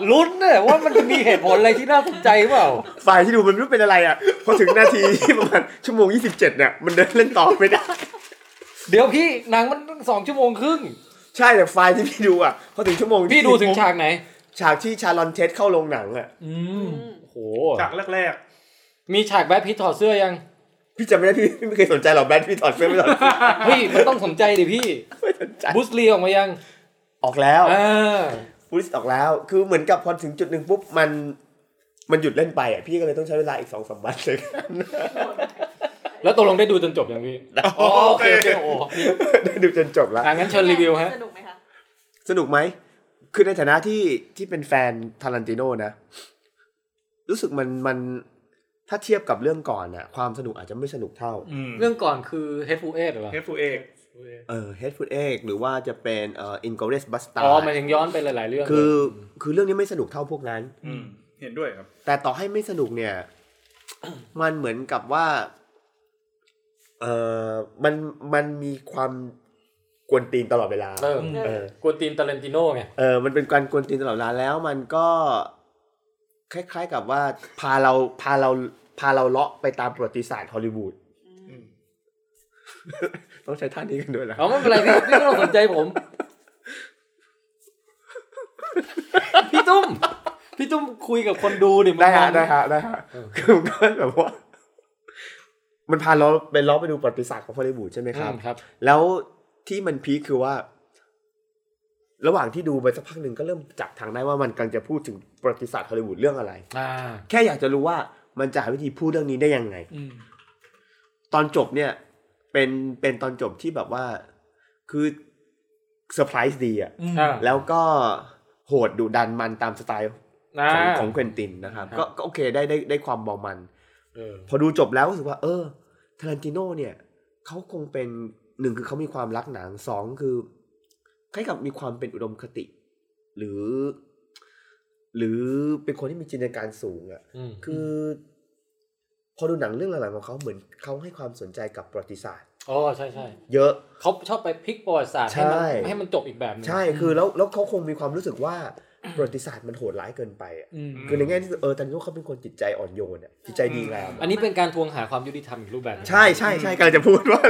C: ลุ้นเนี่ยว่ามันจะมีเหตุผลอะไรที่น่าสนใจเปล่า
G: ไฟล์ที่ดูมันไม่รู้เป็นอะไรอ่ะ พอถึงนาทีที่ประมาณชั่วโมง 27เนี่ยมันเดินเล่นต่อไม่ได้
C: เดี๋ยวพี่หนังมันตั้งสองชั่วโมงครึ่ง
G: ใช่แต่ไฟล์ที่พี่ดูอ่ะพอถึงชั่วโมงที่
C: พี่ดูถึงฉากไหน
G: ฉากที่ชาลอนเทสเข้าโรงหนังอ่ะ
E: อืม
C: โอ้โห
D: จากแรก
C: มีฉากแบทพิทถอดเสื้อยัง
G: พี่จำไม่ได้พี่พี่ไม่เคยสนใจหรอกแบทพี่ถอดเสื้อไม่ถอดเสื้อ
C: เฮ้ย มันต้องสนใจดิพี่
G: ไม่สนใจ
C: บุสลีออกมายัง
G: ออกแล้ว
C: อ่า
G: ฟูลิสออกแล้ว คือเหมือนกับพอถึงจุดหนึ่งปุ๊บมัน มันหยุดเล่นไปอ่ะ พี่ก็เลยต้องใช้เวลาอีกสองสามวันเลย *laughs* กัน
C: แล้วตกลงได้ดูจนจบยังพี่
D: ๆ
C: อ๋อโอเคโอเคโอ้โห
G: ได้ดูจนจบแล้ว
C: อ่ะงั้นเชิญรีวิวฮะ
F: สนุกไหมคะ
G: สนุกไหม คือในฐานะที่ที่เป็นแฟนทารันติโนนะ รู้สึกมันมันถ้าเทียบกับเรื่องก่อนน่ะ ความสนุกอาจจะไม่สนุกเท่า
C: เรื่องก่อนคือ h e a d f u l e i g h เหรอ
D: เฮฟูเอก
G: เออ Headfoot Egg หรือว่าจะเป็นเอ่อ Inglourious
C: อ๋
G: Bastard
C: อหมายถึงย้อนไปหลาย ๆ เรื่อง
G: คือ คือเรื่องนี้ไม่สนุกเท่าพวกนั้น
D: เห็นด้วยครับ
G: แต่ต่อให้ไม่สนุกเนี่ย มันเหมือนกับว่า เออมันมันมีความกวนตีนตลอดเวลา
C: เออ
G: เออ
C: กวนตีนตาเลนติโน่ไง
G: เออ มันเป็นการกวนตีนตลอดเวลาแล้วมันก็ คล้าย ๆกับว่าพาเราพาเราพาเราเลาะไปตามประวัติศาสตร์ฮอลลีวูดต้องใช้ท่านี้กันด้วยนะ
C: เอาไม่เป็นไรพี่พี่ไม่ต้องสนใจผม พี่ตุ้ม พี่ตุ้มคุยกับคนดูดิมัน
G: *laughs* ได้ฮะ *laughs*
C: มัน
G: ได้ฮะได้ฮะคือมันก็แบบว่า มันพาเราไปเลาะไปดูประวัติศาสตร์ของฮอลลีวูดใช่ไหมครับ
C: อืมครับ
G: แล้วที่มันพีคคือว่า ระหว่างที่ดูไปสักพักหนึ่งก็เริ่มจับทางได้ว่ามันกำลังจะพูดถึงประวัติศาสตร์ฮอลลีวูดเรื่องอะไร
C: อ่า
G: แค่อยากจะรู้ว่ามันจะหาวิธีพูดเรื่องนี้ได้ยังไง
E: อืม
G: ตอนจบเนี่ย เป็นเป็นตอนจบที่แบบว่า คือเซอร์ไพรส์ดีอะ
E: อืม
C: อ่า
G: แล้วก็โหดดุดันมันตามสไตล์
C: อ่า
G: ของของเควินตินนะครับ
C: ครับ
G: ก็ก็โอเคได้ได้ได้ความเบามัน
C: เออ
G: พอดูจบแล้วรู้สึกว่า เออทารันติโนเนี่ยเขาคงเป็นหนึ่งคือเขามีความรักหนังสองคือคล้ายกับมีความเป็นอุดมคติ หรือ หรือเป็นคนที่มีจินตนาการสูงอะ่ะ
C: อืม
G: คือ พอดูหนังเรื่องหลังๆของเขาเหมือนเขาให้ความสนใจกับประวัติศาสตร์
C: อ๋อใช่ใช่
G: เยอะ
C: เขาชอบไปพลิกประวัติศาสตร์ให้มัน
G: ใช่
C: ให้มันจบอีกแบบหนึง
G: ใช่คือแล้วแล้วเขาคงมีความรู้สึกว่าประวัติศาสตร์มันโหดร้ายเกินไปอะ
E: อืม
G: คือในแง่ที่เออทารันติโนเขาเป็นคนจิตใจอ่อนโยนอะ่ะจิตใจดีงาม
C: อันนี้เป็นการทวงหาความยุติธรรมอีกรูปแบบหนึ่ง
G: ใช่ใช่ใช่กำลังจะพูดว่า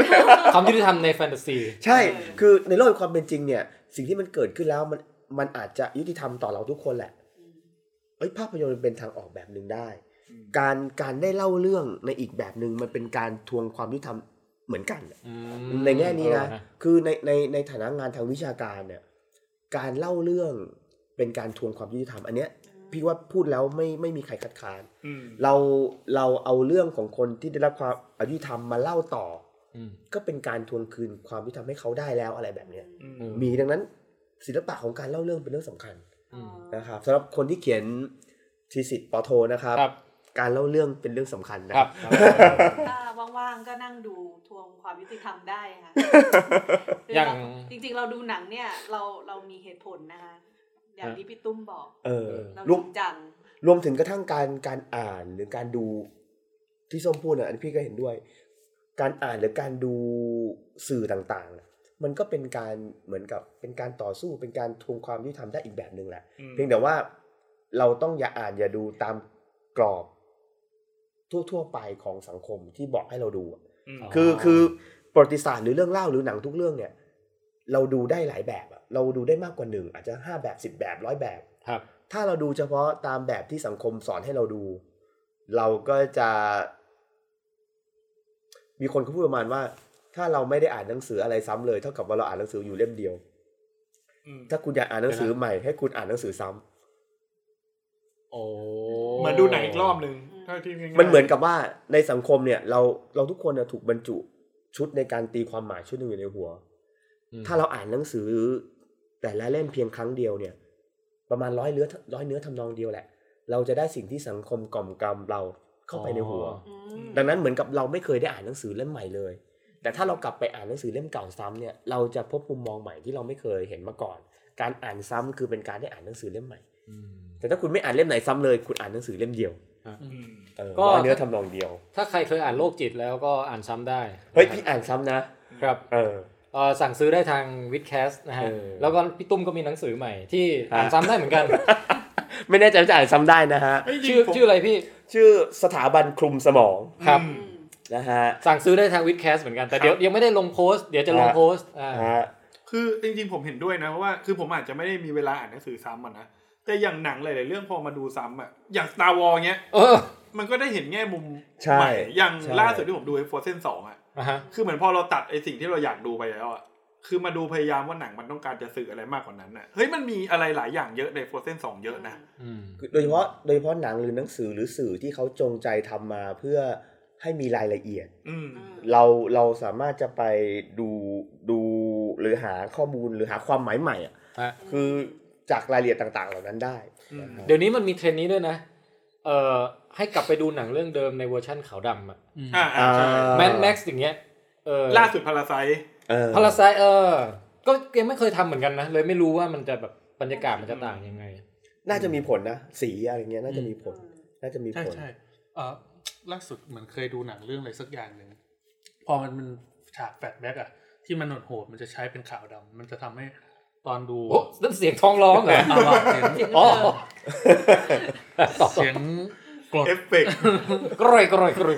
C: ความยุติธรรมในแฟนตาซี
G: ใช่ คือในโลกแห่งความเป็นจริงเนี่ย สิ่งที่มันเกิดขึ้นแล้วมันมันอาจจะยุติธรรมต่อเราทุกคนแหละ เอ้ยภาพยนตร์มันเป็นทางออกแบบหนึ่งได้ การการได้เล่าเรื่องในอีกแบบหนึ่งมันเป็นการทวงความยุติธรรมเหมือนกันอะ
C: อืม
G: ในแง่นี้นะ
C: เออ
G: คือในในในฐานะงานทางวิชาการเนี่ย การเล่าเรื่องเป็นการทวงความยุติธรรมอันเนี้ย พี่ว่าพูดแล้วไม่ไม่มีใครคัดค้าน
D: อืม
G: เราเราเอาเรื่องของคนที่ได้รับความอายุธรรมมาเล่าต่อ
C: อืม
G: ก็เป็นการทวงคืนความยุติธรรมให้เขาได้แล้วอะไรแบบเนี้ย
D: อืม
C: อืม
G: มีดังนั้นศิลปะของการเล่าเรื่องเป็นเรื่องสำคัญ
C: อืม
G: นะครับสำหรับคนที่เขียนทีสิทธ์ปอโทนะครับ
C: ครับ
G: การเล่าเรื่องเป็นเรื่องสำคัญนะครับ
F: ถ้าว่างๆ ก็นั่งดูทวงความยุติธรรมได้ค่ะคือ
C: อ
F: อย่าง จริงๆ เราดูหนังเนี่ย เราเรามีเหตุผลนะคะอย่างที่พี่ตุ้มบอก
G: เออ
F: เรา
G: รว
F: จ
G: ม
F: ริงจัง
G: รวมถึงกระทั่งการการอ่านหรือการดูที่ส้มพูดนะอันนี้พี่ก็เห็นด้วย การอ่านหรือการดูสื่อต่างๆน่ะมันก็เป็นการเหมือนกับเป็นการต่อสู้เป็นการทวงความยุติธรรมได้อีกแบบหนึ่งแหละ
D: อืม
G: เพียงแต่ว่าเราต้องอย่าอ่านอย่าดูตามกรอบ ทั่ว ๆ ไปของสังคมที่บอกให้เราดูอะ
D: อืม
C: อ๋อ
G: คือคือ ประวัติศาสตร์หรือเรื่องเล่าหรือหนังทุกเรื่องเนี่ย เราดูได้หลายแบบอะเราดูได้มากกว่าหนึ่งอาจจะห้าแบบสิบแบบร้อยแบบ
C: ครับ
G: ถ้าเราดูเฉพาะตามแบบที่สังคมสอนให้เราดู เราก็จะ มีคนเขาพูดประมาณว่า ถ้าเราไม่ได้อ่านหนังสืออะไรซ้ำเลย เท่ากับว่าเราอ่านหนังสืออยู่เล่มเดียว
D: อืม
G: ถ้าคุณอยากอ่านหนังสือใหม่ให้คุณอ่านหนังสือซ้ำ
C: โอ้
D: เหมือนดูหนังอีกรอบหนึ่งเท่าที่ง่ายๆ
G: มันเหมือนกับว่าในสังคมเนี่ย เราเราทุกคนน่ะถูกบรรจุชุดในการตีความหมายชุดหนึ่งอยู่ในหัว
C: อืม
G: ถ้าเราอ่านหนังสือ แต่ละเล่มเพียงครั้งเดียวเนี่ย ประมาณร้อยเนื้อร้อยเนื้อทำนองเดียวแหละ เราจะได้สิ่งที่สังคมกล่อมกล่อมเราเข้าไปในหัว
F: อืม
G: ดังนั้นเหมือนกับเราไม่เคยได้อ่านหนังสือเล่มใหม่เลย แต่ถ้าเรากลับไปอ่านหนังสือเล่มเก่าซ้ำเนี่ยเราจะพบมุมมองใหม่ที่เราไม่เคยเห็นมาก่อน การอ่านซ้ำคือเป็นการได้อ่านหนังสือเล่มใหม่
C: อืม
G: แต่ถ้าคุณไม่อ่านเล่มไหนซ้ำเลยคุณอ่านหนังสือเล่มเดียว
D: อืม
G: เออ
C: ก็
G: ร้อยเนื้อทำนองเดียว
C: ถ้าใครเคยอ่านโรคจิตแล้วก็อ่านซ้ำได้
G: เฮ้ยพี่อ่านซ้ำนะ
C: ครับ
G: เออ *laughs*
C: เอ่อสั่งซื้อได้ทางวิดแคสนะฮะ
G: เออ
C: แล้วก็พี่ตุ้มก็มีหนังสือใหม่ที่อ่าน
G: ฮะ
C: ซ้ำได้เหมือนกัน
G: ไม่แน่ใจว่าจะอ่านซ้ำได้นะฮะ
C: ชื่อชื่ออะไรพี่
G: ชื่อสถาบันคลุมสมอง
C: ครับ
F: อืม
G: นะฮะ
C: สั่งซื้อได้ทางวิดแคสเหมือนกันแต่เดี๋ยวยังไม่ได้ลงโพสต์เดี๋ยวจะลง
G: ฮะ
C: โพสต์อ่า
G: ฮะ
D: คือจริงๆผมเห็นด้วยนะเพราะว่าคือผมอาจจะไม่ได้มีเวลาอ่านหนังสือซ้ำอะนะแต่อย่างหนังหลายๆเรื่องพอมาดูซ้ำอะอย่าง Star Wars เงี้ย
C: เออ *laughs*
D: มันก็ได้เห็นแง่มุม
G: ใช่
D: ม่อย่าง
G: ใช่
D: ล่าสุดที่ผมดูฟอร์เซนสองอะ
C: อ่าฮะ
D: คือเหมือนพอเราตัดไอสิ่งที่เราอยากดูไปแล้วอะคือมาดูพยายามว่าหนังมันต้องการจะสื่ออะไรมากกว่านั้นอะเฮ้ยมันมีอะไรหลายอย่างเยอะในฟอร์เซนสองเยอะนะ
C: อืม
G: โดยเฉพาะโดยเฉพาะหนังหรือหนังสือหรือสื่อที่เขาจงใจทำมาเพื่อให้มีรายละเอียด
D: อืม
F: อืม
G: เราเราสามารถจะไปดูดูหรือหาข้อมูลหรือหาความหมายใหม่อะ
C: ฮะ
G: คือจากรายละเอียดต่างๆ เหล่านั้นได้
D: อืม
G: นะครับ
C: เดี๋ยวนี้มันมีเทรนด์นี้ด้วยนะเอ่อให้กลับไปดูหนังเรื่องเดิมในเวอร์ชั่นขาวดำอะ
E: อืม
D: อ่าอ่าใช่
C: แมนแม็กซ์อย่างเงี้ยเออ
D: ล่าสุดพาราไซ
G: เออ
C: พาราไซเออ ก็ยังไม่เคยทำเหมือนกันนะ เลยไม่รู้ว่ามันจะแบบบรรยากาศมันจะต่างยังไง
G: น่าจะมีผลนะ สีอะไรเงี้ยน่าจะมีผล น่าจะมี
E: ใช่
G: ผล
E: ใช่เออล่าสุดเหมือนเคยดูหนังเรื่องอะไรสักอย่างหนึ่งพอมันมันฉากแฟลชแบ็กอะที่มันโหดๆมันจะใช้เป็นขาวดำมันจะทำให้ตอนดู
C: โอ้นั่นเสียงท้องร้องเห *laughs* รอ
E: เอาอะเสียง
C: อ๋อ
E: เสียงกรด
D: เอฟเฟกต์
C: กร่อยกร่อยกร่อย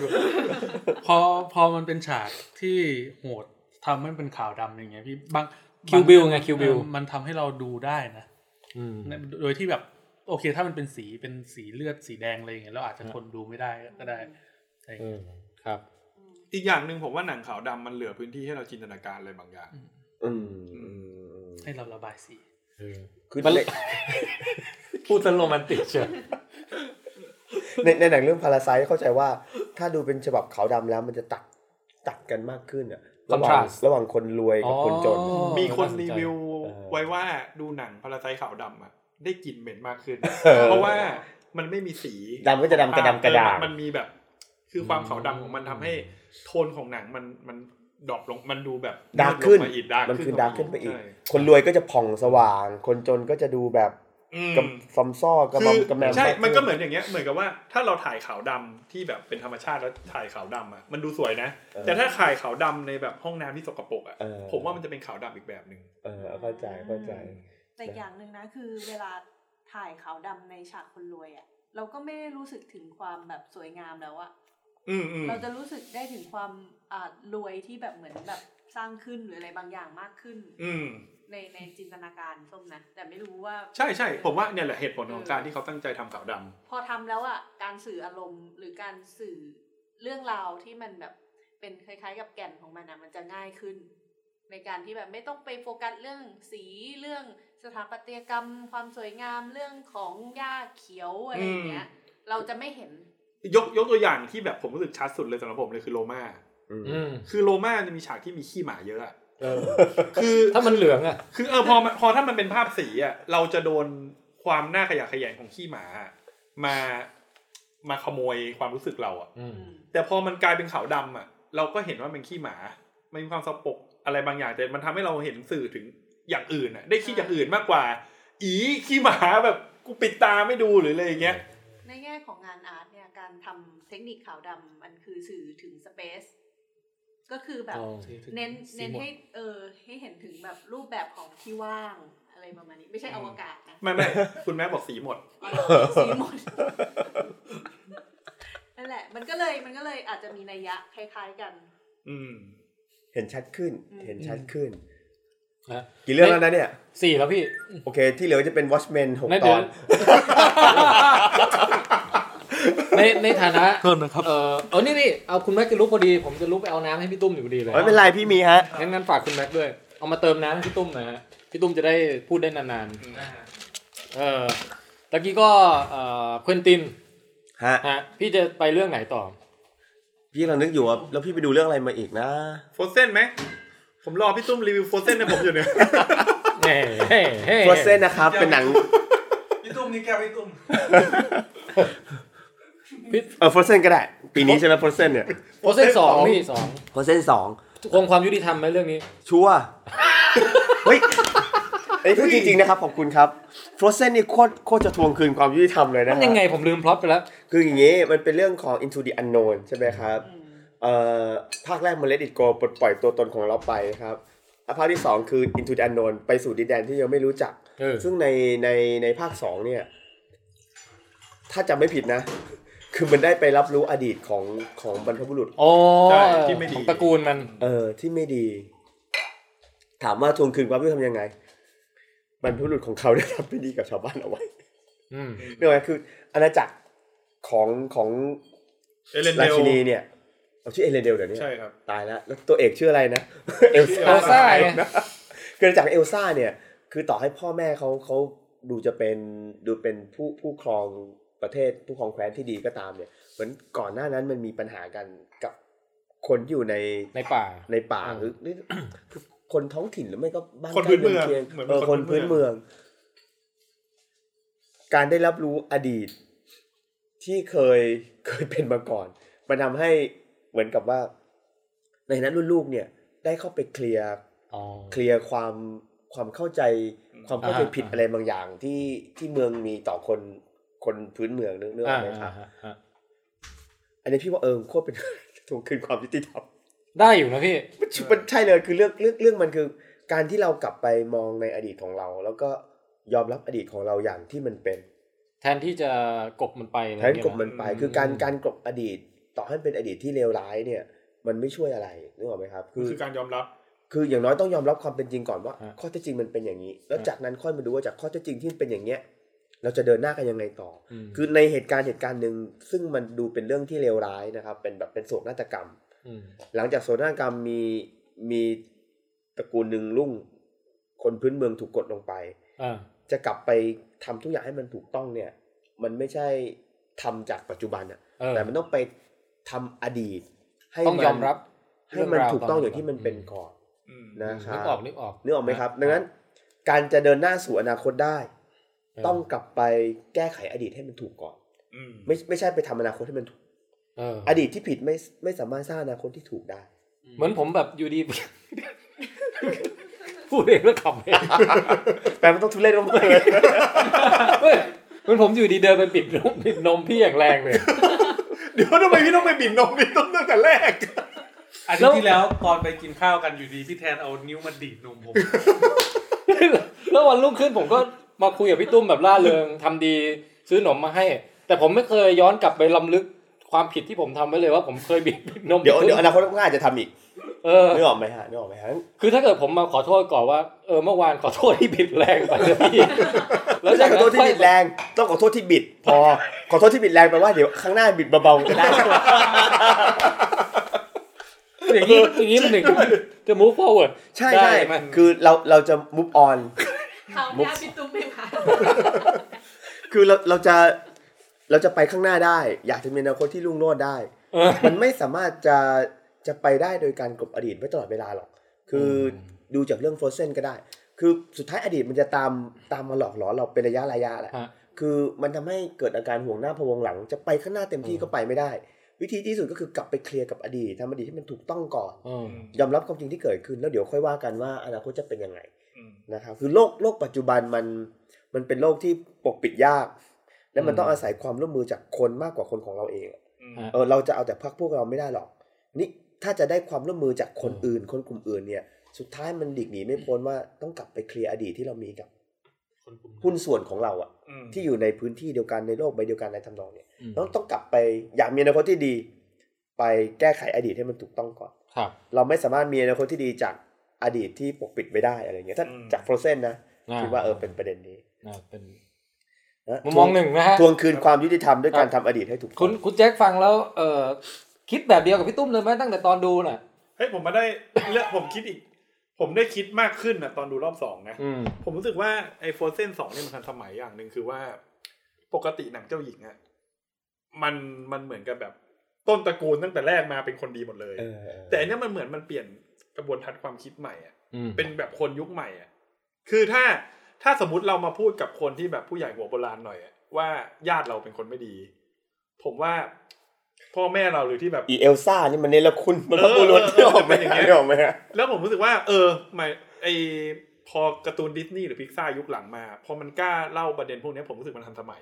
E: พอพอมันเป็นฉากที่โหดทำให้มันเป็นข่าวดำอย่างเงี้ยพี่บาง
C: คิวบิลไงคิวบิล
E: เออมันทำให้เราดูได้นะโดยที่แบบ โอเคถ้ามันเป็นสีเป็นสีเลือดสีแดงอะไรอย่างเงี้ยเราอาจจะทนดูไม่ได้ก็ได้อะไรอย่าง
C: อื
E: เงี้ย
C: มครับ
D: อีกอย่างหนึ่งผมว่าหนังขาวดำมันเหลือพื้นที่ให้เราจินตนาการอะไรบางอย่าง
G: อืมอืมอืม
E: ให้เราระบายสี
G: คือ
C: มัน
G: ใน
C: พูดซะโรแมนติกเชียว
G: ในในหนังเรื่องพาราไซเข้าใจว่า ถ้าดูเป็นฉบับขาวดำแล้วมันจะตัดตัดกันมากขึ้นอะระหว่าง
C: Contrast
G: ระหว่างคนรวยกับคนจน
C: อ๋อ
D: มีคนรีวิว
G: เออ
D: ไว้ว่าดูหนังพาราไซขาวดำอะได้กลิ่นเหม็นมาก
G: *laughs*
D: ขึ้น
G: ออ
D: เพราะว่ามันไม่มีสี
G: ดำก็จะดำกระดำกระด่าง
D: เออมันมันมีแบบ คือความ
C: อืม
D: ขาวดำของมันทำให้โทนของหนังมันมันดรอปลงมันดูแบบ
G: ดาร์กขึ้น
D: มืลงมอีกดาร์ก
G: มันคือดาร์กขึ้นไปอีก
D: ใช่
G: คนรวยก็จะผ่องสว่าง คนจนก็จะดูแบบ
D: อืม
G: กับซอมซ่อกระบ
D: คือ
G: อมกระแมม
D: ใช่
G: แบบ
D: มันก็เหมือนอย่างเงี้ย เหมือนกับว่าถ้าเราถ่ายขาวดำที่แบบเป็นธรรมชาติแล้วถ่ายขาวดำอะมันดูสวยนะ
G: เออ
D: แต่ถ้าถ่ายขาวดำในแบบห้องน้ำที่สกปรกอะ
G: เออ
D: ผมว่ามันจะเป็นขาวดำอีกแบบหนึ่ง
G: เออเข้าใจเข้าใจ
F: แต่อย่างหนึ่งนะคือเวลาถ่ายขาวดำในฉากคนรวยอะ่ะ เราก็ไม่ได้รู้สึกถึงความแบบสวยงามแล้วอะ
D: อืมอืม
F: เราจะรู้สึกได้ถึงความอ่ารวยที่แบบเหมือนแบบสร้างขึ้นหรืออะไรบางอย่างมากขึ้น
D: อืม
F: ในในจินตนาการส้มนะ แต่ไม่รู้ว่า
D: ใช่ใช่ผมว่าเนี่ยแหละเหตุผลของการที่เขาตั้งใจทำขาวดำ
F: พอทำแล้วอะ่ะการสื่ออารมณ์หรือการสื่อเรื่องราวที่มันแบบเป็นคล้ายๆ กับแก่นของมันอะมันจะง่ายขึ้น ในการที่แบบไม่ต้องไปโฟกัสเรื่องสีเรื่องสถาปัตยกรรม ความสวยงามเรื่องของหญ้าเขียวอะไรอย่างเงี้ย เราจะไม่เห็น
D: ยกยกตัวอย่างที่แบบผมรู้สึกชัดสุดเลยสำหรับผมเลยคือโรมา
C: อืม
D: คือโรมาจะมีฉากที่มีขี้หมาเยอะอะ
C: เออ
D: คือ
C: ถ้ามันเหลืองอ่ะ
D: คือเออพอพอถ้ามันเป็นภาพสีอะเราจะโดนความหน้าขยะแขยงของขี้หมาอะมามาขโมยความรู้สึกเราอะ
C: อืม
D: แต่พอมันกลายเป็นขาวดำอะเราก็เห็นว่ามันขี้หมามันมีความสกปรกอะไรบางอย่างแต่มันทำให้เราเห็นสื่อถึงอย่างอื่นอะได้คิดอย่างอื่นมากกว่า อีขี้หมาแบบกูปิดตาไม่ดูหรืออะไรอย่างเงี้ย
F: ในแง่ของงานอาร์ตเนี่ยการทำเทคนิคขาวดำมันคือสื่อถึงสเปซก็คือแบบ เน้นเน้นให้เออให้เห็นถึงแบบรูปแบบของที่ว่างอะไรประมาณนี้ ไม่ใช่อวกาศนะ
D: ไม่ *laughs* ไม่ คุณแม่บอกสีหมด
F: อ๋อเหรอสีหมดนั่นแหละ มันก็เลยมันก็เลยอาจจะมีนัยยะคล้ายๆกัน
D: อืม
G: เห็นชัดขึ้น เห็นชัดขึ้น
C: ฮะ
G: กี่เรื่องแล้วนะเนี่ย
C: สี่แล้วพี่
G: โอเค ที่เหลือจะเป็น Watchmen หก
C: งั้น
G: ต
C: เดี๋
G: อย น
C: ว *laughs* ในในฐานะ
E: โทษนะครับ
C: เออเออนี่นี่เอาคุณแม็กจะลุกพอดี ผมจะลุกไปเอาน้ำให้พี่ตุ้มอยู่พอดีเลย
G: ไม่เป็นไรพี่มีฮะ
C: งั้นงั้นฝากคุณแม็กด้วย เอามาเติมน้ำให้พี่ตุ้มหนะฮะพี่ตุ้มจะได้พูดได้นานๆเออตะกี้ก็เออเควินติน
G: ฮะ
C: ฮะพี่จะไปเรื่องไหนต่อ
G: พี่เรานึกอยู่ว่าแล้วพี่ไปดูเรื่องอะไรมาอีกนะ
D: โฟเซนไหม ผมรอพี่ตุ้มรีวิวโฟเซนให้ผมอยู่ *laughs* เนี่ย
C: เฮ้เฮ้เฮ้
G: โฟเซนนะครับ เป็นหนัง
E: พี่ตุ้มนี่แกพี่ตุ้ม
G: เออโฟเซนก็ได้ ปีนี้ใช่ไหมโฟเซนเนี่ย
C: โปรเซสสองพี่สอง
G: โฟเซนสอง
C: คงความยุติธรรมไหมเรื่องนี้
G: ชัวร์เฮ้ยไอ้ยพูดจริงๆนะครับ ขอบคุณครับโฟเซนนี่โคตรโคตรจะทวงคืนความยุติธรรมเลยนะ
C: มัน
G: ฮะ
C: ยังไงผมลืมพล็อตไปแล้ว
G: คืออย่างนี้มันเป็นเรื่องของ Into the Unknown ใช่ไหมครับเอ่อภาคแรกมัน Let It Go ปลดปล่อยตัวตนของเราไปครับอ่ะภาคที่ 2 คือ Into the Unknown ไปสู่ดินแดนที่ยังไม่รู้จัก
C: เออ
G: ซึ่งในในในภาค 2 เนี่ย ถ้าจำไม่ผิดนะ *laughs* คือมันได้ไปรับรู้อดีตของของบรรพบุรุษ
C: อ๋อ
D: ใช่ที่ไม่ดี
C: ของตระกูลมัน
G: เออที่ไม่ดี ถามว่าทวงคืนความยุติธรรมยังไง บรรพบุรุษของเขาได้ทำไม่ดีกับชาวบ้านเอาไว้
C: อืม
G: เนื่องจากคืออาณาจักรของของ
D: เอเลนเด
G: รา
D: ล
G: ชินีเนี่ยเอาชื่อเอเลนเดลเดี๋ยวนี้
D: ใช่ครับ
G: ตายแล้วแล้วตัวเอกชื่ออะไรนะ *laughs* เอล
C: เอลซ่า
G: ซ่า
C: ไง
G: คือจากเอลซ่าเนี่ย คือต่อให้พ่อแม่เขาเขาดูจะเป็นดูเป็นผู้ผู้ครองประเทศผู้ครองแคว้นที่ดีก็ตามเนี่ย เหมือนก่อนหน้านั้นมันมีปัญหากันกับคนที่อยู่ใน
C: ในป่า
G: ในป่า
C: อ่า
G: หรือหรือคือคนท้องถิ่นหรือไม่ก็บ้าน
D: คน
G: ใก
D: พื้
G: ล้
D: น
G: เมือ
D: เมือง
G: งเคียง
D: เหมือน
G: เออ
D: ค
G: คน น
D: พื้
G: พื้
D: น
G: น
D: เมื
G: เมื
D: อ
G: อง ง การได้รับรู้อดีต ที่เคยเคยเป็นมาก่อน มันทำให้เหมือนกับว่า ในนั้นรุ่นลูกเนี่ย ได้เข้าไปเคลียร์
C: อ๋อ
G: เคลียร์ความความเข้าใจ ความเข้าใจผิด
C: อ่า
G: อะไรบางอย่างที่ที่เมืองมีต่อคนคนพื้นเมืองนึกนึกอ
C: อ่า
G: อกไหมครับ
C: อ่าอ่า
G: อันนี้พี่ว่าเออโคตรเป็น *laughs* ทวงคืนความยุติธรรม
C: ได้อยู่นะพี่
G: มัน *laughs* มันใช่เลยคือเรื่องเรื่องเรื่องมันคือการที่เรากลับไปมองในอดีตของเรา แล้วก็ยอมรับอดีตของเราอย่างที่มันเป็น
C: แทนที่จะกบมันไปอะไร
G: แท
C: อน ย่าง
G: กล
C: เงี้
G: บ
C: ย
G: มันไป คือการการกลบอดีต ต่อให้เป็นอดีตที่เลวร้ายเนี่ย มันไม่ช่วยอะไรนึกออกไหมครับ คือ
D: คือการยอมรับ
G: คืออย่างน้อยต้องยอมรับความเป็นจริงก่อนว่า ข้อเท็จจริงมันเป็นอย่างนี้ แล้วจากนั้นค่อยมาดูว่าจากข้อเท็จจริงที่มันเป็นอย่างเนี้ย เราจะเดินหน้ากันยังไงต่ออ
C: ม
G: คือในเหตุการณ์เหตุการณ์หนึ่งซึ่งมันดูเป็นเรื่องที่เลวร้ายนะครับ เป็นแบบเป็นโศกนาฏกรรม
C: ม
G: หลังจากโศกนาฏกรรมมีมีตระกูลหนึ่งรุ่ง คนพื้นเมืองถูกกดลงไป
C: อ่า
G: จะกลับไปทำทุกอย่างให้มันถูกต้องเนี่ย มันไม่ใช่ทำจากปัจจุบันอะ
C: เออ
G: แต่มันต้องไปทำอดีต ให้
C: ต้องยอมรับ
G: ให้มันถูกต้องอ
C: เรื่
G: ย่า
C: องราว
G: งที่มันเป็นก่อน
D: อืม
G: นะครั
C: นึ
G: บ
C: กออกนึกออก
G: นึกออกไหมครับ ดังนั้น การจะเดินหน้าสู่อนาคตได้
C: เออ
G: ต้องกลับไปแก้ไขอดีตให้มันถูกก่อน
D: อืม
G: ไม่ไม่ใช่ไปทำอนาคตให้มันถูก
C: เออ
G: อดีตที่ผิดไม่ไม่สามารถสร้างอนาคตที่ถูกได้
C: เหมือนผมแบบอยู่ดี *laughs* พูดเองแล้วขำเอง *laughs*
G: แปลว่าต้องทุเรศลงไป
C: เฮ้ยเหมือนผมอยู่ดีเดินไปปิดนมปิดนมพี่อย่างแรงเลย
D: เดี๋ยวทำไมพี่ต้องไปบิดนมพี่ต้องตั้งแต่แรก
E: อาทิตย์ที่แล้วตอนไปกินข้าวกันอยู่ดีพี่แทนเอานิ้วมาดีดนมผม
C: *laughs* แล้ววันรุ่งขึ้นผมก็มาคุยกับพี่ตุ้มแบบล่าเริง *laughs* ทำดีซื้อหนมมาให้ แต่ผมไม่เคยย้อนกลับไปลำลึกความผิดที่ผมทำไว้เลยว่าผมเคยบิดนม
G: เดี๋ยวเดี๋ยวอนาคตข้างหน้าจะทำอีก
C: เออ
G: นึกออกไหมฮะนึกออกไหมฮะ
C: คือถ้าเกิดผมมาขอโทษก่อนว่าเออเมื่อวานขอโทษที่บิดแรงไปนะพี่
G: *laughs* แล้วจะขอโทษที่บิดแรง ต้องขอโทษที่บิด พอ ขอโทษที่บิดแรงแปลว่าเดี๋ยวข้างหน้าบิดเบาๆก็ได้
C: อย่างนี้อย่างนี้มันหนึ่งจะ move forward
G: ใช่
C: ได้
G: ใช่
C: ไหม
G: คือเราเราจะ move on
F: เขาเนี่ยพี่ตุ้มไม่มา
G: คือเราเราจะเราจะไปข้างหน้าได้ อยากจะมีอนาคตที่รุ่งโรจน์ได้
C: เออ
G: มันไม่สามารถจะจะไปได้โดยการกลบอดีตไว้ตลอดเวลาหรอก คืออดูจากเรื่องโฟรเซนก็ได้ คือสุดท้ายอดีตมันจะตามตามมาหลอกหลอนเราเป็นระยะระยะแหละ
C: ฮะ
G: คือมันทำให้เกิดอาการห่วงหน้าพะวงหลัง จะไปข้างหน้าเต็มที่ก็ไปไม่ได้ วิธีที่สุดก็คือกลับไปเคลียร์กับอดีตทำอดีตให้มันถูกต้องก่อน
C: เออย
G: อมรับความจริงที่เกิดขึ้นแล้วเดี๋ยวค่อยว่ากันว่าอนาคตจะเป็นยังไง
D: อืม
G: นะครับคือโลกโลกปัจจุบันมันมันเป็นโลกที่ปกปิดยาก และมันต้องอาศัยความร่วมมือจากคนมากกว่าคนของเราเอง เออเราจะเอาแต่พักพวกเราไม่ได้หรอก นี่ถ้าจะได้ความร่วมมือจากคนอื่น คนกลุ่มอื่นเนี่ย สุดท้ายมันหลีกหนีไม่พ้นว่าต้องกลับไปเคลียร์อดีตที่เรามีกับหุ้นส่วนของเราอะที่อยู่ในพื้นที่เดียวกันในโลกใบเดียวกันในทำนองเนี่ยต้องต้องกลับไปอยากมีอนาคตที่ดี ไปแก้ไขอดีตให้มันถูกต้องก่อน
C: ครับ
G: เราไม่สามารถมีอนาคตที่ดีจากอดีตที่ปกปิดไว้ได้อะไรเงี้ยถ้า
D: อืม
G: จากโฟรเซนนะคิดว่าเออเป็นประเด็นนี้
C: น่าเป็น
G: นะ
C: มุมมองหนึ่งนะฮะ
G: ทวงคืนความยุติธรรมด้วยการทำอดีตให้ถูกต้อง
C: คุณคุณแจ็คฟังแล้วเออคิดแบบเดียวกับพี่ตุ้มเลยไหมตั้งแต่ตอนดูน่ะ
D: เฮ้ยผมมาได้เลือกผมคิดอีก ผมได้คิดมากขึ้นนะตอนดูรอบสองนะ
C: อืม
D: ผมรู้สึกว่าไอ้โฟเซนสองเนี่ยมันทันสมัยอย่างหนึ่งคือว่า ปกติหนังเจ้าหญิงอะมันมันเหมือนกับแบบ ต้นตระกูลตั้งแต่แรกมาเป็นคนดีหมดเลย
G: เออเออ
D: แต่อันเนี้ยมันเหมือนมันเปลี่ยนกระบวนทัศน์ความคิดใหม่อะ
C: อืม
D: เป็นแบบคนยุคใหม่อะคือถ้าถ้าสมมติเรามาพูดกับคนที่แบบผู้ใหญ่หัวโบราณหน่อยอะว่าญาติเราเป็นคนไม่ดี ผมว่าพ่อแม่เราหรือที่แบบ
G: อีเอลซ่านี่มันเนรคุณมันพระบุรุษ
D: เออเออ
G: ที่ออกไหม
D: มันเป็นอย่างเงี้ย
G: ที่ออกไหมฮะ
D: แล้วผมรู้สึกว่าเออหมายไอพอการ์ตูนดิสนีย์หรือพิกซ่ายุคหลังมาพอมันกล้าเล่าประเด็นพวกเนี้ยผมรู้สึกมันทันสมัย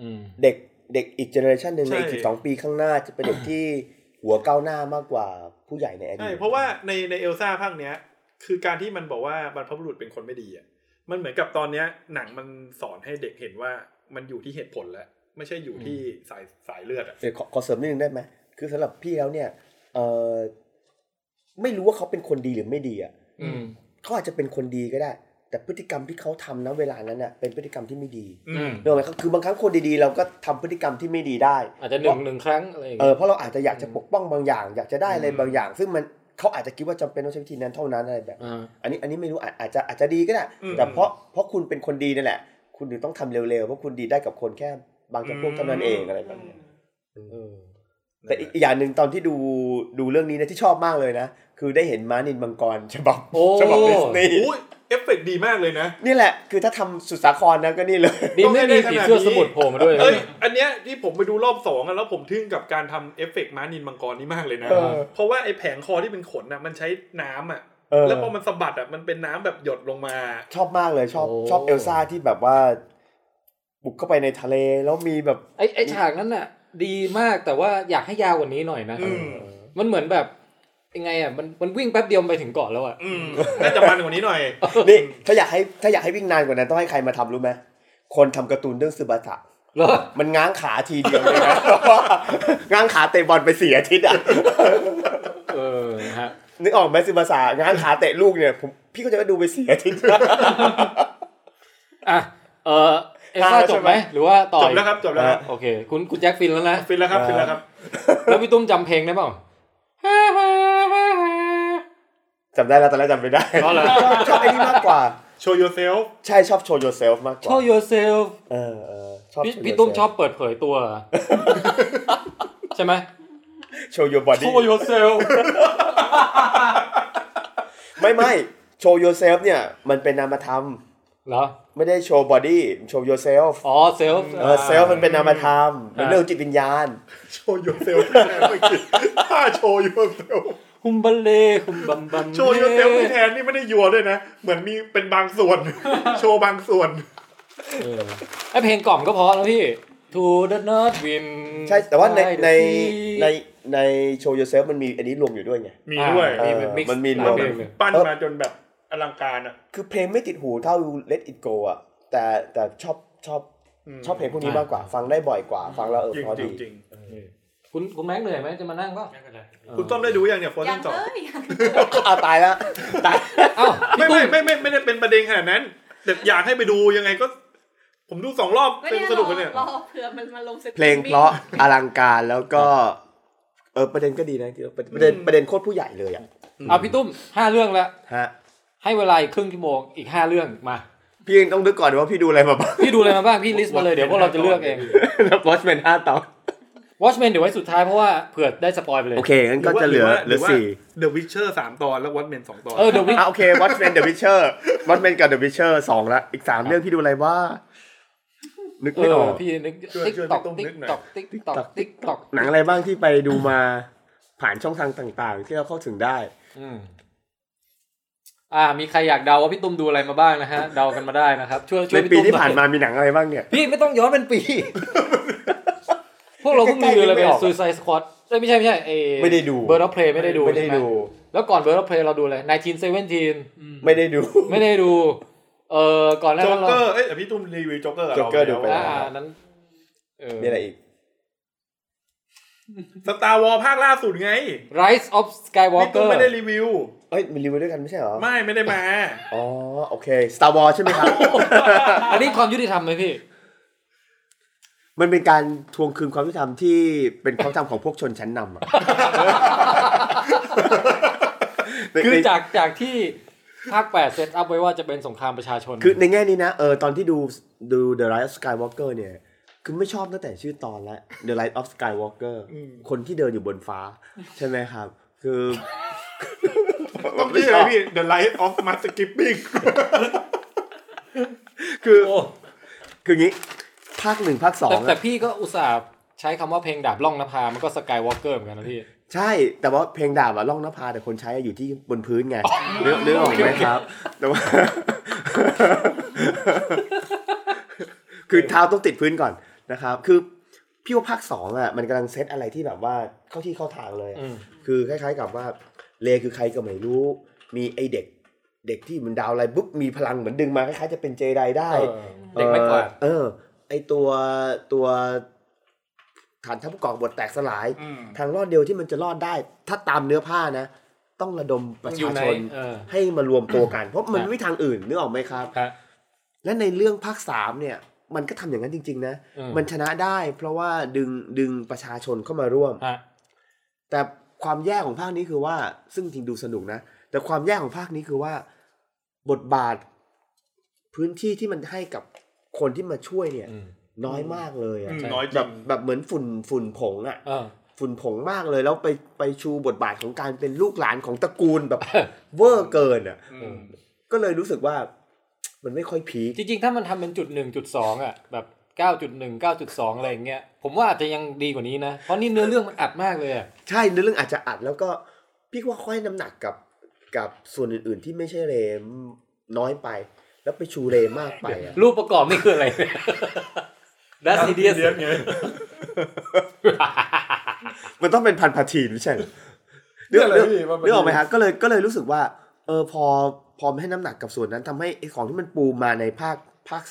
C: อืม
G: เด็กเด็กอีกเจเนอเรชันหนึ่ง
D: ใช่
G: ในอีกสิบสองปีข้างหน้าจะเป็นเด็กที่หัวก้าวหน้ามากกว่าผู้ใหญ่ในอดี
D: ใช่
G: ต
D: เพราะว่าในในเอลซ่าภาคเนี้ย คือการที่มันบอกว่าบรรพบุรุษเป็นคนไม่ดีอ่ะมันเหมือนกับตอนเนี้ย หนังมันสอนให้เด็กเห็นว่ามันอยู่ที่เหตุผลแล้ว ไม่ใช่อยู่ที่สายสายเลือดอ่ะ
G: เดี๋ยวขอขอเสริมนิดนึงได้ไหมคือสำหรับพี่แล้วเนี่ยเออไม่รู้ว่าเขาเป็นคนดีหรือไม่ดีอ่ะ
C: อืม
G: เขาอาจจะเป็นคนดีก็ได้ แต่พฤติกรรมที่เขาทำนะเวลานั้นน่ะเป็นพฤติกรรมที่ไม่ดี
D: อืม
G: เนกอะไหมครับคือบางครั้งคนดีๆ เราก็ทำพฤติกรรมที่ไม่ดีได้
C: อาจจะหนึ่งหนึ่งครั้งอะไรอย่าง
G: เอ
C: เงี้
G: อย เพราะเราอาจจะอยากจะปกป้องบางอย่าง อยากจะได้อะไร
D: อืม
G: บางอย่าง ซึ่งมันเขาอาจจะคิดว่าจำเป็นต้องใช้วิธีนั้นเท่านั้นอะไรแบบ
C: อ่า
G: อันนี้อันนี้ไม่รู้อาจอาจจะอาจจะดีก็ได้
D: อืม
G: แต่เพราะเพราะคุณเป็นคนดีนั่นแหละ คุณถึงต้องทำเร็วๆเพราะคุณดีได้กับคนแค่บางจำพวกเท่านั้นเองอะไรแบบเนี้ยเออแต่อีกอีกอย่างหนึ่งตอนที่ดูดูเรื่องนี้นะที่ชอบมากเลยนะ คือได้เห็นม้านินมังกรฉบับ
C: โอ้
G: ฉบับดิสนีย์
D: อุ้ยเอฟเฟกต์ดีมากเลยนะ
G: นี่แหละคือถ้าทำสุดสาครนะก็นี่เลย
C: ดีไม่มีผีเสื้อสมุดโผล่มาด้วย
D: เอ้ยอันเนี้ยที่ผมไปดูรอบสองอะแล้วผมทึ่งกับการทำเอฟเฟกต์ม้านินมังกรนี่มากเลยนะ
G: เออ
D: เพราะว่าไอ้แผงคอที่เป็นขนน่ะมันใช้น้ำอ่ะ
G: เออ
D: แล้วพอมันสะบัดอ่ะมันเป็นน้ำแบบหยดลงมา
G: ชอบมากเลยชอบ
C: โอ้
G: ชอบเอลซ่าที่แบบว่า บุกเข้าไปในทะเลแล้วมีแบบ
C: ไอ้ไอ้ฉากนั้นน่ะ ดีมากแต่ว่าอยากให้ยาวกว่านี้หน่อยนะ
D: อืม
C: มันเหมือนแบบยังไงอ่ะมันมันวิ่งแป๊บเดียวไปถึงเกาะแล้วอ่ะ
D: อืมน่าจะมันกว่านี้หน่อย
G: นี่ถ้าอยากให้ถ้าอยากให้วิ่งนานกว่านั้นต้องให้ใครมาทำรู้ไหมคนทำการ์ตูนเรื่องซูบาตะ
C: เหรอ
G: มันง้างขาทีเดียวเลยนะ *laughs* ง้างขาเตะบอลไปสี่อาทิตย์อ่ะ *laughs*
C: เออฮะ
G: นึกออกไหมซูบาตะง้างขาเตะลูกเนี่ยผมพี่ก็จะว่าดูไปสี่อาทิตย์ *laughs*
C: อ่ะเออเอลซ่า
G: อ่า
C: จบไหม
G: ใช่ไหม
C: หรือว่าต่อ
D: จ
C: อีก
D: บแล้วครับจบแล้วครับ
C: โอเค คุณคุณแจ็คฟินแล้วนะ
D: ฟินแล้วครับฟินแล้วครับ
C: แล้วพี่ตุ้มจำเพลงได้เปล่า
G: จำได้แล้วตอนแรกจำไม่ได้
D: อ๋อเหรอ
G: ชอบ *laughs* ชอบไอ้นี่มากกว่า
D: show yourself
G: ใช่ชอบโชว์ yourself มากก
C: โช
G: ว่า
C: ว์ yourself
G: เออเออชอบ
C: พี่
G: Show
C: พี่ตุ้ม
G: Yourself
C: ชอบเปิดเผยตัวเหรอ ใช่ไหม
G: show your body
C: show yourself
G: *laughs* ไม่ไม่ show yourself เนี่ย มันเป็นนามธรรม
C: *laughs* เหรอ
G: ไม่ได้ show body show yourself
C: อ๋อ self
G: เออ self มันเป็นนามธรรมมันเรื่องจิตวิญญาณ
D: show yourself ที่แทนเมื่อกี้ถ้า show yourself
C: คุมบัลเลคุมบัมบัม
D: show yourself ที่แทนนี่ไม่ได้ยัวด้วยนะ เหมือนมีเป็นบางส่วน *laughs* โชว์บางส่วน
C: เออไอเพลงกล่อมก็พอแล้วพี่ To the North Wind
G: ใช่ แต่ว่าใน
C: Fly the
G: ใน
C: Sea
G: ในในโชว์ yourself มันมีอันนี้รวมอยู่ด้วยไง
D: มีด้วย
C: อ่ามี
G: เออ
C: เป็น mix
G: มันมี
C: หลาย
G: รวม
C: เพลงเลย
D: ปั้นมาจนแบบอลังการอ่ะ
G: คือเพลงไม่ติดหูเท่า let it go อ่ะ แต่แต่ชอบชอบชอบเพลงพวกนี้มากกว่า ฟังได้บ่อยกว่า ฟังแล้วเออ
D: จริง
G: พอ
D: จริ
G: ดี
D: งจริง
C: คุณคุณแม็กเหนื่อยไหมจะมานั่งก็
E: ไม่เป็นไร
D: คุณต้อมได้ดูยังเนี่ยโฟร์
F: ยั
D: เซ
F: ง
D: นสอง
F: เลยยัง
G: อ่ะตายแล้วตาย
C: เอ้า
D: ไม่
C: พี่
D: ไม่
C: ตุ้ม
D: ไม่ไม่ไม่ได้เป็นประเด็นขนาดนั้น แต่อยากให้ไปดูยังไงก็ ผมดูสองรอบ
F: ก็
D: เต็ม
F: เนี่ย
D: ส
F: ร
D: นุ
F: อก
D: เลยเนี่ย
F: รอเผื่อมันมาลงสต
G: เพลงเพราะอลังการแล้วก็ เออประเด็นก็ดีนะที่ว่าประประเด็น
D: อืม
G: ประเด็นโคตรผู้ใหญ่เลยอ่ะ
C: เอาพี่ตุ้มห้าเรื่องแล้ว
G: ฮะ
C: ให้เวลาอีกครึ่งชั่วโมงอีกห้าเรื่องมา
G: พี่ยังต้องนึกก่อนว่าพี่ดูอะไรมาบ้าง
C: พี่ดูอะไรมาบ้างพี่ลิสต์มาเลยเดี๋ยวพวกเราจะเลือกเอง
G: Watchmen ห้าตอน
C: Watchmen เดี๋ยวไว้สุดท้ายเพราะว่าเผื่อได้สปอยไปเลย
G: โอเคงั้นก็จะเหลือเหลือสี่
D: The Witcher สามตอนแล้ว Watchmen สองตอน
C: เออเดี๋ยววิ
G: อ่ะโอเค Watchmen The Witcher Watchmen กับ The Witcher สองละอีกสามเรื่องพี่ดูอะไรว่า นึก
C: เอ
G: ไม่ออ
C: อก พี่นึกติ๊กตอกติ๊กตอกติ๊กตอกติ๊กตอก
G: หนังอะไรบ้างที่ไปดูมาผ่านช่องทางต่างๆ ที่เราเข้าถึงได้
C: อืมอ่า มีใครอยากเดาว่าพี่ตุ้มดูอะไรมาบ้างนะฮะเดากันมาได้นะครับช่วยช่
G: ใน
C: วยพี่
G: ปี
C: ตุ้ม
G: ที่
C: หน่อย
G: ผ่านมามีหนังอะไรบ้างเนี่ย
C: พี่ไม่ต้องย้อนเป็น
G: *laughs*
C: ปี พวกเราเพิ่งดูอะไรไป
G: ใกล้ๆนึกไม่ออก
C: ซูซายสควอตเอ้ยไม่ใช่ไม่ใช่เอ
G: ไม่ได้ดู
C: เบิร์ดออฟเพลย์ไม่ได้ดู
G: ไม่ได้
C: ใ
G: ดู
C: ช่หแล้วก่อนเบิร์ดออฟเพลย์เราดูอะไรนายทีนเซเว่นทีน
G: ไม่ได้ดู *laughs*
C: ไม่ได้ดู เออก่อนหน้า
D: โจ๊ก
C: นั้นเรา
D: เกอร์เอ้ยแต่พี่ตุ้มรีวิวโจ๊กเกอร์กับเรา
G: Joker ดูไป
C: อ่าอันนั้นเ
G: มีอะไรอีก
D: สตาร์วอลภาคล่าสุดไง
C: Rise of
D: พี่
C: Skywalker
D: ตุ้มไม่ได้รีวิว
G: เอ้ยมีรีวิวด้วยกันไม่ใช่เหรอ
D: ไม่ไม่ได้มา
G: อ๋อโอเค Star Wars ใช่ไหมครับ
C: อันนี้ความยุติธรรมไหมพี่
G: *laughs* มันเป็นการทวงคืนความยุติธรรมที่เป็นความยุติธรรมของพวกชนชั้นนำอะ
C: คือจากจากที่ภาค 8 เซตอัพไว้ว่าจะเป็นสงครามประชาชน
G: คือในแง่นี้นะ เออตอนที่ดูดู The Rise of Skywalker เนี่ย คือไม่ชอบตั้งแต่ชื่อตอนแล้ว The Rise of Skywalker คนที่เดินอยู่บนฟ้า ใช่ไหมครับ คือ
D: ต้องชื่ออะไรพี่ The Light of m a s k i p p i n g
G: คือ
C: โอ้
G: คืองี้ ภาคหนึ่งภาคสอ
C: แต่
G: ง
C: แต่
G: อะ
C: พี่ก็อุตส่าห์ใช้คำว่าเพลงดาบล่องนภา มันก็ Skywalker เหมือนกันนะพี่
G: ใช่ แต่ว่าเพลงดาบอะล่องนภาแต่คนใช้อะอยู่ที่บนพื้นไงเนื้อเนื้อออกไหมครับ แต่ว่า คือเท้าต้องติดพื้นก่อนนะครับ คือพี่ว่าภาคสองอ่ะมันกำลังเซตอะไรที่แบบว่าเข้าที่เข้าทางเลยอะ
C: อืม
G: คือคล้าย ๆ กับว่าเลคือใครก็ไม่รู้ มีไอเด็ก เด็กที่มันดาวอะไรปุ๊บมีพลังเหมือนดึงมาคล้ายๆจะเป็นเจไดได้
C: เออเด็กไม่กวาด
G: เออ ไอตัวตัวฐานทัพผู้กองบทแตกสลาย ทางรอดเดียวที่มันจะรอดได้ ถ้าตามเนื้อผ้านะ ต้องระดมประ
C: อยู่
G: ชา
C: ใน
G: ชน
C: เออ
G: ให้มารวมตัวกัน เพราะมัน
C: ครับ
G: ไม่มีทางอื่นนึกออกไหมครับ
C: ฮะ
G: และในเรื่องภาคสามเนี่ย มันก็ทำอย่างนั้นจริง ๆ นะ
C: อืม
G: มันชนะได้ เพราะว่าดึงดึงประชาชนเข้ามาร่วม
C: ฮะ
G: แต่ความแย่ของภาคนี้คือว่าซึ่งจริงดูสนุกนะ แต่ความแย่ของภาคนี้คือว่า บทบาท พื้นที่ที่มันให้กับคนที่มาช่วยเนี่ย
C: อืม
G: น้อยมากเลยอะ
D: อืมน้อยจริง
G: แบบแบบเหมือนฝุ่นฝุ่นผงอะ
C: เออ
G: ฝุ่นผงมากเลย แล้วไปไปชูบทบาทของการเป็นลูกหลานของตระกูลแบบ เวอร์เกินอะก็เลยรู้สึกว่า มันไม่ค่อยพีค
C: จริงๆ ถ้ามันทำเป็นจุดหนึ่งจุดสองอ่ะ แบบเก้าจุดหนึ่งเก้าจุดสองอะไรอย่างเงี้ย ผมว่าอาจจะยังดีกว่านี้นะ เพราะนี่เนื้อเรื่องมันอัดมากเลยอะ
G: ใช่เนื้อเรื่องอาจจะอัดแล้วก็พี่ว่าค่อยน้ำหนักกับกับส่วนอื่นๆที่ไม่ใช่เรมน้อยไป แล้วไปชูเรมากไปอะ
C: รูปประกอบนี่คืออะไรเนี่ย That's Hideous
D: ไง
G: มันต้องเป็นพันพาทีนไม่ใช่เหรอ
D: เรื่องอะไร
G: เรื่อง
D: พี่
G: เรื่องออกไหมฮะก็เลยก็เลยรู้สึกว่า เออพอพอให้น้ำหนักกับส่วนนั้นทำให้ไอ้ของที่มันปูมาในภาคภาค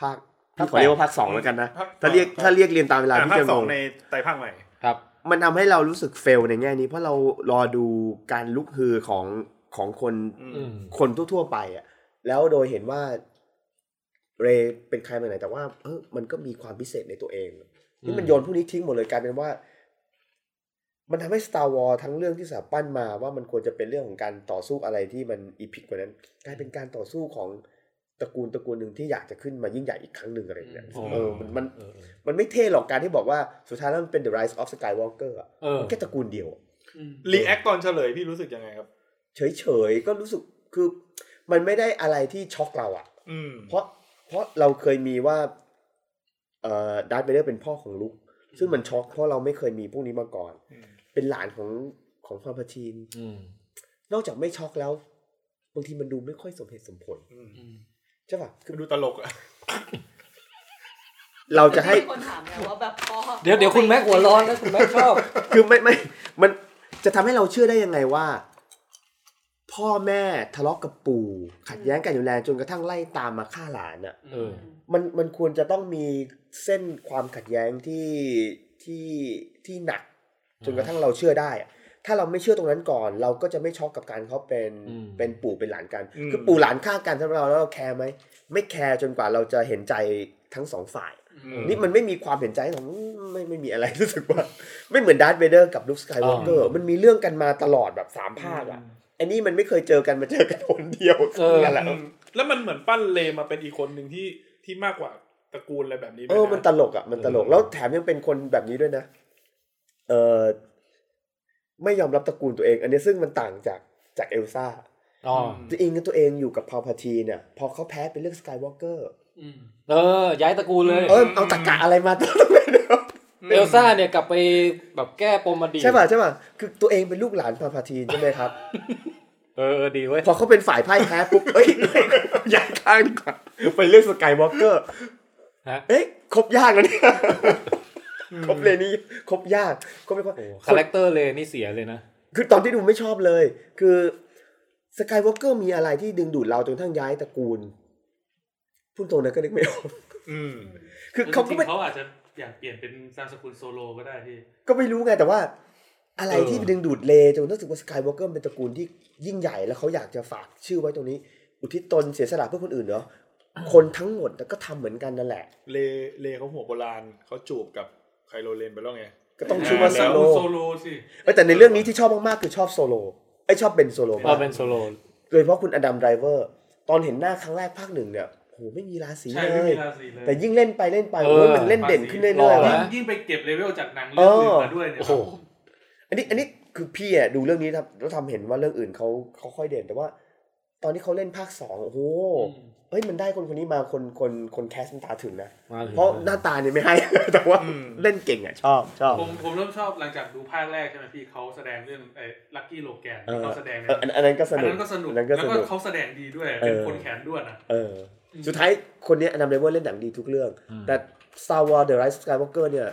G: ภาคพี่ขอเรียกว่าภาคสองแล้วกันนะถ้าเรียกถ้าเรียกเรียนตามเวลา
D: อ่ะ
G: พี่
D: ภาค
G: จะ
D: ส
G: ง
D: อง
G: ง
D: ในไตรภาคใหม่
C: *laughs* ครับ
G: มันทำให้เรารู้สึกเฟลในแง่นี้ เพราะเรารอดูการลุกฮือของของคน
C: อืม
G: คนทั่วๆไปอ่ะแล้วโดยเห็นว่าเรย์เป็นใครมาไหน แต่ว่าเออมันก็มีความพิเศษในตัวเองนี่มันโยนพวกนี้ทิ้งหมดเลยกลายเป็นว่า มันทำให้ Star Wars ทั้งเรื่องที่สาปั้นมาว่ามันควรจะเป็นเรื่องของการต่อสู้อะไรที่มันอีพิกกว่านั้น กลายเป็นการต่อสู้ของตระกูลตระกูลหนึ่งที่อยากจะขึ้นมายิ่งใหญ่อีกครั้งหนึ่งอะไรอย่างเงี้ย
C: อืม
G: เออมันมัน มันไม่เท่หรอกการที่บอกว่าสุดท้ายแล้วมันเป็น The Rise of Skywalker อะ
C: เออ
G: มันแค่ตระกูลเดียวอะ
D: รีแอคตอนเฉลยพี่รู้สึกยังไงครับ
G: เฉยๆ ก็รู้สึกคือมันไม่ได้อะไรที่ช็อกเราอะ
D: อืม
G: เพราะเพราะเราเคยมีว่าเอ่อดาร์ธเวเดอร์เป็นพ่อของลุก ซึ่งมันช็อกเพราะเราไม่เคยมีพวกนี้มาก่อน
D: อืม
G: เป็นหลานของของพาพาทีน
C: อืม
G: นอกจากไม่ช็อกแล้วบางทีมันดูไม่ค่อยสมเหตุสมผลใช่ปะ
D: คือดูตลกอะ
G: เราจะให้
D: *laughs*
F: มีคนถามแล้วว่าแบบพอ
C: เดี๋ยวเดี๋ยวคุณแม็กหัวร้อนนะคุณแม็กชอบ
G: คือไม่ไม่มันจะทำให้เราเชื่อได้ยังไงว่า พ่อแม่ทะเลาะกับปู่ขัดแย้งกันอยู่แรงจนกระทั่งไล่ตามมาฆ่าหลานอ่ะ
C: เออ
G: มันมันควรจะต้องมีเส้นความขัดแย้งที่ที่ที่หนัก จนกระทั่งเราเชื่อได้อะถ้าเราไม่เชื่อตรงนั้นก่อน เราก็จะไม่ช็อกกับการเขาเป็น
C: อืม
G: เป็นปู่เป็นหลานกัน คือปู่หลานฆ่ากันสำหรับเราแล้วเราแคร์ไหมไม่แคร์จนกว่าเราจะเห็นใจทั้งสองฝ่าย นี่มันไม่มีความเห็นใจของไม่ไม่มีอะไร *laughs* รู้สึกว่า ไม่เหมือนดาร์ธเวเดอร์กับลูคสกายวอล์กเกอร์มันมีเรื่องกันมาตลอดแบบสามภาคอ่ะไอันนี้มันไม่เคยเจอกันมาเจอกันคนเดียว
C: เออ
G: นั่นแหละ
D: อืมแล้วมันเหมือนปั้นเลมาเป็นอีกคนหนึ่งที่ที่มากกว่าตระกูลอะไรแบบนี้ด้ว
G: เอย อ
D: นะ
G: มันตลกอ่ะมันตลกแล้วแถมยังเป็นคนแบบนี้ด้วยนะ เออไม่ยอมรับตระกูลตัวเอง อันนี้ซึ่งมันต่างจากจากเอลซ่า
C: อ๋อ
G: ตัวเองกับตัวเองอยู่กับพาวพาทีน่ะพอเขาแพ้เป็นเรื่องสกายวอล์กเกอร์
C: เออ ย้ายตระกูลเลย
G: เออเอาตะกะอะไรมาตั้งแต่ *laughs* เดิม
C: เอลซ่าเนี่ยกลับไปแบบแก้ปมอดีต
G: ใช่ป่ะใช่ป่ะคือตัวเองเป็นลูกหลานพาวพาทีนใช่ไหมครับ
C: เออเออดีเว้ย
G: พอเขาเป็นฝ่ายพ่ายแพ้ปุ๊บ เอ้ย *laughs* ย้ายข้างดีกว่าไปเลือกสกายวอล์กเกอร์
C: ฮะ
G: เอ้ยครบยากนะเนี่ยครบเลนี่ครบยากครบไม่ครบ
C: โอ้คาแรคเตอร์เลยนี่เสียเลยนะ
G: คือตอนที่ดูไม่ชอบเลย คือสกายวอล์กเกอร์มีอะไรที่ดึงดูดเราจนกระทั้งย้ายตระกูลพูดตรงนะก็นึกไม่ออก *laughs*
D: อืม
G: คือ
E: จริงๆ
G: เขาก็ไม่
E: เขาอาจจะ อยากเปลี่ยนเป็นนามสกุลโซโลก็ได้พี่
G: ก็ไม่รู้ไงแต่ว่า อะไร
E: เออ
G: ที่ดึงดูดเลจนรู้สึกว่าสกายวอล์กเกอร์เป็นตระกูลที่ยิ่งใหญ่แล้วเขาอยากจะฝากชื่อไว้ตรงนี้ อุทิศตนเสียสละเพื่อคนอื่นเนาะคนทั้งหมดก็ทำเหมือนกันนั่นแหละ
D: เลเลเขาหัวโบราณเขาจูบกับไคโรเลนไปแล้วไง
G: ก็ต้องชื่อว่าโซ
E: นาม
G: โล
E: กุลโซโลสิ
G: เอ้ยแต่ในเรื่องนี้ที่ชอบมากๆคือชอบโซโลไอยชอบเป็นโซโล
C: อ๋อ
G: มาก
C: เป็นโซโล
G: โดยเฉพาะคุณอดัมไดเวอร์ตอนเห็นหน้าครั้งแรกภาคหนึ่งเนี่ยโหไม่มีราศี
E: ใช่
G: เล
E: ไม่
G: ย
E: มีราศีเลย
G: แต่ยิ่งเล่นไปเล่นไปโอ้ยมันเล่นเด่นขึ้นเรื่อยๆ
E: ยิ่
G: ว่ะ
E: งยิ่งไปเก็บเลเวลจากหนังเรื่องอื่นมาด้วยเนี่ย
C: โอ้โห
G: อันนี้อันนี้คือพี่อะดูเรื่องนี้ครับแล้วทำเห็นว่าเรื่องอื่นเขาเขาค่อยเด่นแต่ว่า ตอนที่เขาเล่นภาคสองโอ้โหเอ้ยมันได้คนคนนี้มาคนคนคนแคสต์มันตาถึงนะ
C: มาถึง
G: เพราะหน้าตาเนี่ยไม่ให้ *laughs* แต่ว่า
D: อืม
G: เล่นเก่งอ่ะชอบชอบ
E: ผมผมเริ่มชอบหลังจากดูภาคแรกใช่ไหมพี่เขาแสดงเรื่องไอ้ลักกี้โลแกน
G: เออ
E: เขาแสดงใน
G: เอออันอันนั้นก็ส
E: อัน
G: นุก
E: นั้นก็สนุก
G: อัน
E: แล้
G: นั้
E: วน
G: ก็ส
E: ก็
G: นุก
E: เขาแสดงดีด้วยเป็น
G: เออ
E: คนแขนด้วนอ่ะ
G: เออสุดท้ายคนเนี้ยอดัมเดเวอร์เล่นหนังดีทุกเรื่อง แต่ Star Wars The Rise of Skywalker เนี่ย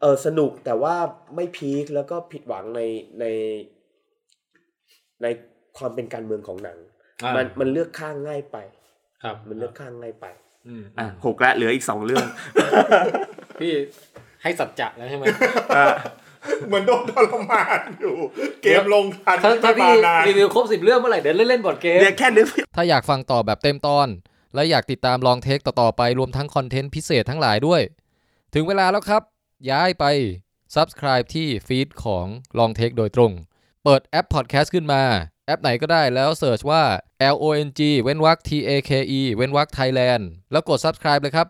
G: เออสนุกแต่ว่าไม่พีคแล้วก็ผิดหวังในใน ในความเป็นการเมืองของหนัง
C: อ่ามั
G: มันมันเลือกข้างง่ายไป
C: ครับ
G: มันเลือกข้างง่ายไป
C: อืม
G: อ่ะหกละเหลืออีกสองเรื่อง
C: พี่ให้สัจจะแล้วใช่ไหม
D: เหมือนโดนทรมานอยู่ เกมลงทัน
C: ถ้าถ้า
D: ไม่
C: พี่
D: มนาน
C: รีวิวครบสิบเรื่องเมื่อไหร่เดี๋ยวเล่นเล่นบอร์ดเกม
G: เดี๋ยวแค่นึกไม่ออก
A: ถ้าอยากฟังต่อแบบเต็มตอน และอยากติดตามลองเทคต่อๆไปรวมทั้งคอนเทนต์พิเศษทั้งหลายด้วย ถึงเวลาแล้วครับ ย้ายไป subscribe ที่ฟีดของลองเทคโดยตรง เปิดแอปพอดแคสต์ขึ้นมา แอปไหนก็ได้แล้วเสิร์ชว่า L O N G เว้นวรรค T A K E เว้นวรรค Thailand แล้วกด subscribe เลยครับ